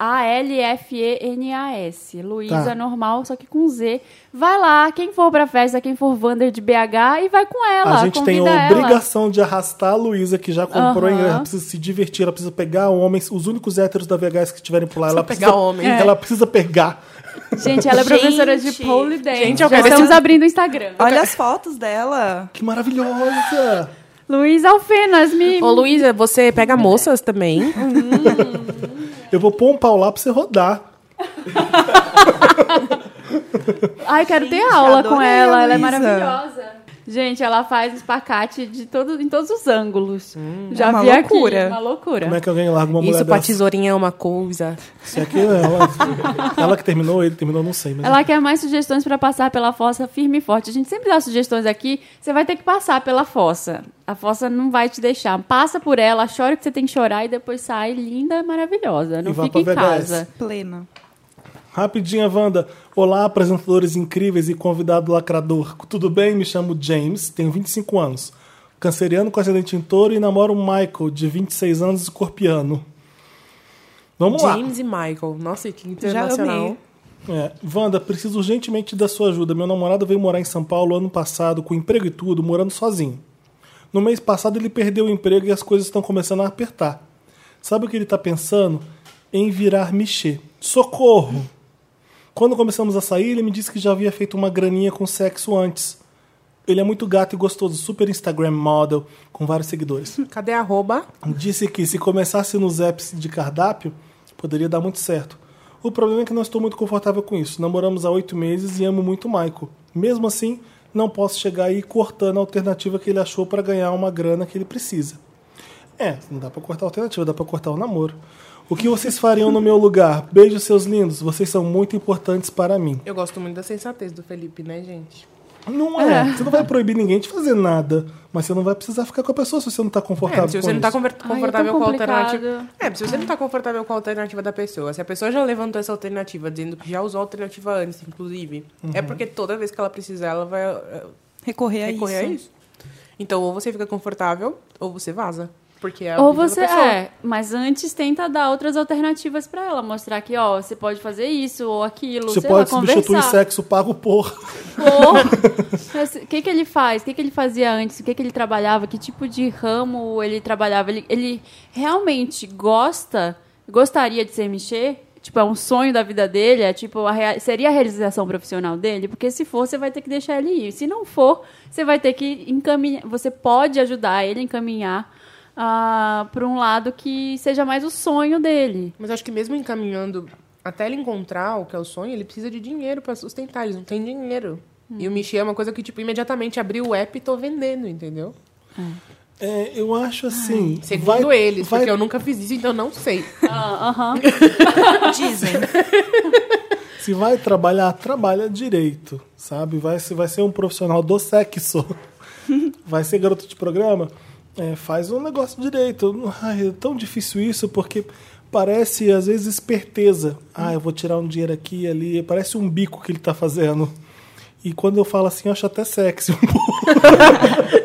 S1: A-L-F-E-N-A-S. Luísa
S2: Tá.
S1: normal, só que com Z. Vai lá, quem for pra festa, quem for Wander de BH, e vai com ela.
S2: a gente tem
S1: convida
S2: a
S1: ela.
S2: obrigação de arrastar a Luísa, que já comprou,
S1: Aham.
S2: ingresso, ela precisa se divertir, ela precisa pegar homens, os únicos héteros da VHS que estiverem por lá. Ela
S3: pegar
S2: precisa,
S3: homens.
S1: É.
S2: ela precisa pegar.
S1: Gente,
S4: [LAUGHS]
S1: ela é
S4: Gente.
S1: professora de pole dance.
S3: Gente, eu
S1: Já
S3: quero-
S1: estamos abrindo o Instagram.
S4: Olha as fotos dela.
S2: Que maravilhosa!
S1: Luísa Alfenas, me...
S3: Ô, Luísa, você pega moças também?
S2: Eu vou pôr um pau lá pra você rodar.
S1: Ai, quero ter
S4: Gente,
S1: aula
S4: adorei
S1: com
S4: a
S1: ela, ela é
S4: Luísa.
S1: maravilhosa. Gente, ela faz espacate de todo, em todos os ângulos.
S2: Hum.
S1: Já
S4: É uma
S1: vi
S4: loucura.
S1: aqui, uma loucura.
S2: Como é que alguém larga uma mulher
S3: Isso pra
S2: dessa?
S3: tesourinha é uma coisa.
S2: Isso aqui é ela, ela que terminou, ele terminou, não sei. Mas
S1: Ela quer mais sugestões pra passar pela fossa firme e forte. A gente sempre dá sugestões aqui, você vai ter que passar pela fossa. A fossa não vai te deixar. Passa por ela, chora o que você tem que chorar e depois sai linda, maravilhosa. Não
S2: E vá
S1: fica em
S2: pra VHS.
S1: casa.
S4: Plena.
S2: Rapidinha, Wanda. Olá, apresentadores incríveis e convidado lacrador. Tudo bem? Me chamo James, tenho 25 anos. Canceriano com acidente em touro e namoro um Michael, de 26 anos, escorpiano. Vamos
S3: James e Michael. Nossa, que internacional.
S4: amei.
S2: lá. É, Wanda, preciso urgentemente da sua ajuda. Meu namorado veio morar em São Paulo ano passado, com emprego e tudo, morando sozinho. No mês passado ele perdeu o emprego e as coisas estão começando a apertar. Sabe o que ele está tá pensando? em virar michê. Socorro! Quando começamos a sair, ele me disse que já havia feito uma graninha com sexo antes. Ele é muito gato e gostoso, super Instagram model, com vários seguidores.
S3: Cadê a arroba?
S2: Disse que se começasse nos apps de cardápio, poderia dar muito certo. O problema é que não estou muito confortável com isso. Namoramos há oito meses e amo muito o Michael. Mesmo assim, não posso chegar aí cortando a alternativa que ele achou para ganhar uma grana que ele precisa. É, não dá pra cortar a alternativa, dá pra cortar o namoro. O que vocês fariam no meu lugar? Beijo, seus lindos. Vocês são muito importantes para mim.
S3: Eu gosto muito da sensatez do Felipe, né, gente?
S2: Não é. Você não vai proibir ninguém de fazer nada. Mas você não vai precisar ficar com a pessoa se você não tá confortável
S3: É, se
S2: com
S3: você não tá
S2: isso.
S3: conver-
S1: tão
S3: confortável com a alternativa.
S1: complicado.
S3: É, se você não tá confortável com a alternativa da pessoa, se a pessoa já levantou essa alternativa, dizendo que já usou a alternativa antes, inclusive, é
S2: Uhum.
S3: porque toda vez que ela precisar, ela vai eh,
S4: Recorrer a
S3: recorrer
S4: É isso.
S3: a isso. Então, ou você fica confortável, ou você vaza. Porque é a
S1: Ou
S3: vida da
S1: você
S3: pessoa.
S1: é, mas antes tenta dar outras alternativas pra ela, mostrar que, ó, você pode fazer isso ou aquilo,
S2: Você
S1: sei
S2: pode
S1: lá,
S2: substituir
S1: conversar.
S2: sexo pago por.
S1: Ou- Mas o que que ele faz? O que que ele fazia antes? O que que ele trabalhava? Que tipo de ramo ele trabalhava? Ele, ele realmente gosta, gostaria de ser mexer? Tipo, é um sonho da vida dele? É tipo, a rea- seria a realização profissional dele? Porque se for, você vai ter que deixar ele ir. Se não for, você vai ter que encaminhar. Você pode ajudar ele a encaminhar para um lado que seja mais o sonho dele.
S3: Mas acho que mesmo encaminhando até ele encontrar o que é o sonho, ele precisa de dinheiro pra sustentar. Eles não têm dinheiro. E o Michi é uma coisa que, tipo, imediatamente abri o app e tô vendendo, entendeu?
S2: É, eu acho assim.
S3: Ah, Segundo
S2: vai-
S3: eles,
S2: vai-
S3: porque eu nunca fiz isso, então eu não sei. [LAUGHS]
S1: Ah, Aham.
S4: Dizem.
S2: Se vai trabalhar, trabalha direito, sabe? Vai, se vai ser um profissional do
S3: [LAUGHS]
S2: sexo, vai ser garoto de programa, é, faz um negócio direito. Ai, é tão difícil isso, porque parece, às vezes, esperteza. Ah, eu vou tirar um dinheiro aqui e ali. Parece um bico que ele tá fazendo. E quando eu falo assim, eu acho até sexy um pouco.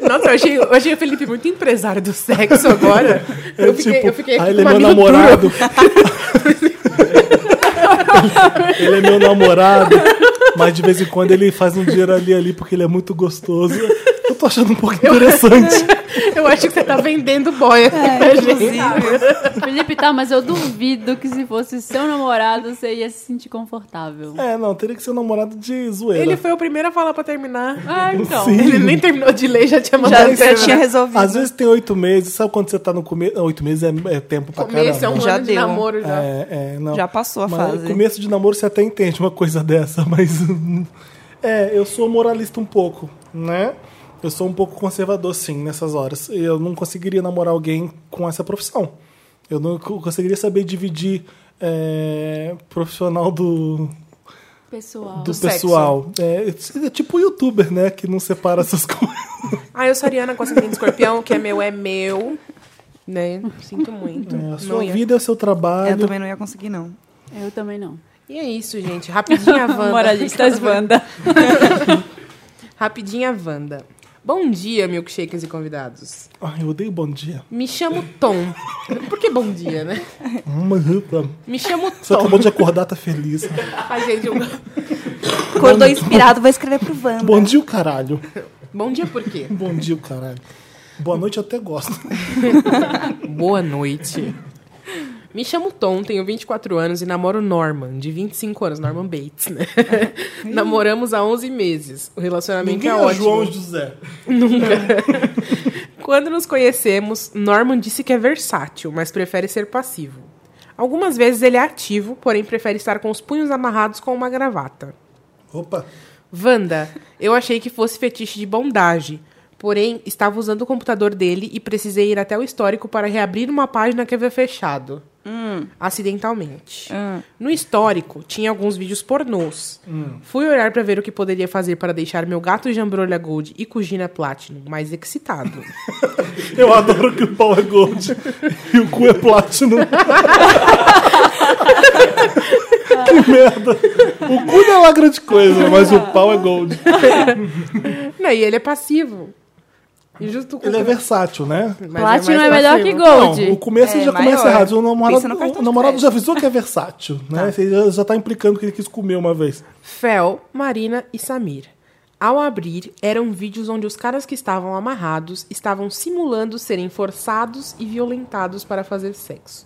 S3: Nossa, eu achei, eu achei o Felipe muito empresário do sexo agora. Eu, fiquei, eu fiquei
S2: ah,
S3: aqui
S2: ele é
S3: com uma
S2: meu
S3: aventura. [LAUGHS]
S2: namorado. ele é meu namorado. Mas de vez em quando ele faz um dinheiro ali ali porque ele é muito gostoso. Eu tô achando um pouco interessante.
S3: Eu acho que você tá vendendo boia aqui
S4: É.
S3: pra É, gente. tá.
S1: Felipe, tá, mas eu duvido que se fosse seu namorado, você ia se sentir confortável.
S2: É, não, teria que ser um namorado de zoeira.
S3: Ele foi o primeiro a falar pra terminar.
S1: Ah, então.
S2: Sim.
S3: Ele nem terminou de ler, já tinha mandado
S4: Já, já
S3: terminar.
S4: tinha resolvido.
S2: Às vezes tem oito meses, sabe quando você tá no começo? Oito meses é, é tempo pra
S3: Começo é
S2: caramba.
S3: um
S4: Já
S3: ano de
S4: deu.
S3: namoro já.
S2: É, é, não.
S4: Já passou a
S2: Mas
S4: fase.
S2: Começo de namoro você até entende uma coisa [LAUGHS] dessa, mas. é, eu sou moralista um pouco, né? Eu sou um pouco conservador, sim, nessas horas. Eu não conseguiria namorar alguém com essa profissão. Eu não co- conseguiria saber dividir é, profissional do,
S1: Pessoal.
S2: do,
S3: sexo.
S2: pessoal. É, é tipo youtuber, né? Que não separa essas [LAUGHS] coisas.
S3: Ah, eu sou Ariana com ascendente escorpião, que é meu, é meu. Né? Sinto muito.
S2: É, a sua
S3: Não ia.
S2: vida é o seu
S4: Eu
S2: trabalho.
S4: também não ia conseguir, não.
S1: Eu também não.
S3: E é isso, gente.
S1: [LAUGHS]
S3: Rapidinha a Wanda.
S4: Wanda.
S3: Rapidinha a Wanda. Bom dia, milkshakers e convidados.
S2: Ai, eu odeio bom dia.
S3: Me chamo Tom. Por que bom dia, né?
S2: Uhum.
S3: Me chamo
S2: Você
S3: Tom.
S2: acabou de acordar, tá
S4: [LAUGHS]
S2: feliz.
S3: Ai, gente, eu-
S4: Acordou inspirado, vou escrever pro Wanda.
S2: Bom dia, o caralho.
S3: Bom dia por quê?
S2: Bom dia, o caralho. Boa noite, eu até
S3: [LAUGHS]
S2: gosto.
S3: Boa noite. Me chamo Tom, tenho 24 anos e namoro Norman, de 25 anos, Norman Bates, né? [LAUGHS] Namoramos há 11 meses. O relacionamento
S2: Ninguém
S3: é
S2: é
S3: ótimo.
S2: João José.
S3: [LAUGHS] Quando nos conhecemos, Norman disse que é versátil, mas prefere ser passivo. Algumas vezes ele é ativo, porém prefere estar com os punhos amarrados com uma gravata.
S2: Opa,
S3: Wanda, eu achei que fosse fetiche de bondage. Porém, estava usando o computador dele e precisei ir até o histórico para reabrir uma página que havia fechado.
S1: Hum.
S3: Acidentalmente. No histórico, tinha alguns vídeos pornôs.
S2: Hum.
S3: Fui olhar para ver o que poderia fazer para deixar meu gato jambrolha gold e cugina platinum
S2: [LAUGHS]
S3: mais excitado.
S2: eu adoro que o pau é gold e o cu é platino. [LAUGHS] que merda. O cu não é lá grande coisa, mas o pau é gold.
S3: Não, e ele é passivo. E justo com...
S2: Ele é versátil, né?
S3: Mas
S1: Platinum é,
S3: mais
S1: melhor que
S3: passivo.
S1: Gold.
S2: Não, o começo
S4: É,
S2: já começa
S4: maior.
S2: errado. O namorado,
S4: Pensa no cartão
S2: o
S4: de
S2: namorado já
S4: crédito.
S2: avisou que é versátil, né? Ele já, já tá implicando que ele quis comer uma vez.
S3: Fel, Marina e Samir. Ao abrir, eram vídeos onde os caras que estavam amarrados estavam simulando serem forçados e violentados para fazer sexo.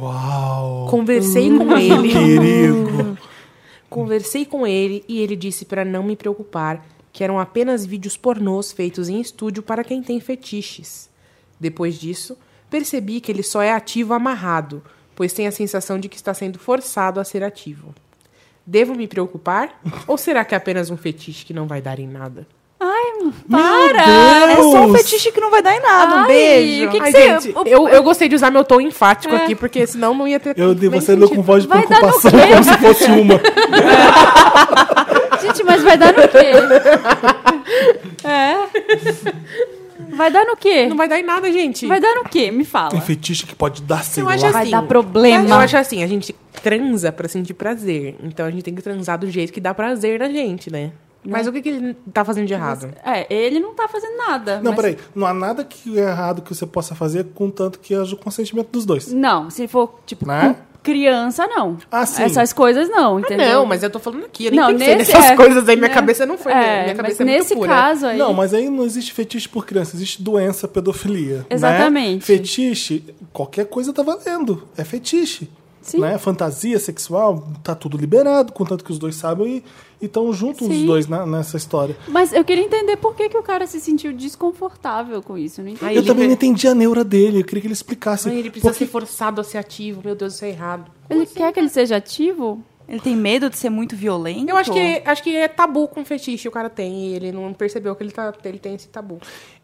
S2: Uau!
S3: Conversei com ele.
S2: Perigo.
S3: Conversei com ele e ele disse pra não me preocupar que eram apenas vídeos pornôs feitos em estúdio para quem tem fetiches. Depois disso, percebi que ele só é ativo amarrado, pois tem a sensação de que está sendo forçado a ser ativo. Devo me preocupar? Ou será que é apenas um fetiche que não vai dar em nada?
S1: Para!
S4: É só um
S2: Deus!
S4: fetiche que não vai dar em nada. um
S1: Ai,
S4: beijo.
S1: o que que
S3: Ai,
S1: você-
S3: gente,
S1: o- É.
S3: eu, eu gostei de usar meu tom enfático aqui, porque senão não ia ter
S2: Eu dei
S3: nem
S2: você leu com
S3: sentido.
S2: voz de
S1: Vai dar no
S2: preocupação
S1: quê?
S2: como se fosse
S1: [LAUGHS]
S2: uma.
S1: Gente, mas vai dar no quê? É. Vai dar no quê?
S3: Não vai dar em nada, gente.
S1: Vai dar no quê? Me fala.
S2: Tem fetiche que pode dar, sei
S3: Eu
S2: lá.
S3: acho assim,
S1: Vai dar problema.
S3: Eu acho assim, a gente transa pra sentir prazer. Então a gente tem que transar do jeito que dá prazer na gente, né? Mas o que, que ele tá fazendo de errado?
S1: É, ele não tá fazendo nada.
S2: Não,
S1: mas-
S2: peraí. Não há nada que é errado que você possa fazer, contanto que haja o consentimento dos dois.
S1: Não, se for, tipo,
S2: Né?
S1: com criança, não.
S2: Ah, sim. Ah,
S1: Essas coisas não, entendeu?
S3: Não, mas eu tô falando aqui, eu nem
S1: Não,
S3: pensei
S1: nesse-
S3: nessas
S1: é,
S3: coisas aí, minha
S1: né?
S3: cabeça não foi,
S1: É,
S3: minha
S1: mas
S3: cabeça é muito
S1: nesse
S3: pura.
S1: caso aí.
S2: Não, mas aí não existe fetiche por criança, existe doença, pedofilia. né?
S1: Exatamente.
S2: Fetiche, qualquer coisa tá valendo. É fetiche.
S1: Sim.
S2: Né? Fantasia sexual, tá tudo liberado, contanto que os dois sabem e estão juntos os
S1: Sim.
S2: dois na- nessa história.
S1: Mas eu queria entender por que, que o cara se sentiu desconfortável com isso. Não entendi.
S3: Aí
S2: eu
S3: ele
S2: também não
S3: vai-
S2: entendi a neura dele, eu queria que ele explicasse.
S3: Ai, ele precisa
S2: porque
S3: ser forçado a ser ativo, meu Deus, isso é errado.
S1: Ele quer que ele seja ativo?
S4: Ele tem medo de ser muito violento?
S3: Eu acho que, acho que é tabu com fetiche o cara tem, e ele não percebeu que ele, tá, ele tem esse tabu.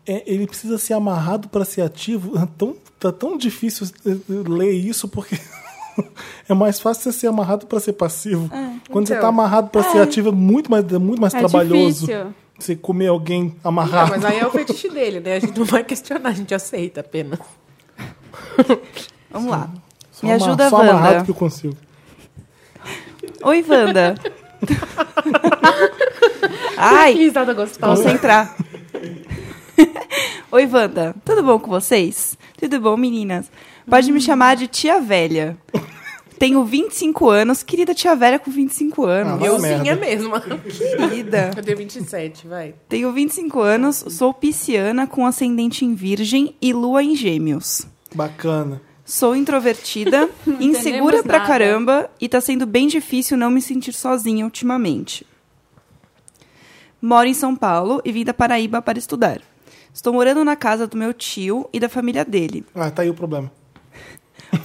S2: é, ele precisa ser amarrado para ser ativo. É tão, tá tão difícil é, ler isso porque [LAUGHS] é mais fácil você ser amarrado para ser passivo. Quando você
S3: então.
S2: tá amarrado para ser ativo é muito mais, é muito mais
S1: É
S2: trabalhoso.
S1: difícil.
S2: Você comer alguém
S3: Não,
S2: amarrado.
S3: mas aí é o fetiche dele, né? A gente não vai questionar, a gente aceita apenas.
S4: Vamos lá.
S2: [LAUGHS] Só
S4: Me
S2: ama-
S4: ajuda,
S2: Só amarrado
S4: Wanda.
S2: que eu consigo.
S4: Oi,
S3: [LAUGHS]
S4: Wanda. Ai,
S3: risada gostosa.
S4: concentrar. Oi, Wanda. Tudo bom com vocês? Tudo bom, meninas? Pode me chamar de tia velha. Tenho 25 anos. Querida tia velha com 25 anos.
S2: Ah,
S3: Eu
S2: Vai
S3: sim,
S2: merda.
S3: é mesmo.
S4: Querida.
S3: Eu tenho 27, vai.
S4: Tenho 25 anos, sou pisciana com ascendente em virgem e lua em gêmeos.
S2: Bacana.
S4: Sou
S1: [LAUGHS]
S4: introvertida, insegura
S1: entendemos
S4: pra
S1: nada.
S4: caramba e tá sendo bem difícil não me sentir sozinha ultimamente. Moro em São Paulo e vim da Paraíba para estudar. Estou morando na casa do meu tio e da família dele.
S2: Ah, tá aí o problema.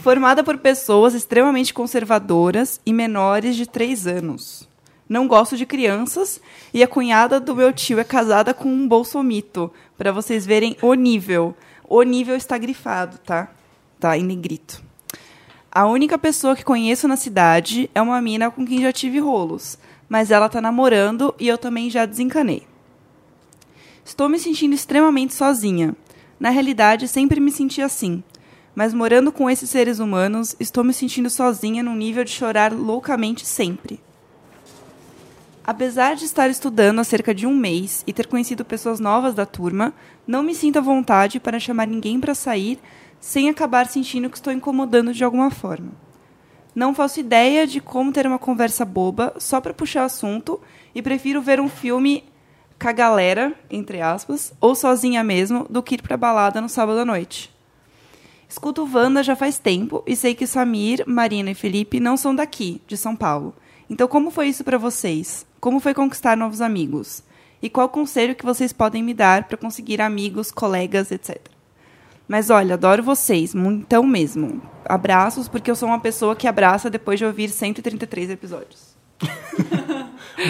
S4: Formada por pessoas extremamente conservadoras e menores de 3 anos. Não gosto de crianças e a cunhada do meu tio é casada com um bolsomito. Pra vocês verem o nível. O nível está grifado, tá? Tá em negrito. A única pessoa que conheço na cidade é uma mina com quem já tive rolos, mas ela tá namorando e eu também já desencanei. Estou me sentindo extremamente sozinha. Na realidade, sempre me senti assim. Mas morando com esses seres humanos, estou me sentindo sozinha num nível de chorar loucamente sempre. Apesar de estar estudando há cerca de um mês e ter conhecido pessoas novas da turma, não me sinto à vontade para chamar ninguém para sair sem acabar sentindo que estou incomodando de alguma forma. Não faço ideia de como ter uma conversa boba só para puxar assunto e prefiro ver um filme com a galera, entre aspas, ou sozinha mesmo, do que ir para balada no sábado à noite. Escuto Wanda já faz tempo e sei que Samir, Marina e Felipe não são daqui, de São Paulo. Então, como foi isso para vocês? Como foi conquistar novos amigos? E qual conselho que vocês podem me dar para conseguir amigos, colegas, etc. Mas olha, adoro vocês, mu- então mesmo. Abraços, porque eu sou uma pessoa que abraça depois de ouvir 133 episódios.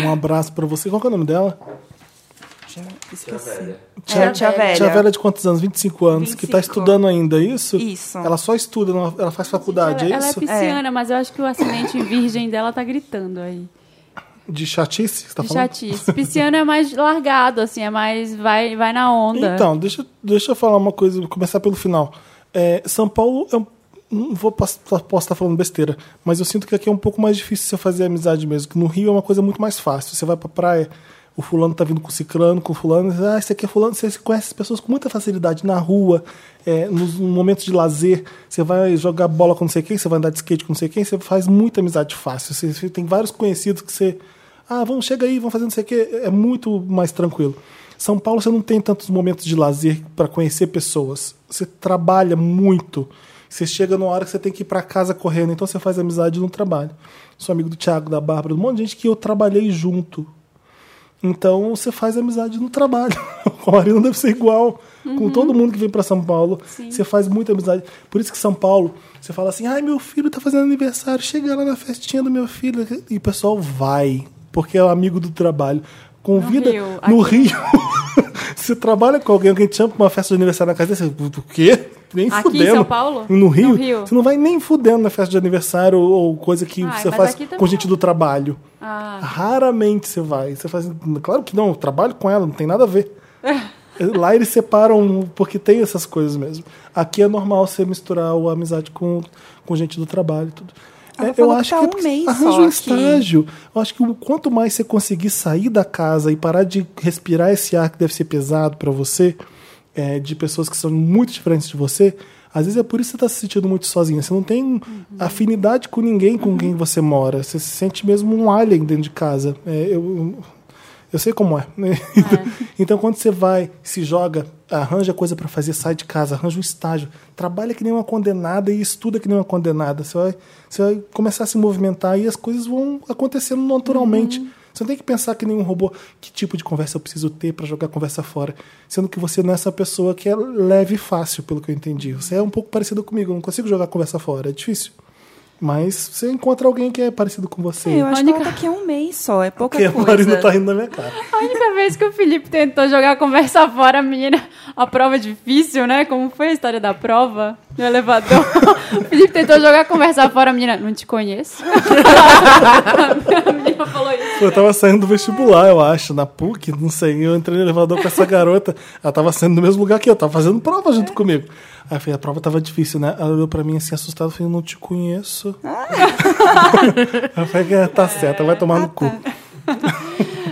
S2: Um abraço pra você. Qual que é o nome dela?
S4: Já esqueci.
S2: Tia
S4: é, tia velha.
S2: Tia velha de quantos anos? 25 anos, que tá
S4: 25.
S2: estudando ainda, é isso?
S4: Isso.
S2: Ela só estuda, não- ela faz faculdade,
S1: ela,
S2: é
S1: ela é
S2: isso?
S1: pisciana, mas eu acho que o ascendente virgem dela tá gritando aí.
S2: De chatice, que você tá
S1: De
S2: falando?
S1: chatice. Pisciano é mais largado, assim, é mais. Vai, vai na onda.
S2: Então, deixa, deixa eu falar uma coisa, começar pelo final. É, São Paulo, eu não vou, posso, posso estar falando besteira, mas eu sinto que aqui é um pouco mais difícil você fazer amizade mesmo, que no Rio é uma coisa muito mais fácil. Você vai pra praia, o fulano tá vindo com o ciclano, com o fulano, ah, esse aqui é fulano, você conhece as pessoas com muita facilidade na rua, é, nos momentos de lazer, você vai jogar bola com não sei quem, você vai andar de skate com não sei quem, você faz muita amizade fácil. Você, você tem vários conhecidos que você ah, vamos, chega aí, vamos fazer não sei o quê. É muito mais tranquilo. São Paulo, você não tem tantos momentos de lazer para conhecer pessoas. Você trabalha muito. Você chega numa hora que você tem que ir pra casa correndo, então você faz amizade no trabalho. Sou amigo do Thiago, da Bárbara, de um monte de gente que eu trabalhei junto. Então você faz amizade no trabalho. [LAUGHS] Com a Marina deve ser igual.
S1: Uhum.
S2: Com todo mundo que vem pra São Paulo, você faz muita amizade. Por isso que São Paulo, você fala assim: ai, meu filho tá fazendo aniversário, chega lá na festinha do meu filho. E o pessoal vai, porque é amigo do trabalho. Convida
S1: Rio,
S2: no
S1: aqui.
S2: Rio. [LAUGHS] você trabalha com alguém, alguém te chama pra uma festa de aniversário na casa dele, você, o quê? Nem
S1: Aqui em
S2: fudendo.
S1: São Paulo?
S2: No Rio,
S1: No Rio.
S2: Você não vai nem fudendo na festa de aniversário ou coisa que
S1: Ai,
S2: você
S1: mas
S2: faz
S1: aqui também
S2: com gente
S1: não.
S2: do trabalho.
S1: Ah.
S2: Raramente você vai. Você faz. Claro que não, eu trabalho com ela, não tem nada a ver. Lá eles separam, um, porque tem essas coisas mesmo. Aqui é normal você misturar a amizade com, com gente do trabalho e tudo.
S4: Ela
S2: É, eu
S4: falou que
S2: acho
S4: tá
S2: que é
S4: um
S2: porque
S4: mês
S2: arranja
S4: só
S2: um
S4: aqui.
S2: estágio. Eu acho que o quanto mais você conseguir sair da casa e parar de respirar esse ar que deve ser pesado pra você, é, de pessoas que são muito diferentes de você, às vezes é por isso que você tá se sentindo muito sozinha. Você não tem
S4: Uhum.
S2: afinidade com ninguém com quem você mora. Você se sente mesmo um alien dentro de casa. É, eu, eu sei como é. né? Então, [LAUGHS] então, quando você vai, se joga, arranja coisa pra fazer, sai de casa, arranja um estágio, trabalha que nem uma condenada e estuda que nem uma condenada. Você vai, você vai começar a se movimentar e as coisas vão acontecendo naturalmente.
S4: Uhum.
S2: Você não tem que pensar que nem um robô, que tipo de conversa eu preciso ter pra jogar a conversa fora. Sendo que você não é essa pessoa que é leve e fácil, pelo que eu entendi. Você é um pouco parecido comigo, eu não consigo jogar a conversa fora, é difícil. Mas você encontra alguém que é parecido com você.
S4: Eu acho que ela
S1: Mônica.
S4: tá aqui há um mês só, é pouca
S2: Porque a Marina
S4: coisa.
S2: tá rindo na minha cara.
S1: A única vez que o Felipe tentou jogar a conversa fora, a menina, a prova difícil, né? Como foi a história da prova no elevador? [LAUGHS] O Felipe tentou jogar a conversa fora, a menina, não te conheço. a menina falou isso.
S2: Eu tava saindo do vestibular, eu acho, na PUC, não sei. Eu entrei no elevador com essa garota. Ela tava saindo do mesmo lugar que eu, tava fazendo prova
S4: É.
S2: junto comigo. Aí eu falei, a prova tava difícil, né? Ela olhou pra mim assim, assustada, eu falei, não te conheço.
S4: Ah.
S2: [LAUGHS] eu falei, "Ah,
S4: É.
S2: tá certo, vai tomar no cu.
S4: tá.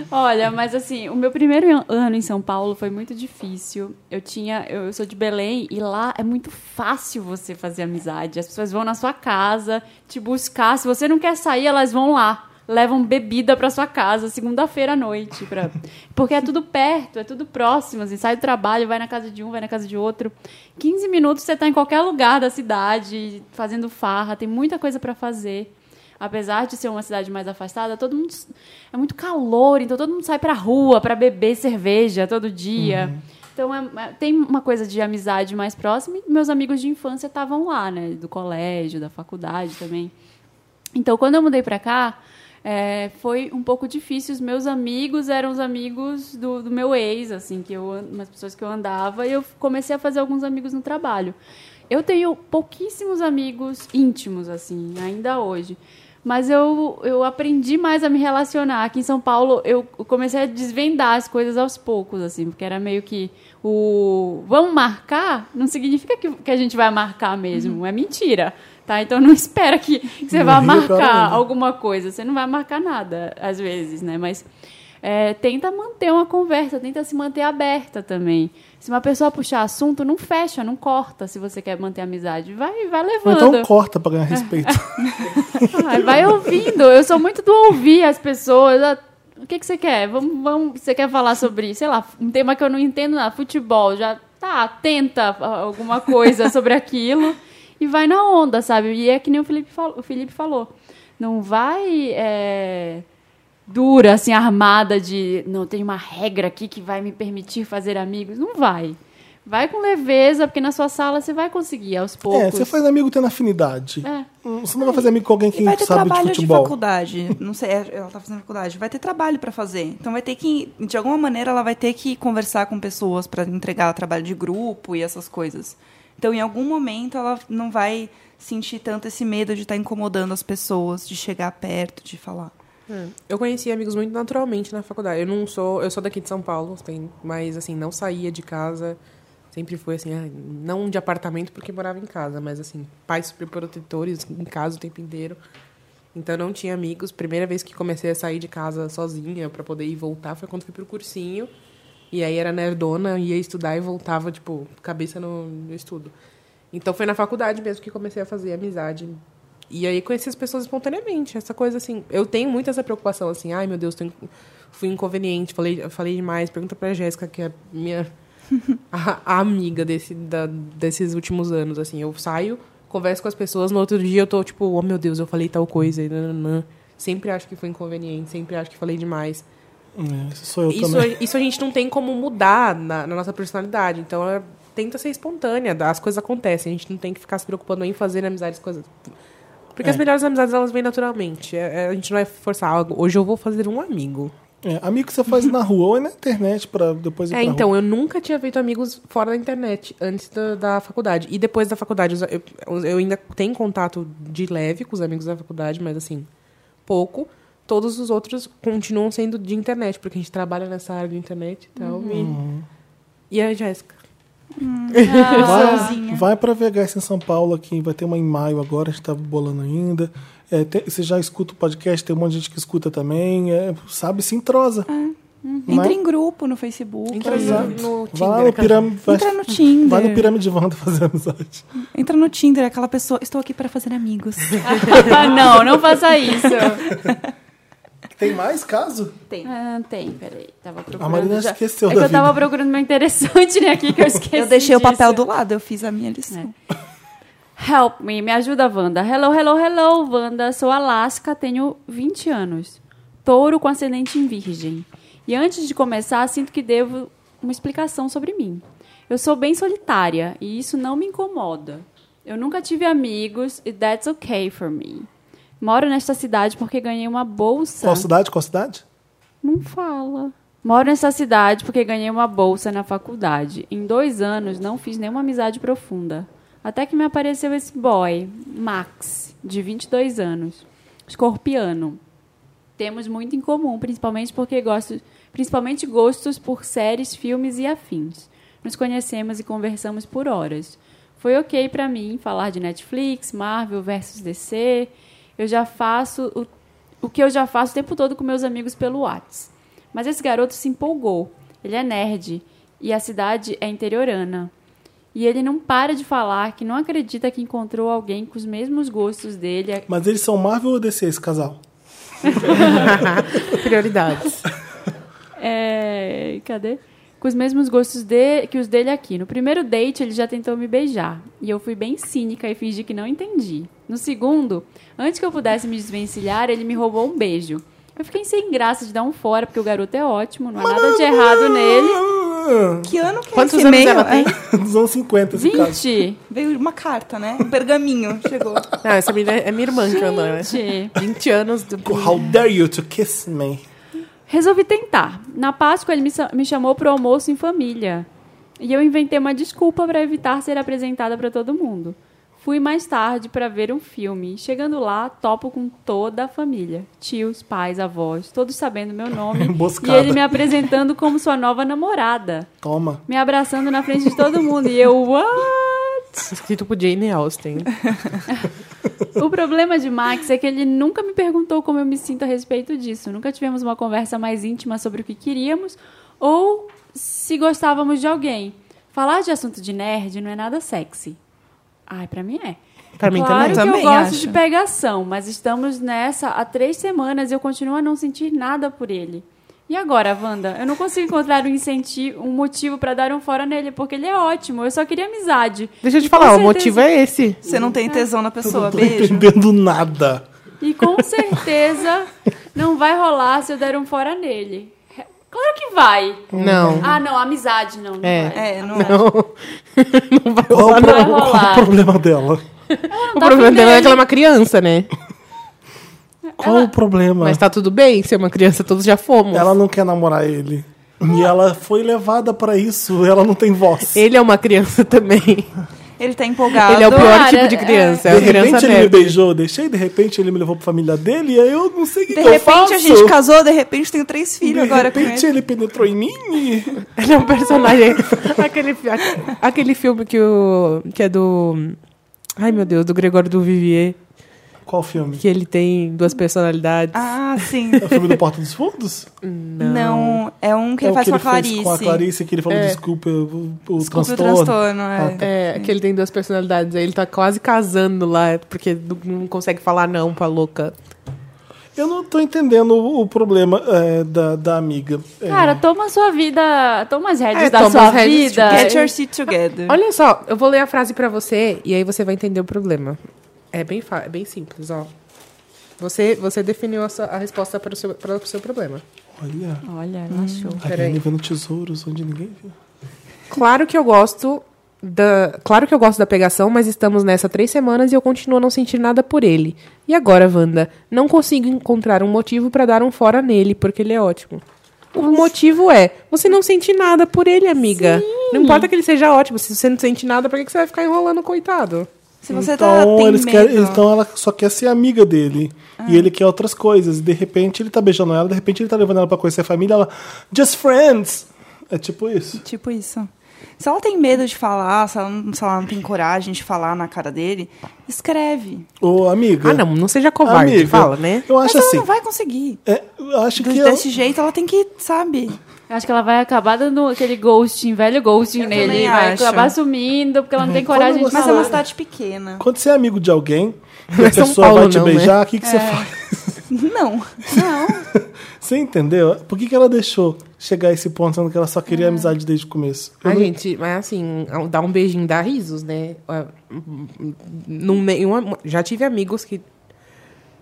S1: Olha, mas assim, o meu primeiro an- ano em São Paulo foi muito difícil. Eu tinha, eu, eu sou de Belém e lá é muito fácil você fazer amizade. As pessoas vão na sua casa te buscar. Se você não quer sair, elas vão lá. Levam bebida pra sua casa segunda-feira à noite. Pra... Porque é tudo perto, é tudo próximo. Assim, sai do trabalho, vai na casa de um, vai na casa de outro. 15 minutos você tá em qualquer lugar da cidade, fazendo farra, tem muita coisa pra fazer apesar de ser uma cidade mais afastada, todo mundo é muito calor, então todo mundo sai pra rua pra beber cerveja todo dia. Então é- é- tem uma coisa de amizade mais próxima. E meus amigos de infância estavam lá, né, do colégio, da faculdade também. Então, quando eu mudei pra cá, é, foi um pouco difícil. Os meus amigos eram os amigos do, do meu ex, assim, que eu, an- umas pessoas que eu andava, e eu comecei a fazer alguns amigos no trabalho. Eu tenho pouquíssimos amigos íntimos, assim, ainda hoje. Mas eu, eu aprendi mais a me relacionar. Aqui em São Paulo, eu comecei a desvendar as coisas aos poucos, assim, porque era meio que o vamos marcar não significa que, que a gente vai marcar mesmo, é mentira. Tá? Então não [LAUGHS] espera que, que você
S2: No
S1: vá
S2: Rio,
S1: marcar
S2: caramba.
S1: alguma coisa. Você não vai marcar nada, às vezes, né? Mas é, tenta manter uma conversa, tenta se manter aberta também. Se uma pessoa puxar assunto, não fecha, não corta se você quer manter a amizade. Vai, vai
S2: Ou
S1: levando.
S2: então corta pra ganhar
S4: É. [LAUGHS]
S2: respeito. É,
S1: Ai, vai ouvindo. Eu sou muito do ouvir as pessoas. Ah, O que, que você quer? Vamos, vamos, você quer falar sobre, sei lá, um tema que eu não entendo nada, futebol. Já tá, tenta ah, alguma coisa sobre aquilo e vai na onda, sabe? E é que nem o Felipe, fal- o Felipe falou. Não vai. é, dura, assim, armada de não tem uma regra aqui que vai me permitir fazer amigos. Não vai. Vai com leveza, porque na sua sala você vai conseguir aos poucos.
S2: É, você faz amigo tendo afinidade.
S1: É.
S2: Hum, Você não vai fazer amigo com alguém que
S4: E vai ter
S2: sabe de
S4: trabalho de,
S2: futebol.
S4: faculdade. Não sei, é, ela tá fazendo faculdade. Vai ter trabalho pra fazer. Então vai ter que, de alguma maneira, ela vai ter que conversar com pessoas pra entregar trabalho de grupo e essas coisas. Então, em algum momento, ela não vai sentir tanto esse medo de estar incomodando as pessoas, de chegar perto, de falar.
S3: É, Eu conheci amigos muito naturalmente na faculdade. Eu não sou, eu sou daqui de São Paulo, tem- mas assim, não saía de casa. Sempre fui assim, ah, não de apartamento porque morava em casa, mas assim, pais superprotetores em casa o tempo inteiro. Então não tinha amigos. Primeira vez que comecei a sair de casa sozinha pra poder ir e voltar foi quando fui pro cursinho. E aí era nerdona, ia estudar e voltava, tipo, cabeça no, no estudo. Então foi na faculdade mesmo que comecei a fazer amizade. E aí conheci as pessoas espontaneamente. Essa coisa assim, eu tenho muito essa preocupação assim, ai meu Deus, tô in- fui inconveniente, falei, falei demais, pergunta pra Jéssica, que é minha a, a amiga desse, da- desses últimos anos, assim, eu saio, converso com as pessoas, no outro dia eu tô tipo, oh meu Deus, eu falei tal coisa. e nananã. Sempre acho que foi inconveniente, sempre acho que falei demais.
S2: É, isso sou eu
S3: Isso,
S2: também.
S3: a- isso a gente não tem como mudar na, na nossa personalidade. Então, é- tenta ser espontânea. dá- As coisas acontecem. A gente não tem que ficar se preocupando em fazer amizades, coisas. Porque
S2: É.
S3: as melhores amizades, elas vêm naturalmente. É- é- a gente não vai forçar algo. Hoje eu vou fazer um amigo.
S2: É, amigo que você faz na rua ou é na internet pra depois ir
S3: É,
S2: pra
S3: então,
S2: rua.
S3: eu nunca tinha feito amigos fora da internet, antes da, da faculdade. E depois da faculdade, os- eu, eu ainda tenho contato de leve com os amigos da faculdade, mas assim, pouco. Todos os outros continuam sendo de internet, porque a gente trabalha nessa área de internet e tal. e- E a Jéssica?
S2: Vai, vai pra VHS em São Paulo aqui, vai ter uma em maio agora, a gente tá bolando ainda. É, tem- você já escuta o podcast, tem um monte de gente que escuta também. é, sabe, se entrosa. é?
S4: Entra em grupo no Facebook.
S3: Entra
S2: Exato.
S3: no, no
S2: Vai lá
S3: Tinder.
S2: no
S3: cara.
S2: pirâmide. Vai,
S4: Entra no Tinder.
S2: vai no pirâmide Wanda fazer amizade.
S4: Entra no Tinder, aquela pessoa. Estou aqui para fazer amigos.
S1: [LAUGHS] Ah, não, não faça isso.
S2: Tem mais caso?
S4: Tem.
S1: Ah, tem, peraí. Tava procurando.
S2: Marina
S1: já.
S2: esqueceu
S1: É
S2: da
S1: que eu tava
S2: vida.
S1: procurando meu interessante, né? Aqui que
S4: [LAUGHS]
S1: eu esqueci.
S4: Eu deixei o
S1: disso.
S4: papel do lado, eu fiz a minha lição.
S1: Help me, me ajuda, Wanda. Hello, hello, hello, Wanda. Sou Alaska, tenho 20 anos. Touro com ascendente em virgem. E antes de começar, sinto que devo uma explicação sobre mim. Eu sou bem solitária e isso não me incomoda. Eu nunca tive amigos e that's okay for me. Moro nesta cidade porque ganhei uma bolsa.
S2: Qual cidade? Qual cidade?
S1: Não fala. Moro nessa cidade porque ganhei uma bolsa na faculdade. Em dois anos não fiz nenhuma amizade profunda. Até que me apareceu esse boy, Max, de 22 anos, escorpiano. Temos muito em comum, principalmente porque gosto, principalmente gostos por séries, filmes e afins. Nos conhecemos e conversamos por horas. Foi ok pra mim falar de Netflix, Marvel versus DC. Eu já faço o, o que eu já faço o tempo todo com meus amigos pelo Whats. Mas esse garoto se empolgou. Ele é nerd e a cidade é interiorana. E ele não para de falar que não acredita que encontrou alguém com os mesmos gostos dele
S2: Mas eles são Marvel ou DC, esse casal?
S3: [LAUGHS] Prioridades.
S1: É, cadê? Com os mesmos gostos de- que os dele aqui. No primeiro date, ele já tentou me beijar. E eu fui bem cínica e fingi que não entendi. No segundo, antes que eu pudesse me desvencilhar, ele me roubou um beijo. Eu fiquei sem graça de dar um fora, porque o garoto é ótimo, não há nada de errado nele.
S4: Que ano que
S3: Quantos
S4: é esse
S3: anos
S4: e-mail?
S3: ela tem?
S4: É,
S2: [LAUGHS] Dos anos 50, esse caso.
S1: [LAUGHS] 20!
S4: veio uma carta, né? Um pergaminho chegou.
S3: Não, essa menina é é minha irmã que andou, né?
S1: Gente.
S3: 20 anos do
S2: How dare you to kiss me?
S1: Resolvi tentar. Na Páscoa, ele me, sa- me chamou pro almoço em família. E eu inventei uma desculpa para evitar ser apresentada para todo mundo. Fui mais tarde para ver um filme. Chegando lá, topo com toda a família. Tios, pais, avós, todos sabendo meu nome. e
S2: Emboscada.
S1: ele me apresentando como sua nova namorada.
S2: Toma.
S1: Me abraçando na frente de todo mundo. E eu, what?
S3: Escrito por Jane Austen.
S1: [LAUGHS] O problema de Max é que ele nunca me perguntou como eu me sinto a respeito disso. Nunca tivemos uma conversa mais íntima sobre o que queríamos ou se gostávamos de alguém. Falar de assunto de nerd não é nada sexy. Ai, pra mim é.
S3: Pra mim
S1: claro que
S3: também.
S4: Também
S1: eu gosto
S4: acho.
S1: de pegação, mas estamos nessa há três semanas e eu continuo a não sentir nada por ele. E agora, Wanda? Eu não consigo encontrar um incentivo, um motivo pra dar um fora nele, porque ele é ótimo. Eu só queria amizade.
S3: Deixa eu te
S1: E com
S3: falar, o
S1: certeza-
S3: motivo é esse.
S4: Você não tem tesão na pessoa,
S2: Não tô
S4: beijo.
S2: entendendo nada.
S1: E com certeza não vai rolar se eu der um fora nele. Claro que vai.
S3: [LAUGHS] Não.
S1: Ah, não, amizade não. não
S3: É.
S1: vai.
S4: É, não.
S3: Não vai
S2: Qual,
S3: rolar,
S2: o, pro-
S3: não.
S1: rolar.
S2: qual o problema dela?
S3: O
S1: tá
S3: problema
S1: afim
S3: dela é
S1: dele.
S3: que ela é uma criança, né?
S2: Qual o problema?
S3: Mas tá tudo bem ser uma criança, todos já fomos.
S2: Ela não quer namorar ele. E ela foi levada pra isso, ela não tem voz.
S3: Ele é uma criança também.
S4: Ele tá empolgado.
S3: Ele é o pior
S1: Adora,
S3: tipo de criança. É,
S2: de
S3: uma criança
S2: repente ele me
S3: nerd.
S2: beijou, eu deixei, de repente ele me levou pra família dele, e aí eu não sei o que,
S4: De
S2: que eu
S4: repente
S2: faço.
S4: a gente casou, de repente tenho três filhos
S2: de
S4: agora com
S2: repente
S4: ele.
S2: ele penetrou em mim e...
S3: Ele é um
S2: [LAUGHS]
S3: personagem. aquele, fi- aque- aquele filme que, o, que é do. Ai meu Deus, do Gregório do Vivier.
S2: Qual filme?
S3: Que ele tem duas personalidades.
S4: Ah, sim.
S2: É o filme do Porta dos Fundos?
S4: Não. é um [LAUGHS] que
S2: é
S4: ele
S2: o
S4: faz
S2: que
S4: com
S2: ele fez
S4: a Clarice. É.
S2: com a Clarice, que ele falou, desculpa, o, o
S4: Desculpa o
S2: transtorno.
S4: transtorno, é.
S2: Ah, tá.
S3: É, que ele tem duas personalidades. Aí ele tá quase casando lá, porque não não consegue falar não pra louca.
S2: Eu não tô entendendo o, o problema é, da, da amiga. É,
S1: Cara, toma sua vida, toma as rédeas
S3: É,
S1: da
S3: toma
S1: sua
S3: as rédeas,
S1: vida.
S4: Get your shit together.
S3: Olha só, eu vou ler a frase pra você e aí você vai entender o problema. É bem, fa- é bem simples, ó. Você, você definiu a, sua- a resposta para o seu, para o seu problema.
S2: Olha,
S1: Olha, ela achou.
S2: a
S3: Peraí.
S2: Ariane vendo tesouros onde ninguém viu.
S3: Claro que eu gosto da, claro que eu gosto da pegação, mas estamos nessa há três semanas e eu continuo a não sentir nada por ele. E agora, Wanda, não consigo encontrar um motivo pra dar um fora nele, porque ele é ótimo. O motivo é, você não sente nada por ele, amiga. Não importa que ele seja ótimo, se você não sente nada, por que que você vai ficar enrolando, coitado?
S4: Se você tá,
S2: Então,
S4: tem
S2: eles
S4: medo... Ah.
S2: querem- então ela só quer ser amiga dele. E ele quer outras coisas. E de repente ele tá beijando ela, de repente ele tá levando ela pra conhecer a família. Ela, just friends! É tipo isso.
S4: Tipo isso. Se ela tem medo de falar, se ela, não, se ela não tem coragem de falar na cara dele, escreve.
S2: Ô, amiga.
S3: Ah, não, não seja covarde,
S2: amiga,
S3: fala, né?
S2: Eu
S4: Mas
S2: acho
S4: ela
S2: assim.
S4: não vai conseguir.
S2: é, eu acho
S4: Do-
S2: que. eu-
S4: desse jeito, ela tem que, sabe?
S1: Eu Acho que ela vai acabar dando aquele ghosting, velho ghosting
S4: Eu
S1: nele.
S4: também
S1: Vai
S4: acho.
S1: acabar sumindo, porque ela não tem coragem de
S2: você-
S4: Mas
S1: falar.
S4: é uma cidade pequena.
S2: Quando você é amigo de
S3: [LAUGHS]
S2: alguém, e
S3: Não é
S2: a
S3: São
S2: pessoa
S3: Paulo
S2: vai te
S3: não, né?
S2: beijar, o que, que
S4: É.
S2: você faz?
S4: Não, não.
S2: Você entendeu? Por que, que ela deixou chegar a esse ponto, sendo que ela só
S4: É.
S2: queria amizade desde o começo? Eu
S3: A
S2: não-
S3: gente, mas assim, dar um beijinho dá risos, né? Ah, No meio, uma- já tive amigos que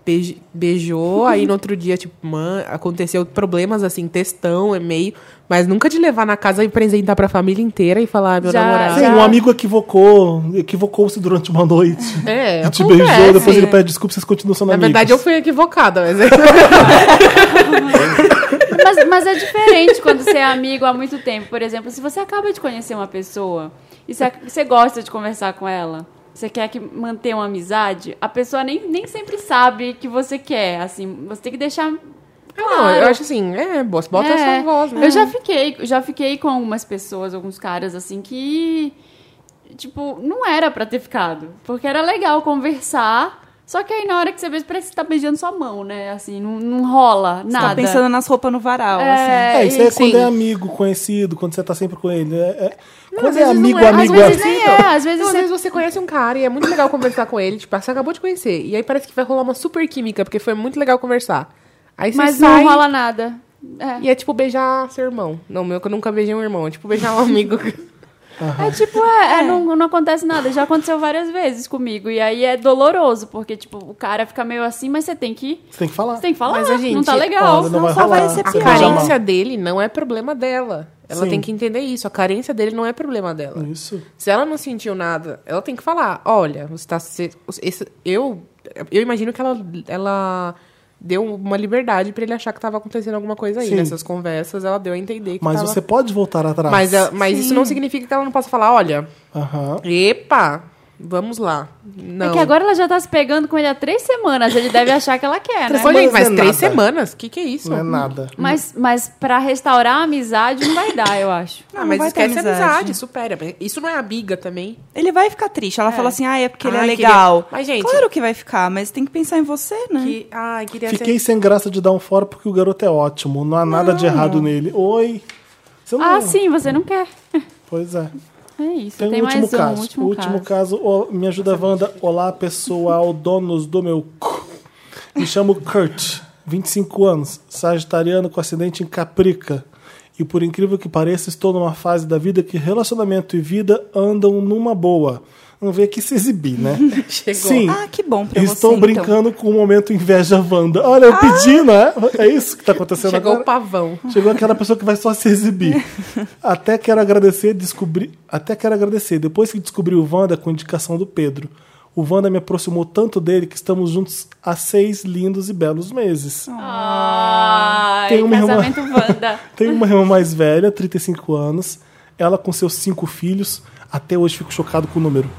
S3: beij- [LAUGHS] beijou, aí no outro dia, tipo, man, aconteceu problemas assim, textão, e-mail, mas nunca de levar na casa e apresentar pra família inteira e falar, ah, meu
S1: Já-
S3: namorado.
S2: Sim,
S4: Tá.
S1: já-
S2: um amigo equivocou, equivocou-se durante uma noite.
S3: É,
S2: e te
S3: acontece.
S2: beijou, depois ele pede desculpa, vocês continuam sendo
S3: Na
S2: amigos.
S3: verdade, eu fui equivocada, mas é. [LAUGHS]
S1: Mas, mas é diferente quando você é amigo há muito tempo. Por exemplo, se você acaba de conhecer uma pessoa e você, você gosta de conversar com ela, você quer que manter uma amizade, a pessoa nem, nem sempre sabe que você quer. Assim, você tem que deixar.
S3: não, eu acho assim, é, boss, bota a
S1: É,
S3: sua voz, né?
S1: Eu já fiquei, já fiquei com algumas pessoas, alguns caras assim que tipo, não era pra ter ficado, porque era legal conversar. Só que aí na hora que você beija, parece que você tá beijando sua mão, né? Assim, não, não rola nada.
S4: Tá pensando nas roupas no varal, assim.
S2: É, isso é
S3: sim.
S2: quando é amigo, conhecido, quando você tá sempre com ele. É, é- quando é
S3: vezes não
S2: amigo,
S3: é.
S2: amigo
S1: às
S2: é
S1: vezes nem
S2: fica.
S1: é, às vezes
S3: Não, às
S1: você
S3: vezes você conhece um cara e é muito legal conversar com ele, tipo, você acabou de conhecer. E aí parece que vai rolar uma super química, porque foi muito legal conversar. Aí você
S1: Mas
S3: sai
S1: não rola nada. É,
S3: e é tipo beijar seu irmão. Não, meu, que eu nunca beijei um irmão, é tipo beijar um amigo.
S1: É tipo, é, é, não, não acontece nada. Já aconteceu várias vezes comigo. E aí é doloroso, porque, tipo, o cara fica meio assim, mas você tem que.
S2: Você tem que falar.
S1: Você tem que falar,
S3: Mas, gente,
S1: não tá legal.
S2: olha, não vai
S1: só
S2: rolar.
S1: vai ser
S3: A
S2: Sim.
S1: pior.
S3: carência dele não é problema dela. Ela
S2: Sim.
S3: tem que entender isso. A carência dele não é problema dela.
S2: Isso.
S3: Se ela não sentiu nada, ela tem que falar. Olha, você tá. se- esse- eu, eu imagino que ela, ela deu uma liberdade pra ele achar que tava acontecendo alguma coisa aí.
S2: Sim.
S3: Nessas conversas, ela deu a entender que
S2: Mas
S3: tava-
S2: você pode voltar atrás.
S3: Mas, ela- mas isso não significa que ela não possa falar, olha,
S2: Aham.
S3: epa, vamos lá. Não.
S1: É que agora ela já tá se pegando com ele há três semanas. Ele deve achar que ela quer, né?
S3: Ô, gente, mas
S2: Não é
S3: três
S2: nada.
S3: semanas? O que, que é isso?
S2: Não é nada.
S1: Mas, mas pra restaurar a amizade não vai dar, eu acho.
S4: Não,
S3: Ah,
S4: não
S3: mas
S4: vai ter
S3: esquece a amizade.
S4: amizade,
S3: supera. Isso não é amiga também.
S4: Ele vai ficar triste. Ela fala assim, ah, é porque ele é
S3: Ai,
S4: legal.
S3: queria- Mas, gente-
S4: Claro que vai ficar, mas tem que pensar em você, né?
S3: Que, ai, queria
S2: Fiquei sem graça de dar um fora porque o garoto é ótimo. Não há nada de errado nele. Oi. Você não...
S1: Ah, sim, você não quer. [LAUGHS]
S2: Pois é.
S1: É isso.
S2: Tem,
S1: Tem,
S2: um último
S1: mais um,
S2: caso.
S1: último,
S2: o último
S1: caso.
S2: caso. Ó, me ajuda, Wanda. Olá, pessoal, donos do meu cu. Me chamo Kurt, 25 anos, sagitariano com acidente em Caprica. E por incrível que pareça, estou numa fase da vida que relacionamento e vida andam numa boa. Não veio aqui se exibir, né?
S3: [LAUGHS] Chegou.
S2: Sim.
S4: Ah, que bom pra
S2: Estou
S4: você, então.
S2: brincando com o momento inveja Wanda. Olha, eu pedi, né? É isso que está acontecendo
S3: Chegou
S2: agora.
S3: o pavão.
S2: Chegou aquela pessoa que vai só se exibir. Até quero agradecer, descobri... Até quero agradecer. Depois que descobri o Wanda com indicação do Pedro. O Wanda me aproximou tanto dele que estamos juntos há seis lindos e belos meses.
S1: Ai,
S2: Tem um uma irmã-
S1: casamento
S2: [LAUGHS]
S1: Wanda.
S2: Tenho uma irmã mais velha, 35 anos. Ela com seus cinco filhos. Até hoje fico chocado com o número.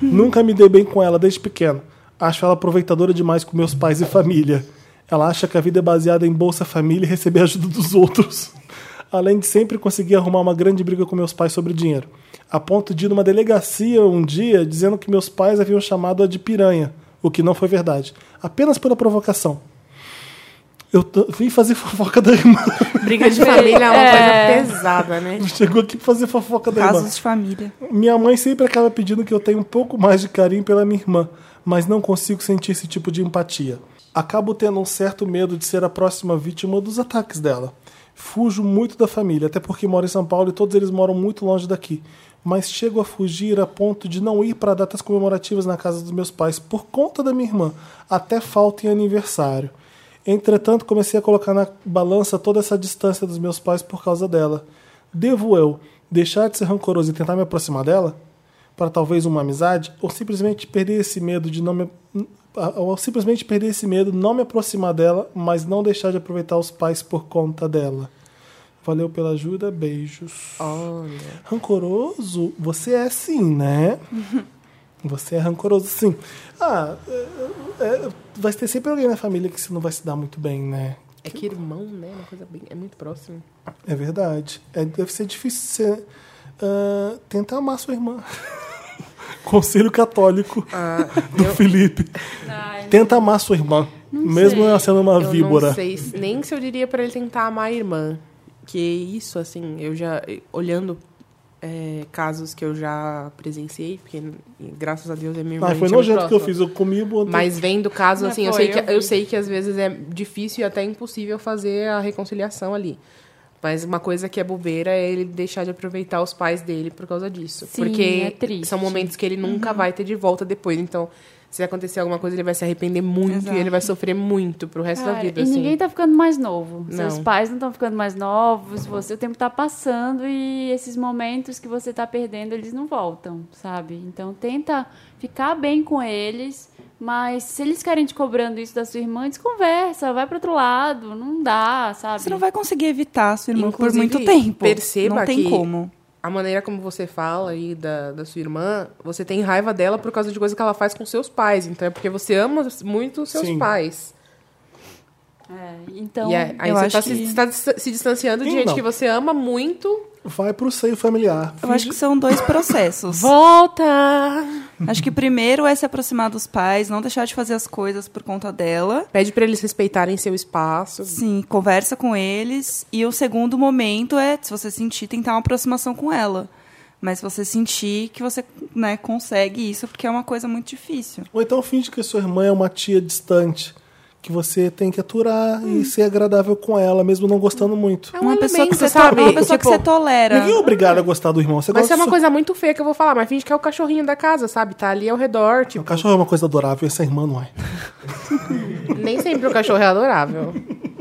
S2: Nunca me dei bem com ela desde pequeno. Acho ela aproveitadora demais com meus pais e família. Ela acha que a vida é baseada em Bolsa Família e receber a ajuda dos outros. [LAUGHS] Além de sempre conseguir arrumar uma grande briga com meus pais sobre dinheiro. A ponto de ir numa delegacia um dia dizendo que meus pais haviam chamado a de piranha, o que não foi verdade. Apenas pela provocação. Eu tô- vim fazer [LAUGHS] fofoca da irmã.
S3: Briga de família [LAUGHS] é uma coisa pesada, né?
S2: [LAUGHS] Chegou aqui pra fazer fofoca da irmã.
S4: Casos de família.
S2: Minha mãe sempre acaba pedindo que eu tenha um pouco mais de carinho pela minha irmã, mas não consigo sentir esse tipo de empatia. Acabo tendo um certo medo de ser a próxima vítima dos ataques dela. Fujo muito da família, até porque moro em São Paulo e todos eles moram muito longe daqui. Mas chego a fugir a ponto de não ir para datas comemorativas na casa dos meus pais por conta da minha irmã, até falta em aniversário. Entretanto, comecei a colocar na balança toda essa distância dos meus pais por causa dela. Devo eu deixar de ser rancoroso e tentar me aproximar dela? Para talvez uma amizade? Ou simplesmente perder esse medo de não me. ah, Ou simplesmente perder esse medo, não me aproximar dela, mas não deixar de aproveitar os pais por conta dela. Valeu pela ajuda, beijos.
S3: Olha.
S2: Rancoroso, você é sim, né? Você é rancoroso, sim. Ah, é, é, vai ter sempre alguém na família que você não vai se dar muito bem, né?
S3: É que irmão, né? Uma coisa bem. É muito próximo.
S2: É verdade. É, deve ser difícil você ah, tentar amar sua irmã. [LAUGHS] Conselho católico
S3: Ah,
S2: [LAUGHS] do Felipe. Tenta amar sua irmã, mesmo
S3: sei.
S2: ela sendo uma
S3: eu
S2: víbora.
S3: não sei se- nem se eu diria pra ele tentar amar a irmã. Que isso, assim, eu já. Olhando é, casos que eu já presenciei, porque graças a Deus é minha irmã.
S2: Ah,
S3: a
S2: foi
S3: gente é muito
S2: nojento que eu
S3: próxima.
S2: fiz. Eu comi e botei.
S3: Mas vendo caso,
S1: Mas
S3: assim, eu,
S1: foi,
S3: sei que,
S1: eu vi.
S3: eu, sei que às vezes é difícil e até impossível fazer a reconciliação ali. Mas uma coisa que é bobeira é ele deixar de aproveitar os pais dele por causa disso.
S1: Sim,
S3: porque
S1: é triste. Uhum.
S3: são momentos que ele nunca vai ter de volta depois. Então, se acontecer alguma coisa, ele vai se arrepender muito
S4: Exato.
S3: e ele vai sofrer muito pro resto da
S1: Cara,
S3: vida.
S1: e
S3: assim.
S1: ninguém tá ficando mais novo. Seus
S3: Não.
S1: pais não estão ficando mais novos, você, o tempo tá passando e esses momentos que você tá perdendo, eles não voltam, sabe? Então tenta ficar bem com eles, mas se eles querem te cobrando isso da sua irmã, desconversa, vai para outro lado, não dá, sabe?
S4: Você não vai conseguir evitar a sua irmã por
S3: Inclusive,
S4: muito tempo.
S3: perceba
S4: não tem
S3: que-
S4: como.
S3: A maneira como você fala aí da, da sua irmã, você tem raiva dela por causa de coisa que ela faz com seus pais. Então é porque você ama muito os seus
S2: Sim.
S3: pais.
S1: É, então
S3: e é- aí
S4: eu
S3: você
S4: acho
S3: tá, se,
S4: que-
S3: você tá dis- se distanciando de
S2: Sim,
S3: gente
S2: não.
S3: que você ama muito.
S2: Vai pro seio familiar.
S4: Eu acho que são dois
S2: [LAUGHS]
S4: processos.
S3: Volta!
S4: acho que primeiro é se aproximar dos pais, não deixar de fazer as coisas por conta dela.
S3: Pede pra eles respeitarem seu espaço.
S4: Sim, conversa com eles. E o segundo momento é, se você sentir, tentar uma aproximação com ela. Mas se você sentir que você né, consegue isso, porque é uma coisa muito difícil.
S2: Ou então finge que a sua irmã é uma tia distante. Que você tem que aturar
S3: Hum.
S2: e ser agradável com ela, mesmo não gostando muito.
S3: É um
S4: Uma pessoa que
S3: elemento,
S4: você, to-
S3: sabe?
S4: uma pessoa
S3: Tipo,
S4: que você tá- tolera.
S2: Ninguém é obrigado a gostar do irmão. Você
S3: Mas
S2: gosta
S3: é uma
S2: do seu-
S3: coisa muito feia que eu vou falar, mas finge que é o cachorrinho da casa, sabe? Tá ali ao redor,
S2: O
S3: tipo,
S2: cachorro é uma coisa adorável, essa irmã não é.
S3: nem sempre o cachorro é adorável.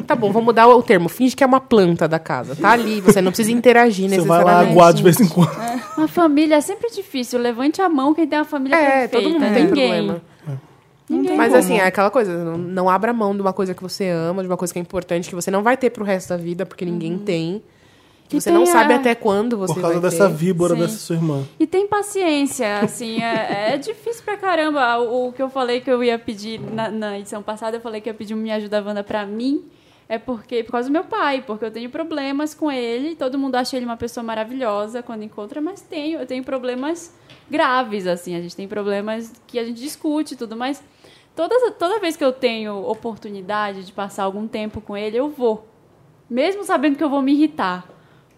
S3: Tá bom, vou mudar o termo. Finge que é uma planta da casa. Tá ali, você não precisa interagir
S2: Você vai
S3: necessariamente.
S2: lá aguar de vez em quando.
S1: [LAUGHS] Uma família é sempre difícil. Levante a mão quem tem uma família
S3: É,
S1: perfeita.
S3: todo mundo tem
S1: Ninguém.
S3: problema.
S4: Não tem
S3: Mas
S4: como.
S3: assim, é aquela coisa, não, não abra mão de uma coisa que você ama, de uma coisa que é importante, que você não vai ter pro resto da vida, porque ninguém
S4: Uhum.
S3: tem. Que
S1: E
S3: você não
S1: tem a-
S3: sabe até quando você
S2: Por causa
S3: vai
S2: dessa
S3: ter.
S2: víbora
S1: Sim.
S2: dessa sua irmã.
S1: E tem paciência, assim, é, é difícil pra caramba. O, o que eu falei que eu ia pedir na, na edição passada, eu falei que eu pedi um Me Ajuda Wanda pra mim, é porque por causa do meu pai, porque eu tenho problemas com ele, todo mundo acha ele uma pessoa maravilhosa quando encontra, mas tenho, eu tenho problemas graves, assim, a gente tem problemas que a gente discute e tudo, mas toda, toda vez que eu tenho oportunidade de passar algum tempo com ele, eu vou. Mesmo sabendo que eu vou me irritar.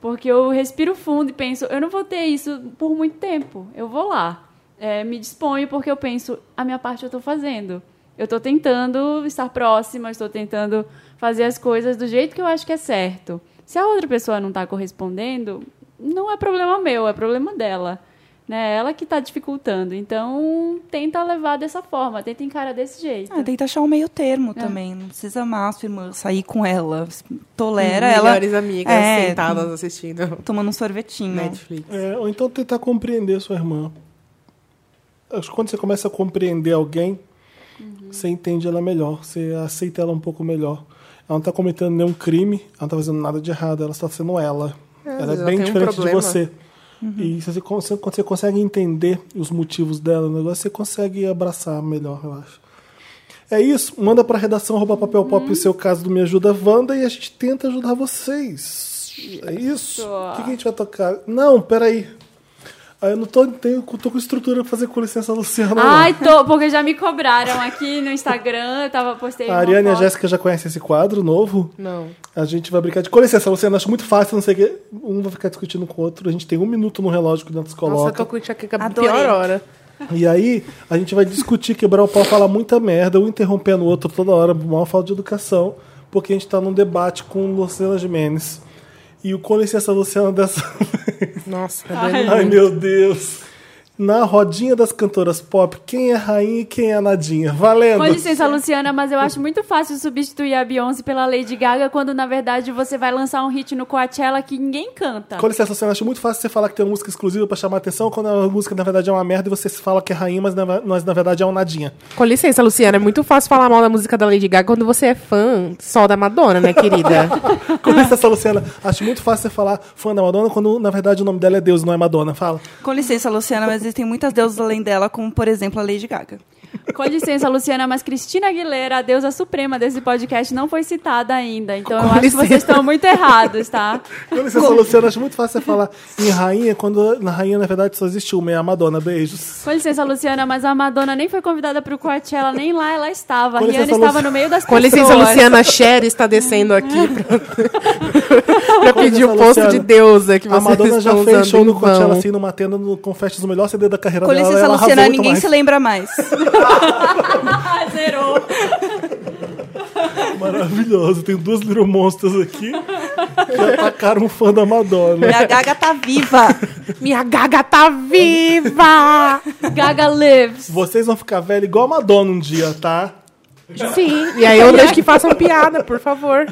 S1: Porque eu respiro fundo e penso, eu não vou ter isso por muito tempo. Eu vou lá. É, me disponho porque eu penso, a minha parte eu estou fazendo. Eu estou tentando estar próxima, estou tentando fazer as coisas do jeito que eu acho que é certo. Se a outra pessoa não está correspondendo, não é problema meu, é problema dela. Né? Ela que está dificultando. Então, tenta levar dessa forma, tenta encarar desse jeito.
S4: Ah, tenta achar um meio
S3: É.
S4: termo também. Não precisa amar a sua irmã, sair com ela. Tolera ela
S3: Hum, Melhores amigas
S4: É.
S3: sentadas assistindo
S4: tomando um sorvetinho.
S3: Netflix.
S2: É, ou então tentar compreender sua irmã. Acho que quando você começa a compreender alguém,
S3: Uhum.
S2: você entende ela melhor, você aceita ela um pouco melhor. Ela não tá cometendo nenhum crime, ela não tá fazendo nada de errado, ela está sendo ela.
S3: às
S2: ela é bem
S3: vezes ela tem um
S2: diferente de
S3: problema. Uhum.
S2: você. E se você, con- se- quando você consegue entender os motivos dela, o negócio, você consegue abraçar melhor, eu acho. É isso, manda pra redação arroba papel pop o seu caso do Me Ajuda Wanda e a gente tenta ajudar vocês. É isso? O que, que a gente vai tocar? Não, peraí. Ah, eu não tô, tenho, tô com estrutura pra fazer com licença, Luciana. não.
S1: Ai, tô, porque já me cobraram aqui no Instagram, eu tava postei
S2: a
S1: uma
S2: Ariane é e a
S1: foto.
S2: Jéssica já conhecem esse quadro novo.
S3: Não.
S2: A gente vai brincar de. Com licença, Luciana, acho muito fácil, não sei o quê. Um vai ficar discutindo com o outro. A gente tem um minuto no relógio que o Dantas
S3: Nossa,
S2: coloca.
S3: eu tô com enxaqueca a
S4: Adorei.
S3: pior hora.
S2: [LAUGHS] E aí a gente vai discutir, quebrar o pau, falar muita merda, um interrompendo o outro toda hora, maior falta de educação, porque a gente tá num debate com Luciana Jimenez. E o com licença,
S1: [LAUGHS]
S2: Luciana, dessa vez.
S3: Nossa, tá doendo.
S2: Ai, meu Deus. Na rodinha das cantoras pop, quem é rainha e quem é nadinha? Valendo!
S1: Com licença, Luciana, mas eu acho muito fácil substituir a Beyoncé pela Lady Gaga quando, na verdade, você vai lançar um hit no Coachella que ninguém canta.
S2: Com licença, Luciana, acho muito fácil você falar que tem uma música exclusiva pra chamar atenção, quando a música na verdade é uma merda e você fala que é rainha, mas na, nós na verdade é um nadinha.
S3: Com licença, Luciana, é muito fácil falar mal da música da Lady Gaga quando você é fã só da Madonna, né,
S4: [LAUGHS]
S3: querida?
S1: [LAUGHS]
S2: Com licença, Luciana, acho muito fácil você falar fã da Madonna quando na verdade o nome dela é Deus, não é Madonna. Fala.
S4: Com licença, Luciana, mas existem muitas deusas além dela, como, por exemplo, a Lady Gaga.
S1: Com licença, Luciana, mas Cristina Aguilera, a deusa suprema desse podcast, não foi citada ainda. Então eu
S3: Com
S1: acho que
S3: licença.
S1: vocês estão muito errados, tá?
S2: Com licença, Luciana, assim, acho muito fácil você falar em rainha quando na rainha na verdade só existe uma, é a Madonna. Beijos.
S1: Com licença, Luciana, mas a Madonna nem foi convidada pro Coachella, nem lá ela estava. A
S2: Com
S1: Rihanna
S2: licença,
S1: estava
S2: Lu-
S1: no meio das
S3: Com
S1: pessoas.
S3: licença, Luciana, a Cher está descendo aqui pra,
S2: [LAUGHS]
S3: pra
S2: Com
S3: pedir
S2: licença,
S3: o posto
S2: Luciana.
S3: de deusa que
S2: A
S3: vocês
S2: Madonna já
S3: estão
S2: fez
S3: usando
S2: show
S3: em
S2: no Coachella,
S3: vão.
S2: assim, numa tenda, no, com festas, o melhor CD da carreira
S4: Com
S2: dela.
S4: licença,
S2: ela
S4: Luciana,
S2: arrasou muito
S4: ninguém
S2: mais.
S4: se lembra mais.
S1: Zerou.
S2: Maravilhoso. Tem duas Little Monsters aqui que atacaram um fã da Madonna.
S4: Minha Gaga tá viva.
S3: Minha gaga tá viva!
S1: Gaga lives.
S2: Vocês vão ficar velhos igual a Madonna um dia, tá?
S3: Sim, Então, e aí eu deixo que façam piada, por favor.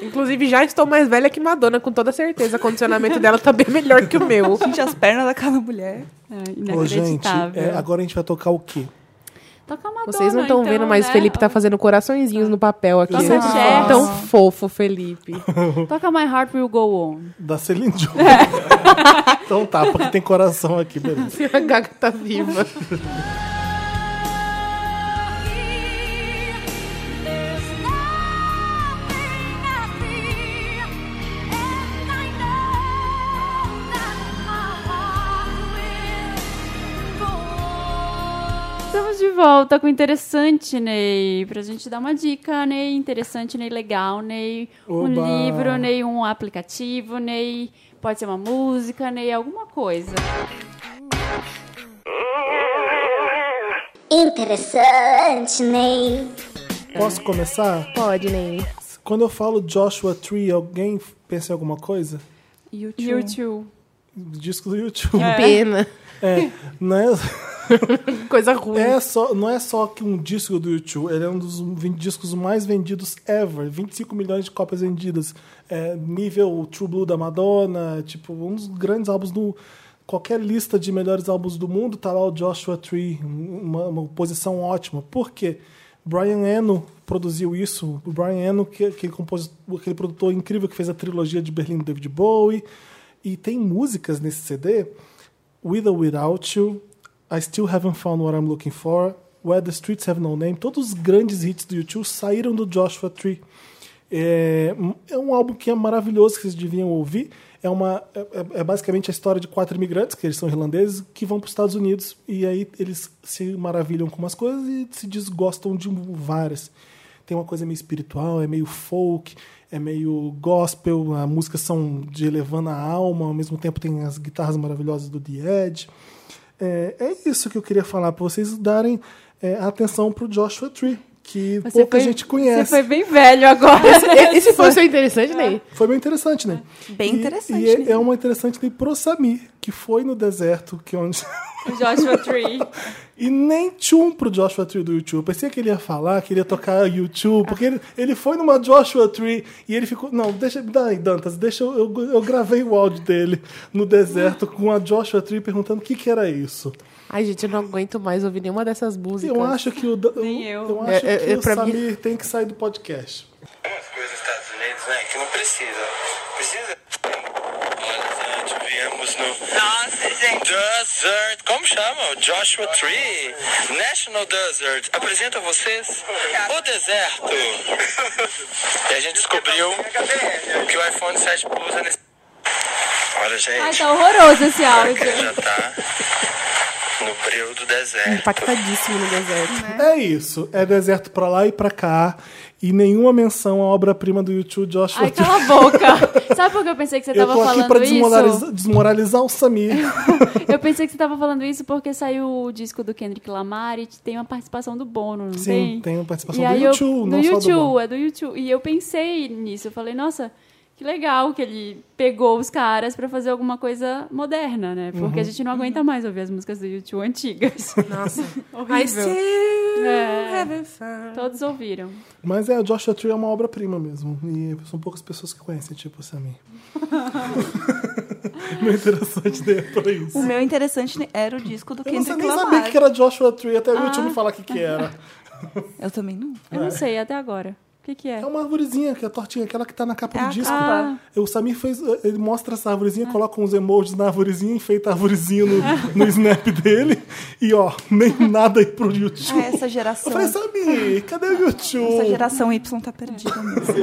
S3: Inclusive, já estou mais velha que Madonna, com toda certeza. O condicionamento dela tá bem melhor que o meu.
S4: Gente, as pernas daquela mulher.
S1: É,
S2: Ô, gente,
S1: inacreditável.
S2: é, agora a gente vai tocar o quê?
S1: Toca a Madonna,
S3: Vocês não estão
S1: então,
S3: vendo, mas
S1: né?
S3: o Felipe tá fazendo coraçõezinhos no papel aqui. é
S1: Nossa, Cher.
S3: Tão fofo, Felipe. [LAUGHS]
S1: Toca My Heart Will Go On.
S2: Da Celine Dion. então tá, porque tem coração aqui, beleza.
S3: Se a Gaga tá viva.
S9: There's nothing I fear, and I know that my heart
S1: Estamos de volta com o Interessante Ney. Pra gente dar uma dica, Ney. Interessante, Ney. Legal, Ney. Um
S2: Oba.
S1: livro, Ney. Um aplicativo, Ney. Pode ser uma música, Ney. Alguma coisa.
S8: Interessante, Ney.
S2: Posso começar?
S10: Pode, Ney.
S2: Quando eu falo Joshua Tree, alguém pensa em alguma coisa?
S1: YouTube.
S2: Disco do YouTube.
S3: É. Pena.
S2: É, não, é,
S3: Coisa ruim.
S2: é só, não é só que um disco do YouTube, ele é um dos vin- discos mais vendidos ever. 25 milhões de cópias vendidas. É, nível True Blue da Madonna, tipo, um dos grandes álbuns do. Qualquer lista de melhores álbuns do mundo tá lá o Joshua Tree, um, uma, uma posição ótima. Por quê? Brian Eno produziu isso. O Brian Eno, que, aquele, compos- aquele produtor incrível que fez a trilogia de Berlim do David Bowie. E tem músicas nesse CD With or Without You, I Still Haven't Found What I'm Looking For, Where the Streets Have No Name, todos os grandes hits do YouTube saíram do Joshua Tree. É, é um álbum que é maravilhoso, que vocês deviam ouvir. É, uma, é, é- é basicamente a história de quatro imigrantes, que eles são irlandeses, que vão para os Estados Unidos. E aí eles se maravilham com umas coisas e se desgostam de várias. Tem uma coisa meio espiritual, é meio folk, é meio gospel, as músicas são de elevando a alma, ao mesmo tempo tem as guitarras maravilhosas do The Edge. É, é isso que eu queria falar para vocês darem é, atenção pro Joshua Tree, que
S1: Você
S2: pouca
S1: foi-
S2: gente conhece.
S1: Você foi bem velho
S3: [LAUGHS]
S1: agora.
S3: É. E- Esse foi o seu interessante, Ney?
S2: Foi bem interessante, né?
S3: Ah,
S4: Bem
S2: E-
S4: interessante,
S2: E é-
S4: né?
S2: é uma interessante né, pro Samir, que foi no deserto, que é
S1: [LAUGHS]
S2: onde.
S1: Joshua Tree.
S2: E nem tchum pro Joshua Tree do YouTube. Eu pensei que ele ia falar, que ele ia tocar YouTube, porque ele, ele foi numa Joshua Tree e ele ficou. Não, deixa. Dai, Dantas, deixa eu, eu. eu gravei o áudio dele no deserto com a Joshua Tree perguntando o que, que era isso.
S3: Ai, gente, eu não aguento mais ouvir nenhuma dessas músicas.
S2: Eu acho que o. Dan-
S1: Nem
S2: eu.
S1: eu.
S2: acho
S3: É, é,
S2: que
S3: é
S2: o
S3: pra mim-
S2: Samir tem que sair do podcast.
S5: Algumas coisas nos Estados Unidos, né? Que não precisa. Precisa. Olha, gente, viemos no. Nossa, gente. Desert. Como chama? O Joshua Tree. National Desert. Apresenta a vocês o deserto. e a gente descobriu que o iPhone 7 Plus é nesse.
S1: Ai,
S5: Olha, tá
S2: [LAUGHS]
S5: gente.
S1: tá horroroso esse áudio.
S5: Já tá No breu do deserto.
S3: Impactadíssimo no deserto.
S2: É isso. É deserto pra lá e pra cá. E nenhuma menção à obra-prima do YouTube Joshua
S1: Ai, cala a boca. Sabe por que eu pensei que você
S2: Eu
S1: tava
S2: tô aqui
S1: falando
S2: pra
S1: isso?
S2: desmoralizar, desmoralizar
S1: [LAUGHS]
S2: o Samir.
S1: Eu pensei que você tava falando isso porque saiu o disco do Kendrick Lamar e tem uma participação do Bono, não
S2: Sim,
S1: tem?
S2: tem a participação
S1: E
S2: do
S1: aí eu-
S2: YouTube, não
S1: do
S2: só do Bono.
S1: YouTube, é do YouTube. E eu pensei nisso, eu falei, nossa, que legal que ele pegou os caras pra fazer alguma coisa moderna, né?
S2: Uhum.
S1: Porque a gente não aguenta mais ouvir as músicas do YouTube antigas.
S2: [LAUGHS]
S3: Nossa. I
S1: Horrível.
S2: Uhum.
S3: still
S1: É.
S3: have a fun.
S1: Todos ouviram.
S2: Mas é, a Joshua Tree é uma obra-prima mesmo. E são poucas pessoas que conhecem, tipo o
S1: [LAUGHS]
S2: Samir. Meu interessante dele é por isso.
S4: O meu interessante era o disco do
S2: Eu não sei
S4: Kendrick
S2: nem sabia
S4: Lamar.
S2: que era Joshua Tree, até o
S1: Ah.
S2: YouTube falar o que, que era.
S4: Eu também não.
S1: Eu não sei até agora. O que que é?
S2: É uma arvorezinha, que é a tortinha, aquela que tá na capa
S4: É
S2: do
S4: a
S2: disco.
S4: capa.
S2: O Samir fez, ele mostra essa arvorezinha, coloca uns emojis na arvorezinha, enfeita a arvorezinha no, no snap dele. E ó, nem nada aí pro YouTube.
S4: Ah, essa
S2: Eu
S4: geração.
S2: falei, Samir, cadê o
S4: Essa
S2: YouTube?
S4: geração Y tá perdida mesmo.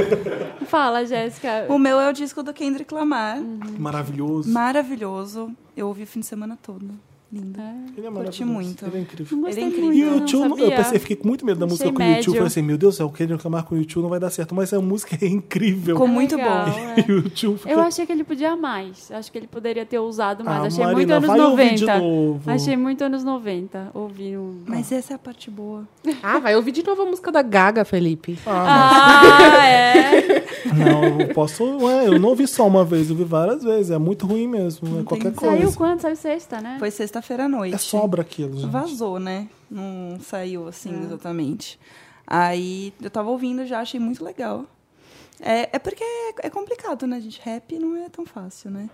S1: Fala, Jéssica.
S4: O meu é o disco do Kendrick Lamar.
S2: Uhum. Maravilhoso.
S4: Maravilhoso. Eu ouvi o fim de semana todo. Lindo.
S2: Ele é
S4: Curti
S2: maravilhoso.
S4: muito.
S2: Ele é incrível.
S1: Não gostei
S4: Ele é incrível.
S1: muito,
S2: E o
S1: não,
S2: YouTube, eu
S1: sabia?
S2: pensei, fiquei com muito medo da música
S1: Achei
S2: com o YouTube.
S1: médio.
S2: Falei assim, meu Deus do céu, o Kendrick Lamar com o YouTube não vai dar certo. Mas a música é incrível.
S4: Ficou muito
S1: Legal,
S4: bom.
S1: é.
S2: [LAUGHS] E o YouTube
S1: Eu
S2: ficou...
S1: achei que ele podia mais. Acho que ele poderia ter usado mais.
S2: Ah,
S1: achei
S2: Marina,
S1: muito
S2: vai
S1: anos
S2: ouvir de
S1: 90.
S2: novo.
S1: Achei muito anos 90. Ouvi um.
S4: Mas essa é a parte boa.
S3: Ah, vai ouvir de novo a música da Gaga, Felipe.
S1: Ah, [LAUGHS] é.
S2: Não, eu posso... Ué, eu não ouvi só uma vez, eu vi várias vezes. É muito ruim mesmo, é qualquer coisa.
S1: Saiu quando? Saiu sexta, né?
S4: Foi sexta-feira à noite.
S2: É sobra aquilo, gente.
S4: Vazou, né? Não saiu assim
S1: É.
S4: exatamente. Aí eu tava ouvindo já, achei muito legal. É, é porque é complicado, né, gente? Rap não é tão fácil, né?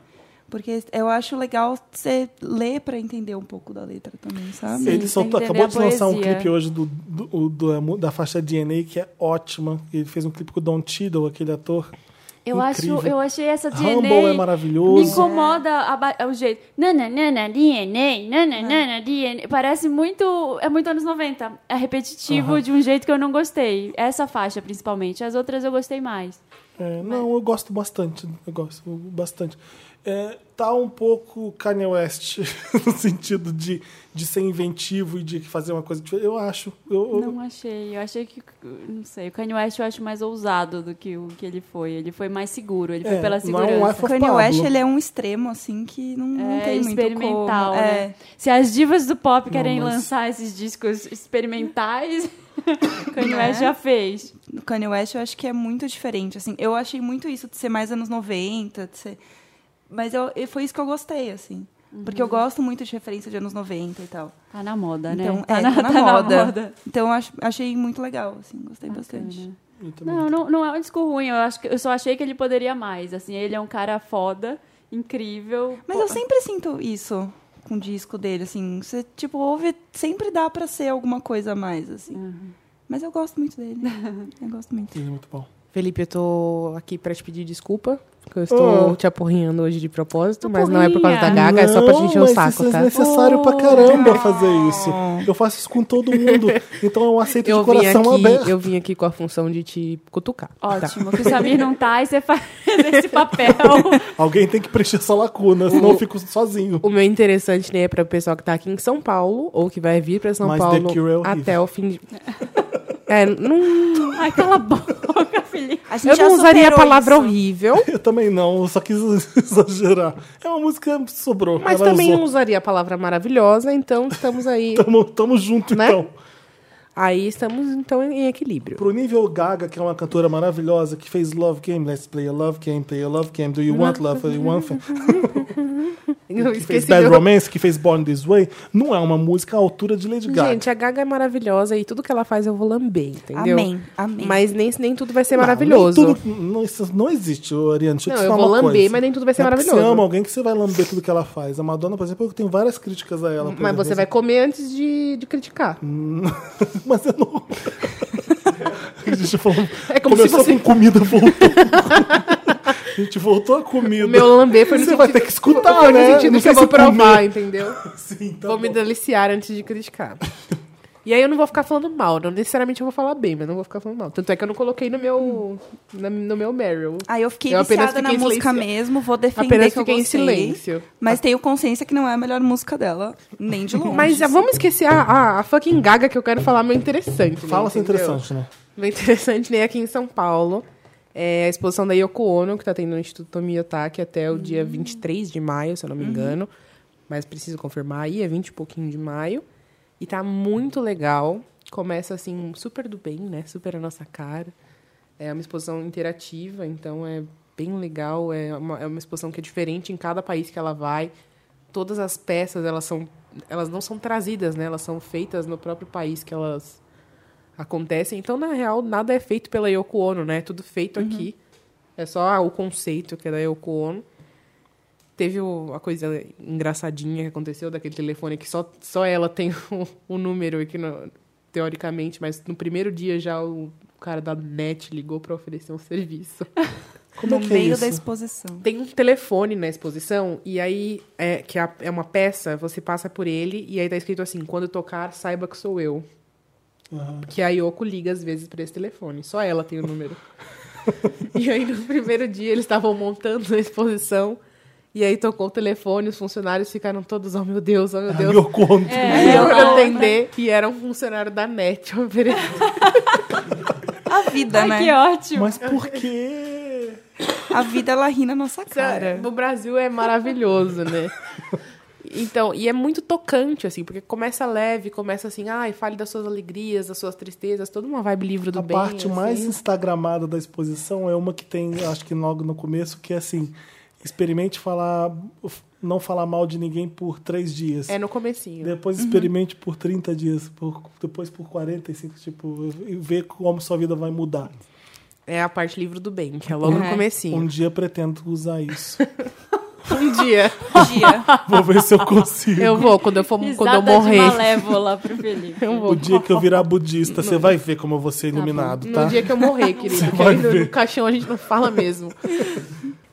S4: Porque eu acho legal você ler pra entender um pouco da letra também, sabe?
S1: Sim.
S2: ele soltou,
S1: tem que
S2: acabou de
S1: entender a
S2: lançar um
S1: poesia.
S2: clipe hoje do, do- do- da faixa DNA, que é ótima. Ele fez um clipe com o Don Tiddle, aquele ator.
S1: Eu, acho,
S2: incrível.
S1: eu achei essa DNA.
S2: Humble é
S1: Me
S2: maravilhoso.
S1: incomoda a ba- o jeito. Nananana, DNA, nananana, DNA. Parece muito. É muito anos 90. É repetitivo de um jeito que eu não gostei. Essa faixa, principalmente. As outras eu gostei mais.
S2: É, não, eu gosto bastante. Eu gosto bastante. É, tá um pouco Kanye West, [LAUGHS] no sentido de, de ser inventivo e de fazer uma coisa diferente. Eu acho. Eu, eu-
S1: Não achei. Eu achei que. Não sei. O Kanye West eu acho mais ousado do que o que ele foi. Ele foi mais seguro. Ele foi
S2: É,
S1: pela
S2: não é um
S1: segurança.
S2: iPhone
S4: O Kanye
S2: Pablo.
S4: West, ele é um extremo, assim, que não, não
S1: É,
S4: tem muito
S1: experimental,
S4: como.
S1: né?
S4: É.
S1: Se as divas do pop querem
S2: mas-
S1: lançar esses discos experimentais, [LAUGHS] Kanye West já fez.
S4: no Kanye West eu acho que é muito diferente, assim. Eu achei muito isso de ser mais anos 90, de ser... Mas eu, e foi isso que eu gostei, assim. Porque eu
S1: Uhum.
S4: gosto muito de referência de anos 90 e tal.
S1: Tá na moda, né?
S4: Então, é, [LAUGHS] tá, na, moda. Então, eu acho, achei muito legal, assim. Gostei bastante.
S2: eu também.
S1: Não, não, não é um disco ruim. Eu, acho que, eu só achei que ele poderia mais. Assim, ele é um cara foda, incrível.
S4: Mas
S1: Pô,
S4: eu sempre sinto isso com o disco dele, assim. Você, tipo, ouve... Sempre dá pra ser alguma coisa a mais, assim. Mas eu gosto muito dele. eu gosto muito.
S2: Ele é muito bom.
S3: Felipe, eu tô aqui pra te pedir desculpa. Porque eu estou
S2: Ah.
S3: te apurrinhando hoje de propósito,
S1: Tô
S3: mas não é por causa da
S1: porrinha.
S3: Gaga, é só pra
S2: Não,
S3: gente encher o
S2: mas
S3: saco,
S2: isso
S3: tá?
S2: é necessário pra caramba fazer isso.
S4: não.
S2: Eu faço isso com todo mundo.
S3: [LAUGHS]
S2: Então eu aceito
S3: Eu
S2: de
S3: vim,
S2: coração
S3: aqui,
S2: aberto.
S3: eu vim aqui com a função de te cutucar. tá?
S1: Ótimo, que o Samir não tá e você [LAUGHS] faz esse papel.
S2: Alguém tem que preencher essa lacuna, senão eu fico sozinho.
S3: O meu interessante, né, é pra o pessoal que tá aqui em São Paulo, ou que vai vir pra São
S2: Mas The
S3: Paulo
S2: Cure é horrível.
S3: até o fim de... É, não...
S1: Ai, cala a boca, Felipe.
S4: A gente
S3: Eu
S4: já
S3: não usaria a
S4: superou
S3: palavra
S4: isso.
S3: horrível,
S2: Eu também não, eu só quis [LAUGHS] exagerar. É uma música que sobrou.
S3: mas
S2: ela
S3: também não
S2: usou.
S3: usaria a palavra maravilhosa, então estamos aí...
S2: [LAUGHS] Tamo, tamo junto,
S3: Né?
S2: então.
S3: aí estamos, então, em equilíbrio.
S2: Pro nível Gaga, que é uma cantora maravilhosa, que fez Love Game, Let's Play a Love Game, Play a Love Game, Do You
S3: Né?
S2: Want Love, Do You Want Fame,
S3: Eu
S2: que fez
S3: esqueci
S2: Bad
S3: meu-
S2: Romance, que fez Born This Way, não é uma música à altura de Lady Gaga.
S3: Gente, a Gaga é maravilhosa e tudo que ela faz eu vou lamber, entendeu?
S4: Amém, amém.
S3: Mas nem, nem tudo vai ser
S2: Não,
S3: é maravilhoso.
S2: nem tudo- não, isso não existe, Oriane. Deixa eu te
S3: Não, eu
S2: falar
S3: vou
S2: uma
S3: lamber,
S2: coisa.
S3: mas nem tudo vai ser
S2: Não é porque Você
S3: maravilhoso.
S2: ama alguém que você vai lamber tudo que ela faz. A Madonna, por exemplo, eu tenho várias críticas a ela. por
S3: Mas
S2: exemplo, assim.
S3: você vai comer antes de, de criticar.
S2: Uhum. [LAUGHS] Mas eu
S3: [LAUGHS]
S2: não. a gente falou.
S3: É como se
S2: começou
S3: você-
S2: com comida,
S3: [LAUGHS]
S2: voltou. a gente voltou a comida.
S3: O meu lamber foi no
S2: Você
S3: sentido...
S2: vai ter que escutar,
S3: foi
S2: né?
S3: no
S2: Não
S3: sentido que
S2: sei
S3: eu vou
S2: [LAUGHS] se comer.
S3: provar, entendeu?
S2: Sim, tá
S3: vou me
S2: bom.
S3: deliciar antes de criticar. E aí eu não vou ficar falando mal, não necessariamente eu vou falar bem, mas não vou ficar falando mal. Tanto é que eu não coloquei no meu, na- no meu Meryl.
S4: Aí eu fiquei
S3: Eu apenas
S4: viciada na
S3: fiquei em
S4: música
S3: silêncio.
S4: mesmo, vou defender
S3: Apenas
S4: que eu
S3: fiquei em
S4: gostei,
S3: silêncio.
S4: Mas tenho consciência que não é a melhor música dela, nem de longe.
S3: Mas já vamos esquecer a, a, a fucking gaga que eu quero falar meu interessante. né,
S2: Fala se
S3: entendeu?
S2: interessante, né?
S3: Bem interessante, né? Aqui em São Paulo. É a exposição da Yoko Ono, que tá tendo no Instituto Tomiyotaki até o dia 23 de maio, se eu não me engano. Mas preciso confirmar aí, é 20 e pouquinho de maio. E tá muito legal. Começa, assim, super do bem, né? Super a nossa cara. É uma exposição interativa, então é bem legal. É uma, é uma exposição que é diferente em cada país que ela vai. Todas as peças, elas são... Elas não são trazidas, né? Elas são feitas no próprio país que elas acontecem. Então, na real, nada é feito pela Yoko Ono, né? É tudo feito aqui. É só o conceito que é da Yoko Ono. Teve o- a coisa engraçadinha que aconteceu daquele telefone que só, só ela [LAUGHS] tem o, o número aqui, no- teoricamente, mas no primeiro dia já o cara da net ligou para oferecer um [LAUGHS] serviço.
S2: Como
S4: no
S2: é que é
S4: meio
S2: isso?
S4: da exposição.
S3: Tem um telefone na exposição, e aí, é, que é a- é uma peça, você passa por ele, e aí tá escrito assim: quando tocar, saiba que sou eu.
S2: Aham.
S3: Que a Yoko liga às vezes pra esse telefone. Só ela tem o número. e aí, no primeiro dia, eles estavam montando a exposição. E aí tocou o telefone, os funcionários ficaram todos, oh meu Deus, oh meu
S2: Ah,
S3: Deus.
S2: meu conto.
S3: Aí eu
S1: ela
S3: fui
S1: outra.
S3: atender e era um funcionário da NET oferecendo.
S4: A vida,
S1: Ai,
S4: né?
S1: que ótimo.
S2: Mas por quê?
S4: A vida, ela ri na nossa cara.
S3: No Brasil é maravilhoso, né? Então, e é muito tocante, assim, porque começa leve, começa assim, ai, fale das suas alegrias, das suas tristezas, toda uma vibe livro do
S2: a
S3: bem.
S2: parte mais
S3: assim.
S2: instagramada da exposição é uma que tem, acho que logo no começo, que é assim, experimente falar, não falar mal de ninguém por três dias.
S3: É Uhum. no comecinho.
S2: Depois experimente por 30 dias, por- depois por 45, tipo, e vê como sua vida vai mudar.
S3: É a parte livro do bem, que é logo no
S4: É.
S3: comecinho.
S2: Um dia pretendo usar isso.
S3: [LAUGHS] Um dia
S4: Dia.
S2: Vou ver se eu consigo.
S3: [LAUGHS] eu vou, quando eu for, quando eu
S1: Risada de
S3: morrer.
S1: malévola pro Felipe.
S3: Eu
S2: O
S3: vou.
S2: dia que eu virar budista, você vai ver como eu vou ser iluminado,
S3: No
S2: tá?
S3: dia que eu [LAUGHS] morrer, querido. Porque
S2: vai
S3: aí no,
S2: ver.
S3: no caixão a gente não fala mesmo.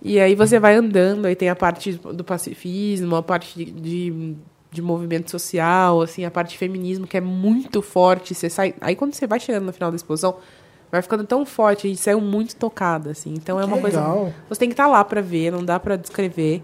S3: E aí você vai andando, aí tem a parte do pacifismo, a parte de, de, de movimento social, assim, a parte de feminismo que é muito forte. Você sai. Aí quando você vai chegando no final da exposição, vai ficando tão forte, a gente saiu muito tocada, assim. Então é uma coisa.
S2: Legal.
S3: Você tem que estar lá pra ver, não dá pra descrever.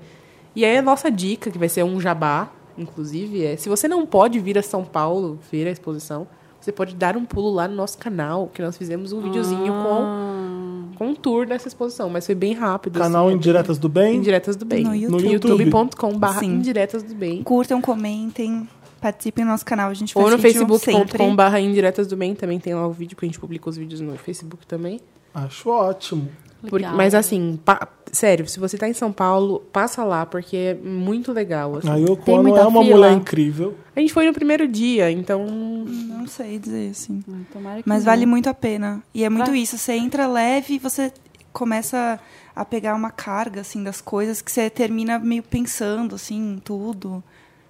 S3: E aí a nossa dica, que vai ser um jabá, inclusive, é se você não pode vir a São Paulo ver a exposição, você pode dar um pulo lá no nosso canal, que nós fizemos um videozinho
S4: Ah.
S1: Ah,
S3: com, com um tour dessa exposição, mas foi bem rápido.
S2: Canal
S3: assim,
S2: Indiretas do Bem.
S3: Indiretas do Bem.
S4: No YouTube.
S2: YouTube.
S3: youtube.com.br
S4: Sim.
S3: Indiretas do Bem.
S4: Curtam, comentem, participem do nosso canal. A gente faz
S3: Ou no
S4: vídeo sempre.
S3: facebook.com.br Indiretas do Bem, também tem lá o vídeo, porque a gente publica os vídeos no Facebook também.
S2: Acho ótimo.
S3: Por-
S1: Legal.
S3: mas assim, pa- sério, se você tá em São Paulo, passa lá, porque é muito legal. assim.
S2: A Yoko
S1: Tem
S2: Ono
S1: muita
S2: é uma
S1: fila.
S2: mulher incrível.
S3: A gente foi no primeiro dia, então.
S4: Não sei dizer assim.
S1: Ai, tomara que
S4: Mas
S1: não.
S4: vale muito a pena. E é muito
S1: Vai.
S4: isso. Você entra leve e você começa a pegar uma carga, assim, das coisas que você termina meio pensando, assim, em tudo.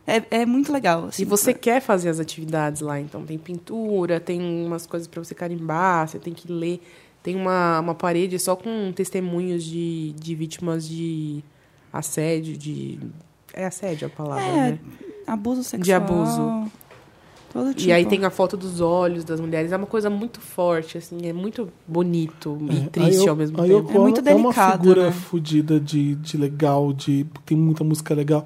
S4: É, é muito legal, assim.
S3: Se você quer fazer as atividades lá, então tem pintura, tem umas coisas pra você carimbar, você tem que ler. Tem uma, uma parede só com testemunhos de, de vítimas de assédio, de. É assédio a palavra,
S4: É,
S3: né?
S4: abuso sexual.
S3: abuso.
S4: Todo tipo.
S3: E aí tem a foto dos olhos das mulheres. É uma coisa muito forte, assim, é muito bonito e
S2: Uhum.
S3: triste
S2: Aí eu-
S3: ao mesmo
S2: aí eu
S3: tempo.
S4: É muito
S2: colo- é uma
S4: delicado,
S2: figura
S4: né?
S2: fodida de, de legal, de tem muita música legal.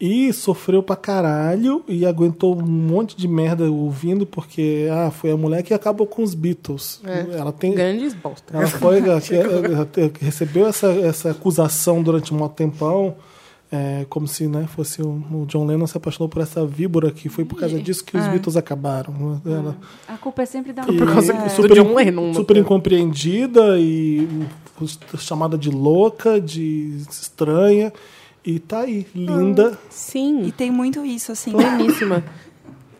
S2: E sofreu pra caralho e aguentou um monte de merda ouvindo, porque ah, foi a mulher que acabou com os Beatles.
S3: É.
S2: Ela tem.
S3: Grandes bosta.
S2: Ela foi, ela- ela- ela recebeu essa, essa acusação durante um tempão, é, como se né, fosse o, o John Lennon se apaixonou por essa víbora que foi por causa disso que os Beatles acabaram. né, Ela,
S1: A culpa é sempre da
S2: e
S1: mulher.
S3: do
S2: super,
S3: John Lennon,
S2: super
S3: né?
S2: incompreendida e chamada de louca, de estranha. E tá aí, linda.
S3: Ah.
S4: E
S3: Sim,
S4: tem muito isso, assim.
S3: pleníssima.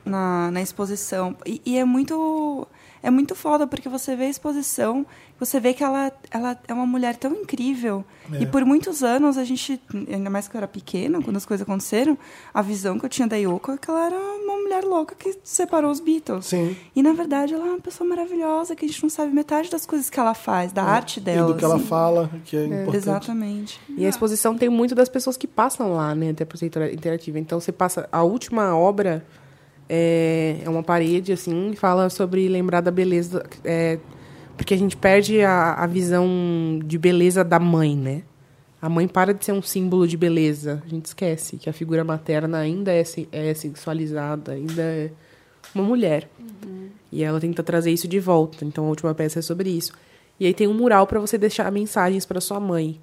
S4: na, na exposição. E, e é muito é muito foda porque você vê a exposição, você vê que ela, ela é uma mulher tão incrível.
S2: É.
S4: E por muitos anos a gente, ainda mais que eu era pequena, quando as coisas aconteceram, a visão que eu tinha da Yoko é que ela era uma mulher louca que separou os Beatles.
S2: Sim.
S4: E na verdade ela é uma pessoa maravilhosa que a gente não sabe metade das coisas que ela faz, da arte dela.
S2: É. e do que ela
S4: assim.
S2: fala, que é, importante.
S4: Exatamente.
S3: E a exposição tem muito das pessoas que passam lá, né? Até por ser intera- interativa. Então você passa a última obra É, é uma parede, assim, e fala sobre lembrar da beleza. é, porque a gente perde a, a visão de beleza da mãe, né? A mãe para de ser um símbolo de beleza. A gente esquece que a figura materna ainda é, se- é sexualizada, ainda é uma mulher. E ela tenta trazer isso de volta. Então a última peça é sobre isso. E aí tem um mural para você deixar mensagens para sua mãe.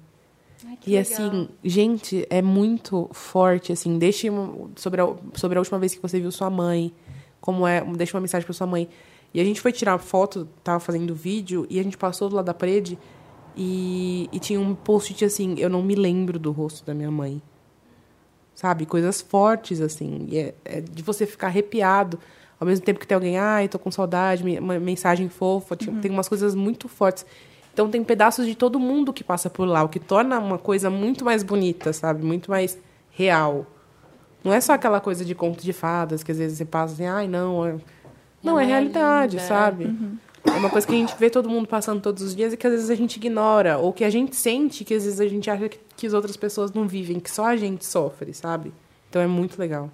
S3: e assim, gente, é muito forte assim, deixe um- sobre a, sobre a última vez que você viu sua mãe, como é, deixa uma mensagem para sua mãe. E a gente foi tirar foto, tava fazendo vídeo e a gente passou do lado da parede e, e tinha um post-it assim, eu não me lembro do rosto da minha mãe sabe? Coisas fortes, assim. E é, é de você ficar arrepiado. Ao mesmo tempo que tem alguém, ai, tô com saudade, me- uma mensagem fofa. tipo, Tem umas coisas muito fortes. Então, tem pedaços de todo mundo que passa por lá, o que torna uma coisa muito mais bonita, sabe? Muito mais real. Não é só aquela coisa de conto de fadas, que às vezes você passa assim, ai, não. é- Não, é
S1: mãe é
S3: realidade,
S1: linda."
S3: sabe? É uma coisa que a gente vê todo mundo passando todos os dias e que às vezes a gente ignora, ou que a gente sente, que às vezes a gente acha que, que as outras pessoas não vivem, que só a gente sofre, sabe? Então é muito legal.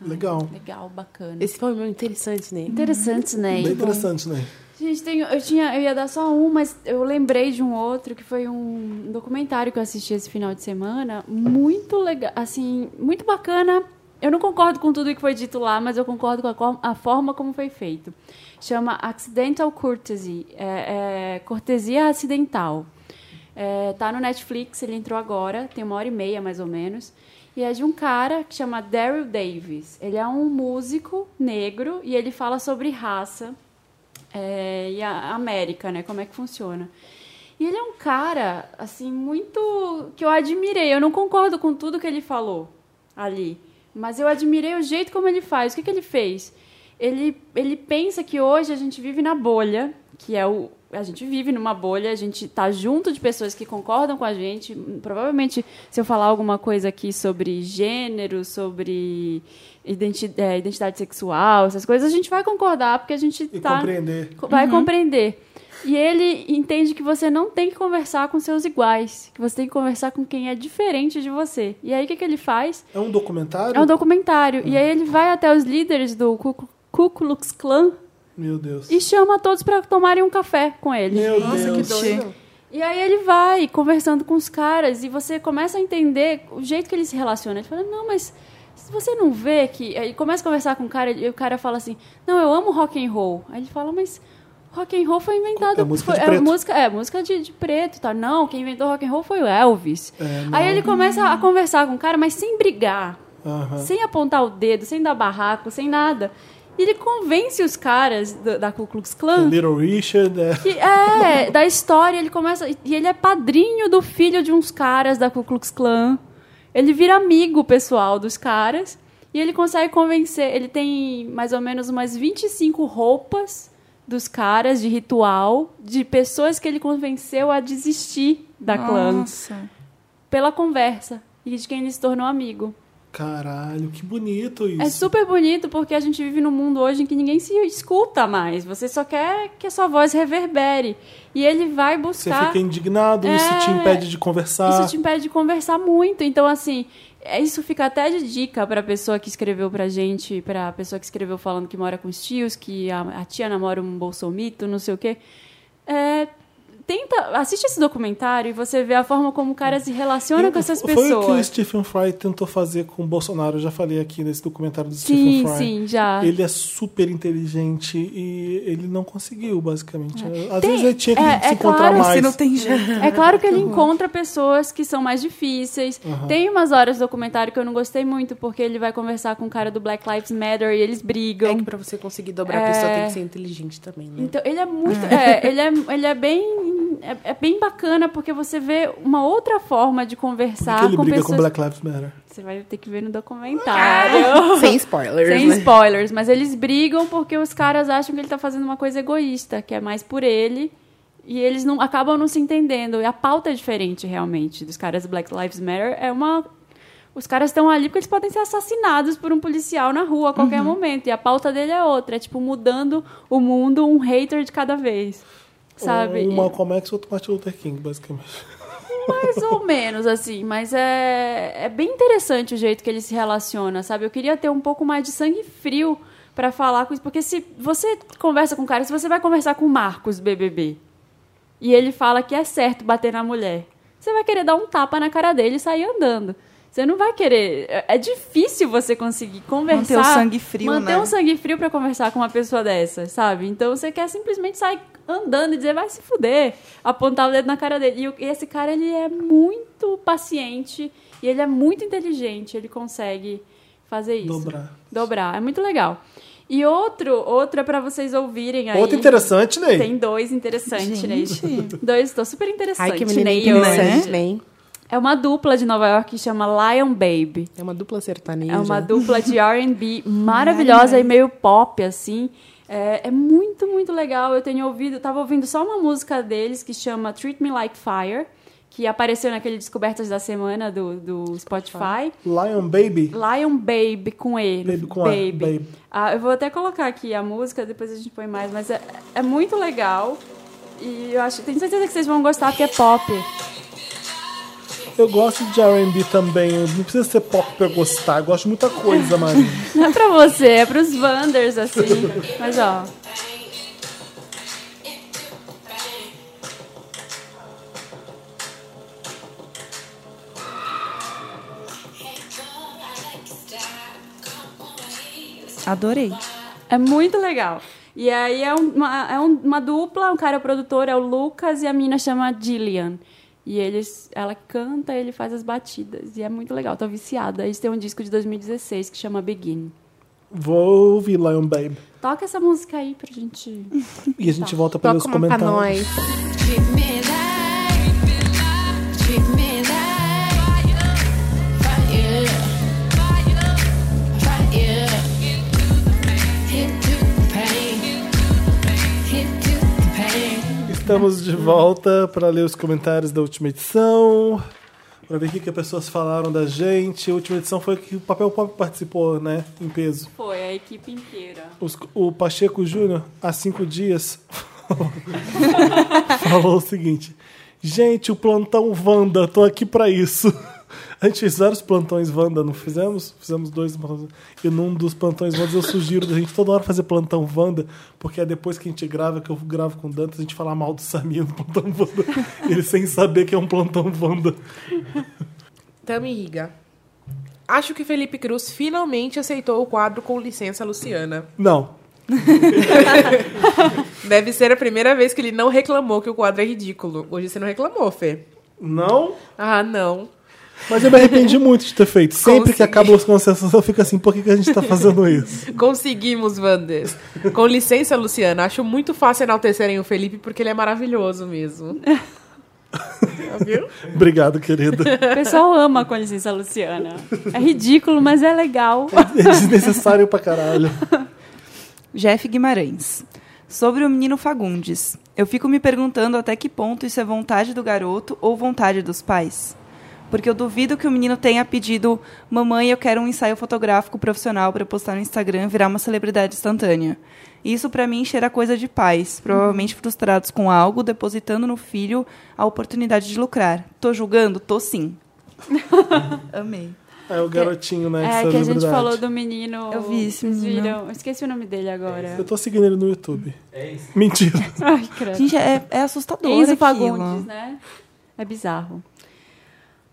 S1: Ai,
S10: Legal.
S1: Legal, bacana.
S3: Esse foi o meu interessante, né?
S1: Interessante, né?
S10: Bem interessante, né?
S1: Gente, tem- eu, tinha, eu ia dar só um, mas eu lembrei de um outro que foi um documentário que eu assisti esse final de semana. Muito legal, assim, muito bacana. Eu não concordo com tudo que foi dito lá, mas eu concordo com a, cor- a forma como foi feito. Chama Accidental Courtesy é, é, cortesia acidental. É, tá no Netflix, ele entrou agora, tem uma hora e meia mais ou menos. E é de um cara que chama Daryl Davis. Ele é um músico negro e ele fala sobre raça é, e a América, né? Como é que funciona. E ele é um cara, assim, muito. que eu admirei. Eu não concordo com tudo que ele falou ali, mas eu admirei o jeito como ele faz. O que, que ele fez? Ele, ele pensa que hoje a gente vive na bolha, que é o. A gente vive numa bolha, a gente tá junto de pessoas que concordam com a gente. Provavelmente, se eu falar alguma coisa aqui sobre gênero, sobre identi- é, identidade sexual, essas coisas, a gente vai concordar, porque a gente
S10: E
S1: tá
S10: compreender.
S1: co- vai compreender. E ele entende que você não tem que conversar com seus iguais, que você tem que conversar com quem é diferente de você. E aí o que, que ele faz?
S10: É um documentário?
S1: É um documentário. E aí ele vai até os líderes do Ku, Ku- Ku Klux Klan
S10: Meu Deus.
S1: e chama todos para tomarem um café com ele.
S10: Meu Deus.
S4: doido.
S1: E aí ele vai conversando com os caras e você começa a entender o jeito que ele se relaciona. Ele fala, não, mas se você não vê que... Aí ele começa a conversar com o cara e o cara fala assim, não, eu amo rock and roll. Aí ele fala, mas rock and roll foi inventado...
S10: É música
S1: foi-
S10: de preto."
S1: música, é, música de, de preto, tá? Não, quem inventou rock and roll foi o Elvis.
S10: É,
S1: aí ele começa a conversar com o cara, mas sem brigar.
S10: Aham.
S1: Sem apontar o dedo, sem dar barraco, sem nada. E ele convence os caras do- da Ku Klux Klan
S10: Little Richard, é.
S1: que é, da história, ele começa. E ele é padrinho do filho de uns caras da Ku Klux Klan. Ele vira amigo pessoal dos caras. E ele consegue convencer. Ele tem mais ou menos umas 25 roupas dos caras de ritual, de pessoas que ele convenceu a desistir
S10: Ah.
S1: da Klan
S4: Nossa.
S1: pela conversa. E de quem ele se tornou amigo.
S10: Caralho, que bonito isso.
S1: É super bonito porque a gente vive num mundo hoje em que ninguém se escuta mais. Você só quer que a sua voz reverbere. E ele vai
S10: Você
S1: buscar.
S10: fica indignado, isso
S1: É.
S10: te impede de conversar.
S1: Isso te impede de conversar muito. Então, assim, é, isso fica até de dica pra pessoa que escreveu pra gente, pra pessoa que escreveu falando que mora com os tios, que a, a tia namora um bolsomito, não sei o quê. É, tenta, assiste esse documentário e você vê a forma como o cara se relaciona com essas
S10: Foi o que o
S1: pessoas.
S10: Stephen Fry tentou fazer com o Bolsonaro, eu já falei aqui nesse documentário do
S1: Sim,
S10: Stephen Fry.
S1: sim, já.
S10: Ele é super inteligente e ele não conseguiu, basicamente. Às
S1: Tem-
S10: vezes ele tinha que
S1: é-
S10: se
S1: é
S10: encontrar
S1: claro,
S10: mais.
S4: Se não tem jeito.
S1: É claro que ele encontra pessoas que são mais difíceis. Tem umas horas do documentário que eu não gostei muito, porque ele vai conversar com o cara do Black Lives Matter e eles brigam.
S3: É que pra você conseguir dobrar a
S1: É.
S3: pessoa tem que ser inteligente também, né?
S1: Então, ele é muito.
S10: [LAUGHS]
S1: É, ele, é, ele é bem. É, é bem bacana porque você vê uma outra forma de
S10: Por
S1: conversar
S10: que ele
S1: com
S10: briga
S1: pessoas.
S10: com Black Lives Matter?
S1: Você vai ter que ver no documentário.
S3: Sem spoilers,
S1: Uhum.
S3: né?
S1: Sem spoilers, mas eles brigam porque os caras acham que ele tá fazendo uma coisa egoísta, que é mais por ele. E eles não acabam não se entendendo. E a pauta é diferente, realmente, dos caras do Black Lives Matter. É uma. Os caras estão ali porque eles podem ser assassinados por um policial na rua a qualquer momento. E a pauta dele é outra. É tipo mudando o mundo um hater de cada vez. Sabe?
S10: Um Malcolm X e outro Martin Luther King, basicamente.
S1: Mais ou menos, assim, mas é, é bem interessante o jeito que ele se relaciona, sabe? Eu queria ter um pouco mais de sangue frio pra falar com isso, porque se você conversa com o cara, se você vai conversar com o Marcos BBB e ele fala que é certo bater na mulher, você vai querer dar um tapa na cara dele e sair andando. Você não vai querer. é- É difícil você conseguir conversar.
S4: Manter o sangue frio,
S1: manter
S4: né?
S1: um sangue frio pra conversar com uma pessoa dessa, sabe? Então você quer simplesmente sair andando e dizer vai se fuder, apontar o dedo na cara dele. E o- E esse cara ele é muito paciente e ele é muito inteligente, ele consegue fazer isso.
S2: Dobrar.
S1: Dobrar, é muito legal. E outro, outro é pra vocês ouvirem aí.
S11: Outro interessante, Ney.
S1: Tem dois interessantes, Ney. Dois, tô super interessante,
S3: Ai, que menina
S1: Ney,
S3: interessante,
S1: hoje.
S3: né?
S1: É uma dupla de Nova York que chama Lion Baby.
S3: É uma dupla sertaneja.
S1: É uma dupla de R&B maravilhosa e meio pop, assim. É, é muito, muito legal. Eu tenho ouvido, tava ouvindo só uma música deles que chama Treat Me Like Fire, que apareceu naquele Descobertas da Semana do, do Spotify.
S2: Lion Baby.
S1: Lion Babe com E.
S2: Baby com A,
S1: Baby.
S2: Babe.
S1: Ah, eu vou até colocar aqui a música, depois a gente põe mais, mas é, é muito legal. E eu acho, tenho certeza que vocês vão gostar porque é pop.
S2: Eu gosto de R&B também. eu Não precisa ser pop pra eu gostar. Eu gosto de muita coisa,
S3: [LAUGHS]
S2: Marinho.
S1: Não é pra você, é pros Wanders, assim. Mas ó.
S4: Adorei.
S1: É muito legal. E aí é um- uma, é um- uma dupla, um cara é o produtor, é o Lucas, e a mina chama Jillian. E eles, ela canta, ele faz as batidas. E é muito legal, tô viciada. Eles têm um disco de 2016 que chama Begin.
S2: Vou ouvir Lion Baby.
S1: Toca essa música aí pra gente.
S2: E a gente volta para os
S3: Toca uma pra
S2: comentários.
S3: nós.
S2: Estamos de volta para ler os comentários da última edição. Para ver o que, que as pessoas falaram da gente. A última edição foi que o Papel Pop participou, né? Em peso.
S1: Foi, a equipe inteira.
S2: Os- o Pacheco Júnior, há cinco dias, [LAUGHS] falou o seguinte: Gente, o plantão Wanda, tô aqui pra isso. A gente fez vários plantões Wanda, não fizemos? Fizemos dois plantões. E num dos plantões Wanda eu sugiro da gente toda hora fazer plantão Wanda, porque é depois que a gente grava, que eu gravo com o Dantas, a gente fala mal do Samir no plantão Wanda. Ele sem saber que é um plantão Wanda.
S3: Tami Riga. Acho que Felipe Cruz finalmente aceitou o quadro com licença, Luciana.
S2: Não.
S3: Deve ser a primeira vez que ele não reclamou que o quadro é ridículo. Hoje você não reclamou, Fê.
S2: Não?
S3: Ah, não.
S2: Mas eu me arrependi muito de ter feito. Sempre que
S3: Consegui.
S2: acabam os consensos, eu fico assim, por que, que a gente tá fazendo isso?
S3: Conseguimos, Wanders. Com licença, Luciana. Acho muito fácil enaltecerem o Felipe porque ele é maravilhoso mesmo. Viu?
S2: Obrigado, querida.
S1: [LAUGHS] O pessoal ama com licença, Luciana. É ridículo, mas é legal.
S2: É desnecessário pra caralho.
S4: Jeff Guimarães. Sobre o menino Fagundes. Eu fico me perguntando até que ponto isso é vontade do garoto ou vontade dos pais. Porque eu duvido que o menino tenha pedido: Mamãe, eu quero um ensaio fotográfico profissional para postar no Instagram e virar uma celebridade instantânea. Isso pra mim cheira coisa de pais, provavelmente frustrados com algo, depositando no filho a oportunidade de lucrar. Tô julgando? Tô sim. Amei.
S2: É o garotinho, né?
S1: É,
S2: essa
S1: que a gente
S2: celebridade.
S1: falou do menino.
S4: Eu vi esse
S1: vocês
S4: menino.
S1: viram? Eu Esqueci o nome dele agora.
S2: Eu tô seguindo ele no YouTube. É isso. Mentira.
S1: Ai, credo.
S4: Gente, é, é assustador.
S1: Enzo
S4: aquilo.
S1: Fagundes, né? É bizarro.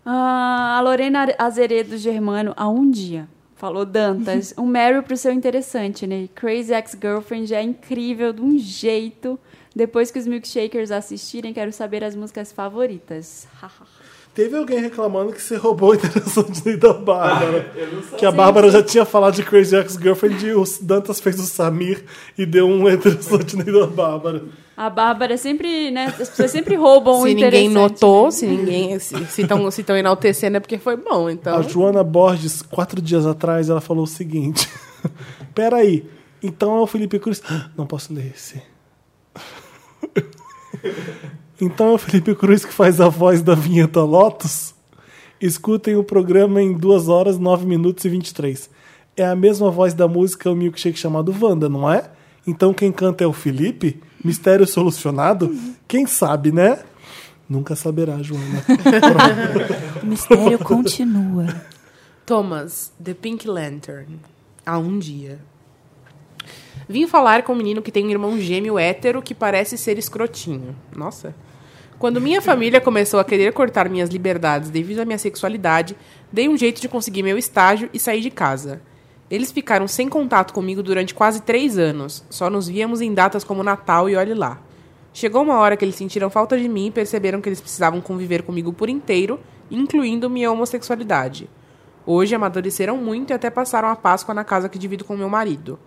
S1: Ah, a Lorena Azeredo Germano, há um dia, falou
S4: [LAUGHS]
S1: Dantas, um Meryl pro seu interessante, né? Crazy Ex-Girlfriend é incrível de um jeito. Depois que os milkshakers assistirem, quero saber as músicas favoritas. [LAUGHS]
S2: Teve alguém reclamando que você roubou a interessante da [LAUGHS] Bárbara. Que a Bárbara já tinha falado de Crazy Ex-Girlfriend e o Dantas fez o Samir e deu um interessante da Bárbara.
S1: a Bárbara sempre, né? As pessoas sempre
S4: [LAUGHS]
S1: roubam o
S3: se
S1: interessante. né?
S3: ninguém notou, se ninguém. Se estão se tão enaltecendo é porque foi bom, então.
S2: A Joana Borges, quatro dias atrás, ela falou o seguinte: [LAUGHS] Peraí, então é o Felipe Cruz. Não posso ler esse. [LAUGHS] Então é o Felipe Cruz que faz a voz da vinheta Lotus? Escutem o programa em 2 horas, 9 minutos e 23. É a mesma voz da música é O Milkshake chamado Wanda, não é? Então quem canta é o Felipe? Mistério solucionado? Quem sabe, né? Nunca saberá, Joana.
S4: O mistério continua.
S3: Thomas, The Pink Lantern. Há um dia. Vim falar com um menino que tem um irmão gêmeo hétero que parece ser escrotinho. Nossa. Quando minha família começou a querer cortar minhas liberdades devido à minha sexualidade, dei um jeito de conseguir meu estágio e saí de casa. Eles ficaram sem contato comigo durante quase três anos. Só nos víamos em datas como Natal e olhe lá. Chegou uma hora que eles sentiram falta de mim e perceberam que eles precisavam conviver comigo por inteiro, incluindo minha homossexualidade. Hoje amadureceram muito e até passaram a Páscoa na casa que divido com meu marido.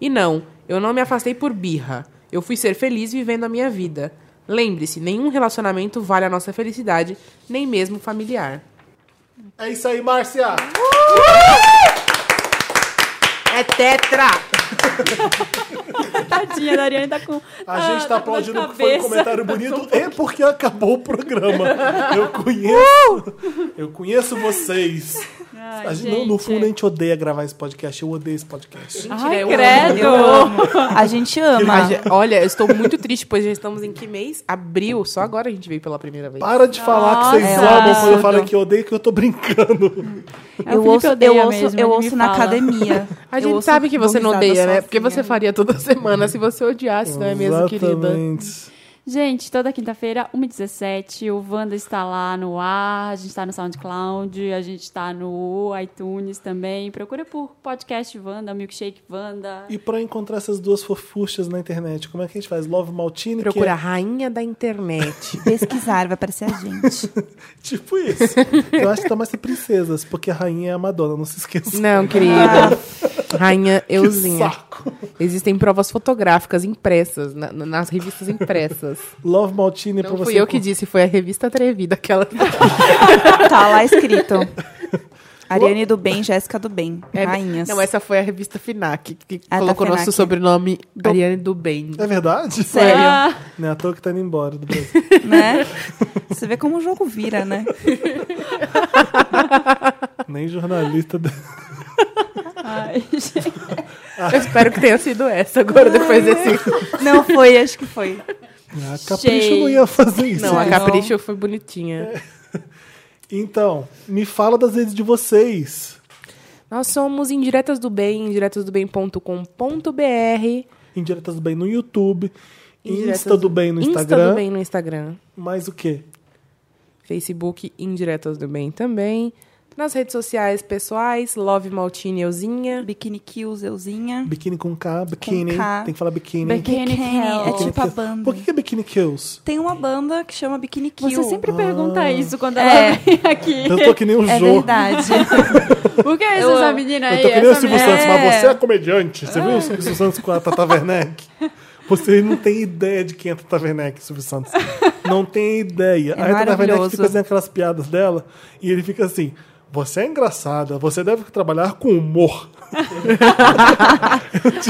S3: E não, eu não me afastei por birra. Eu fui ser feliz vivendo a minha vida. Lembre-se, nenhum relacionamento vale a nossa felicidade, nem mesmo familiar.
S2: [LAUGHS] É isso aí, Márcia!
S3: É tetra!
S1: [LAUGHS] Tadinha da Ariane tá com.
S2: A gente
S3: Ah,
S2: tá
S1: com dor de
S2: aplaudindo porque foi um
S1: cabeça.
S2: comentário bonito
S3: [LAUGHS]
S2: é porque acabou o programa. Eu conheço. Eu conheço vocês.
S1: Ai,
S2: A gente, não, no
S1: gente.
S2: fundo a gente odeia gravar esse podcast. Eu odeio esse podcast.
S1: Ai,
S3: Eu amo,
S4: Eu
S1: credo!
S4: amo. A gente ama.
S1: É
S3: Mas, olha, eu estou muito triste, pois já estamos em que mês? Abril, só agora a gente veio pela primeira vez.
S2: Para de
S3: Ah,
S2: falar que
S3: é,
S2: vocês
S4: Nossa.
S2: amam quando eu falo que eu odeio, que eu tô brincando.
S1: É, o Felipe odeia
S4: eu ouço,
S1: mesmo,
S4: eu
S1: ele
S4: ouço
S1: me
S4: na
S1: fala.
S4: academia.
S3: A
S4: Eu
S3: gente
S4: ouço
S3: sabe que você não
S4: dou
S3: odeia,
S4: risada
S3: né? Porque você
S4: sozinha.
S3: faria toda semana se você odiasse, não é mesmo, querida?
S2: Exatamente.
S1: Gente, toda quinta-feira, 1h17, o Wanda está lá no ar, a gente está no SoundCloud, a gente está no iTunes também. Procura por podcast Wanda, Milkshake Wanda.
S2: E pra encontrar essas duas fofuchas na internet, como é que é a gente faz? Love Maltini,
S3: Procura a rainha da internet.
S4: Pesquisar, vai aparecer a gente. [LAUGHS]
S2: que é [LAUGHS] tipo isso. Eu acho que tá mais pra princesas, porque a rainha é a Madonna, não se esqueça.
S3: Não, querida. Ah. [LAUGHS] Rainha Euzinha.
S2: Saco.
S3: Existem provas fotográficas impressas, na- na- nas revistas [LAUGHS] impressas.
S2: Love Maltini pra
S3: Não
S2: você.
S3: fui eu que disse, foi a revista Atrevida, [LAUGHS] aquela.
S4: tá lá escrito. Ariane do Bem, Jéssica do Bem. Rainhas.
S3: É, Não, essa foi a revista FINAC, que
S4: Ah, tá,
S3: colocou nosso
S4: FINAC.
S3: sobrenome Ariane do Bem.
S2: É verdade?
S4: Sério,
S1: Ah,
S2: Não é à toa que tá indo embora do Brasil.
S4: né? Você vê como o jogo vira, né?
S2: Nem jornalista. da-
S1: ai, gente.
S3: Eu espero que tenha sido essa agora, depois desse.
S4: Não foi, acho que foi.
S2: A Ah, Capricho não ia fazer isso.
S3: Não, a
S4: Não.
S3: Capricho foi bonitinha.
S2: Então, me fala das redes de vocês.
S3: Nós somos Indiretas do Bem, indiretasdobem.com.br.
S2: Indiretas do Bem no YouTube.
S3: Indiretas
S2: Insta do Bem no
S3: Insta do
S2: Instagram.
S3: Bem no Instagram.
S2: Mais o quê?
S3: Facebook Indiretas do Bem também. Nas redes sociais pessoais, Love Maltini Euzinha.
S4: Biquíni Kills, Euzinha.
S2: Biquíni com K, biquíni.
S4: Com K.
S2: Tem que falar biquíni.
S1: Biquíni
S4: é
S1: Kill.
S4: tipo a banda.
S2: Por que que é biquíni
S4: [LAUGHS]
S2: kills?
S4: Tem uma banda que chama Biquíni Kill.
S1: Você sempre pergunta isso quando
S4: É.
S1: ela vem aqui.
S2: Eu tô que nem um o
S4: É
S2: Jô.
S4: verdade.
S1: [LAUGHS] O que é isso,
S4: Eu
S1: essa
S4: amo.
S1: menina
S2: Eu
S1: aí?
S2: tô que nem o
S1: Essa
S2: Silvio
S1: menina-
S2: Santos,
S4: mulher-
S2: mas você é comediante. Você viu o Silvio Santos com a Tata Werneck? Você não tem ideia de quem é a Tata Werneck, Silvio Santos. Não tem ideia. Aí
S4: É
S2: a Tata Werneck
S4: maravilhoso.
S2: fica fazendo aquelas piadas dela e ele fica assim: Você é engraçada, você deve trabalhar com humor.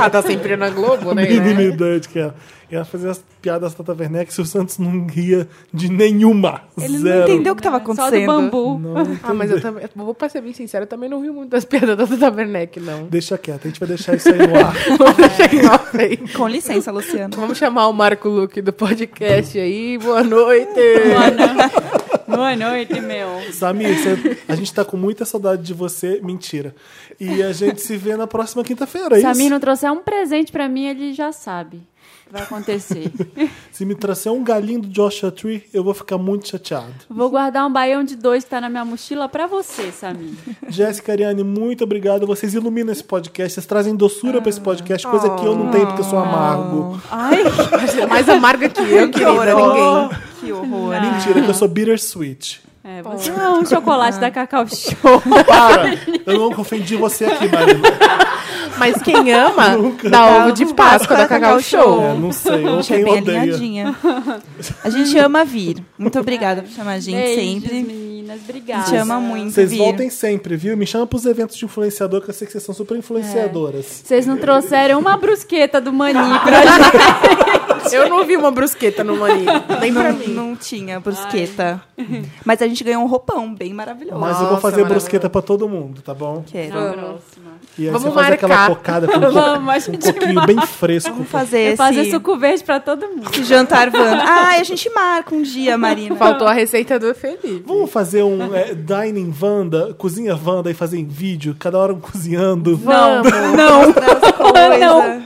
S3: Ah, tá sempre na Globo, né?
S2: Mínima ideia de que era. E ela fazia as piadas da Tata Werneck e o Silvio Santos não ria de nenhuma.
S4: Ele não
S2: Zero.
S4: entendeu o que tava
S1: Só do
S4: acontecendo.
S1: bambu.
S3: Ah, mas eu também, vou pra ser bem sincera, eu também não vi muito das piadas da Tata Werneck, [LAUGHS] não.
S2: Deixa quieto, a gente vai deixar isso aí no ar.
S3: Vamos deixar em off aí.
S4: Com licença, Luciano.
S3: Vamos chamar o Marco Luque do podcast aí. Boa noite!
S1: Boa noite, meu.
S2: Samir, você- a gente tá com muita saudade de você. Mentira. E a gente se vê na próxima quinta-feira, é
S1: Se a
S2: isso?
S1: mim não trouxer um presente pra mim, ele já sabe. Vai acontecer.
S2: Se me trouxer um galinho do Joshua Tree, eu vou ficar muito chateado.
S1: Vou guardar um baião de dois que tá na minha mochila pra você, Samir.
S2: Jéssica Ariane, muito obrigado. Vocês iluminam esse podcast, vocês trazem doçura pra esse podcast, coisa que eu não tenho porque eu sou amargo.
S4: Oh.
S3: Mais amarga que eu,
S4: Que
S3: querida,
S4: horror.
S3: ninguém.
S4: Que horror.
S2: Mentira, que eu sou
S4: [LAUGHS]
S2: bittersweet.
S1: É, você é um chocolate da
S2: [LAUGHS]
S1: Cacau Show.
S2: Para! Eu não ofendi você aqui, Marina.
S3: Mas quem ama, dá ovo de Páscoa da Cacau Show.
S2: É, não sei,
S4: A
S2: ou
S4: gente é
S2: quem
S4: bem
S2: odeia. [LAUGHS]
S4: alinhadinha. A gente ama vir. Muito obrigada por chamar a gente
S1: Beijos,
S4: sempre.
S1: meninas.
S4: A
S1: Obrigada.
S4: gente ama muito
S2: Vocês
S4: vir.
S2: voltem sempre, viu? Me chama pros eventos de influenciador, que eu sei que vocês são super influenciadoras.
S1: Vocês não trouxeram uma brusqueta do Mani pra gente.
S3: Eu não vi uma brusqueta no Mani. Nem pra
S4: Não,
S3: mim.
S4: não tinha brusqueta. Mas a gente ganhou um roupão bem maravilhoso.
S2: Mas eu vou
S3: Nossa,
S2: fazer
S3: maravilhoso.
S2: brusqueta pra todo mundo, tá bom?
S4: Quero.
S1: Na próxima.
S2: E aí
S3: Vamos
S2: você faz aquela
S3: marcar.
S2: cocada com um,
S1: Vamos, a gente
S2: um coquinho bem fresco.
S4: Vamos fazer esse,
S1: Fazer suco verde pra todo mundo.
S4: esse jantar van. Ah, a gente marca um dia, Marina.
S3: Faltou a receita do Felipe.
S2: Vamos fazer um é, dining Wanda, cozinha Wanda e fazer em vídeo, cada hora um cozinhando,
S1: Não,
S4: Não, não.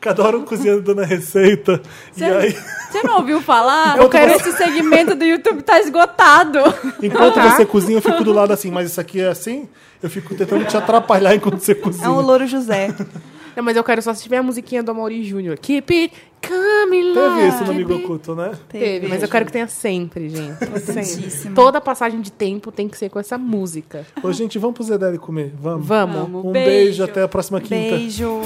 S2: cada hora um cozinhando dando a receita. E
S1: Sério?
S2: aí,
S1: você não ouviu falar?
S2: Eu quero-
S1: Esse segmento do YouTube tá esgotado.
S2: enquanto
S3: Ah, tá.
S2: você cozinha, eu fico do lado assim, mas isso aqui é assim? Eu fico tentando te atrapalhar enquanto você cozinha.
S4: É um louro José.
S3: Não, mas eu quero só se tiver a musiquinha do Amaury Júnior. Keep it coming,
S2: Teve isso no
S3: love.
S2: Amigo Oculto, né?
S3: Teve, mas eu quero que tenha sempre, gente.
S4: Importantíssimo.
S3: Toda passagem de tempo tem que ser com essa música.
S2: Ô, gente, vamos pro Zedeli comer. Vamos.
S3: Vamos.
S1: Vamos.
S2: Um beijo.
S1: Beijo.
S2: até a próxima quinta.
S4: Beijo.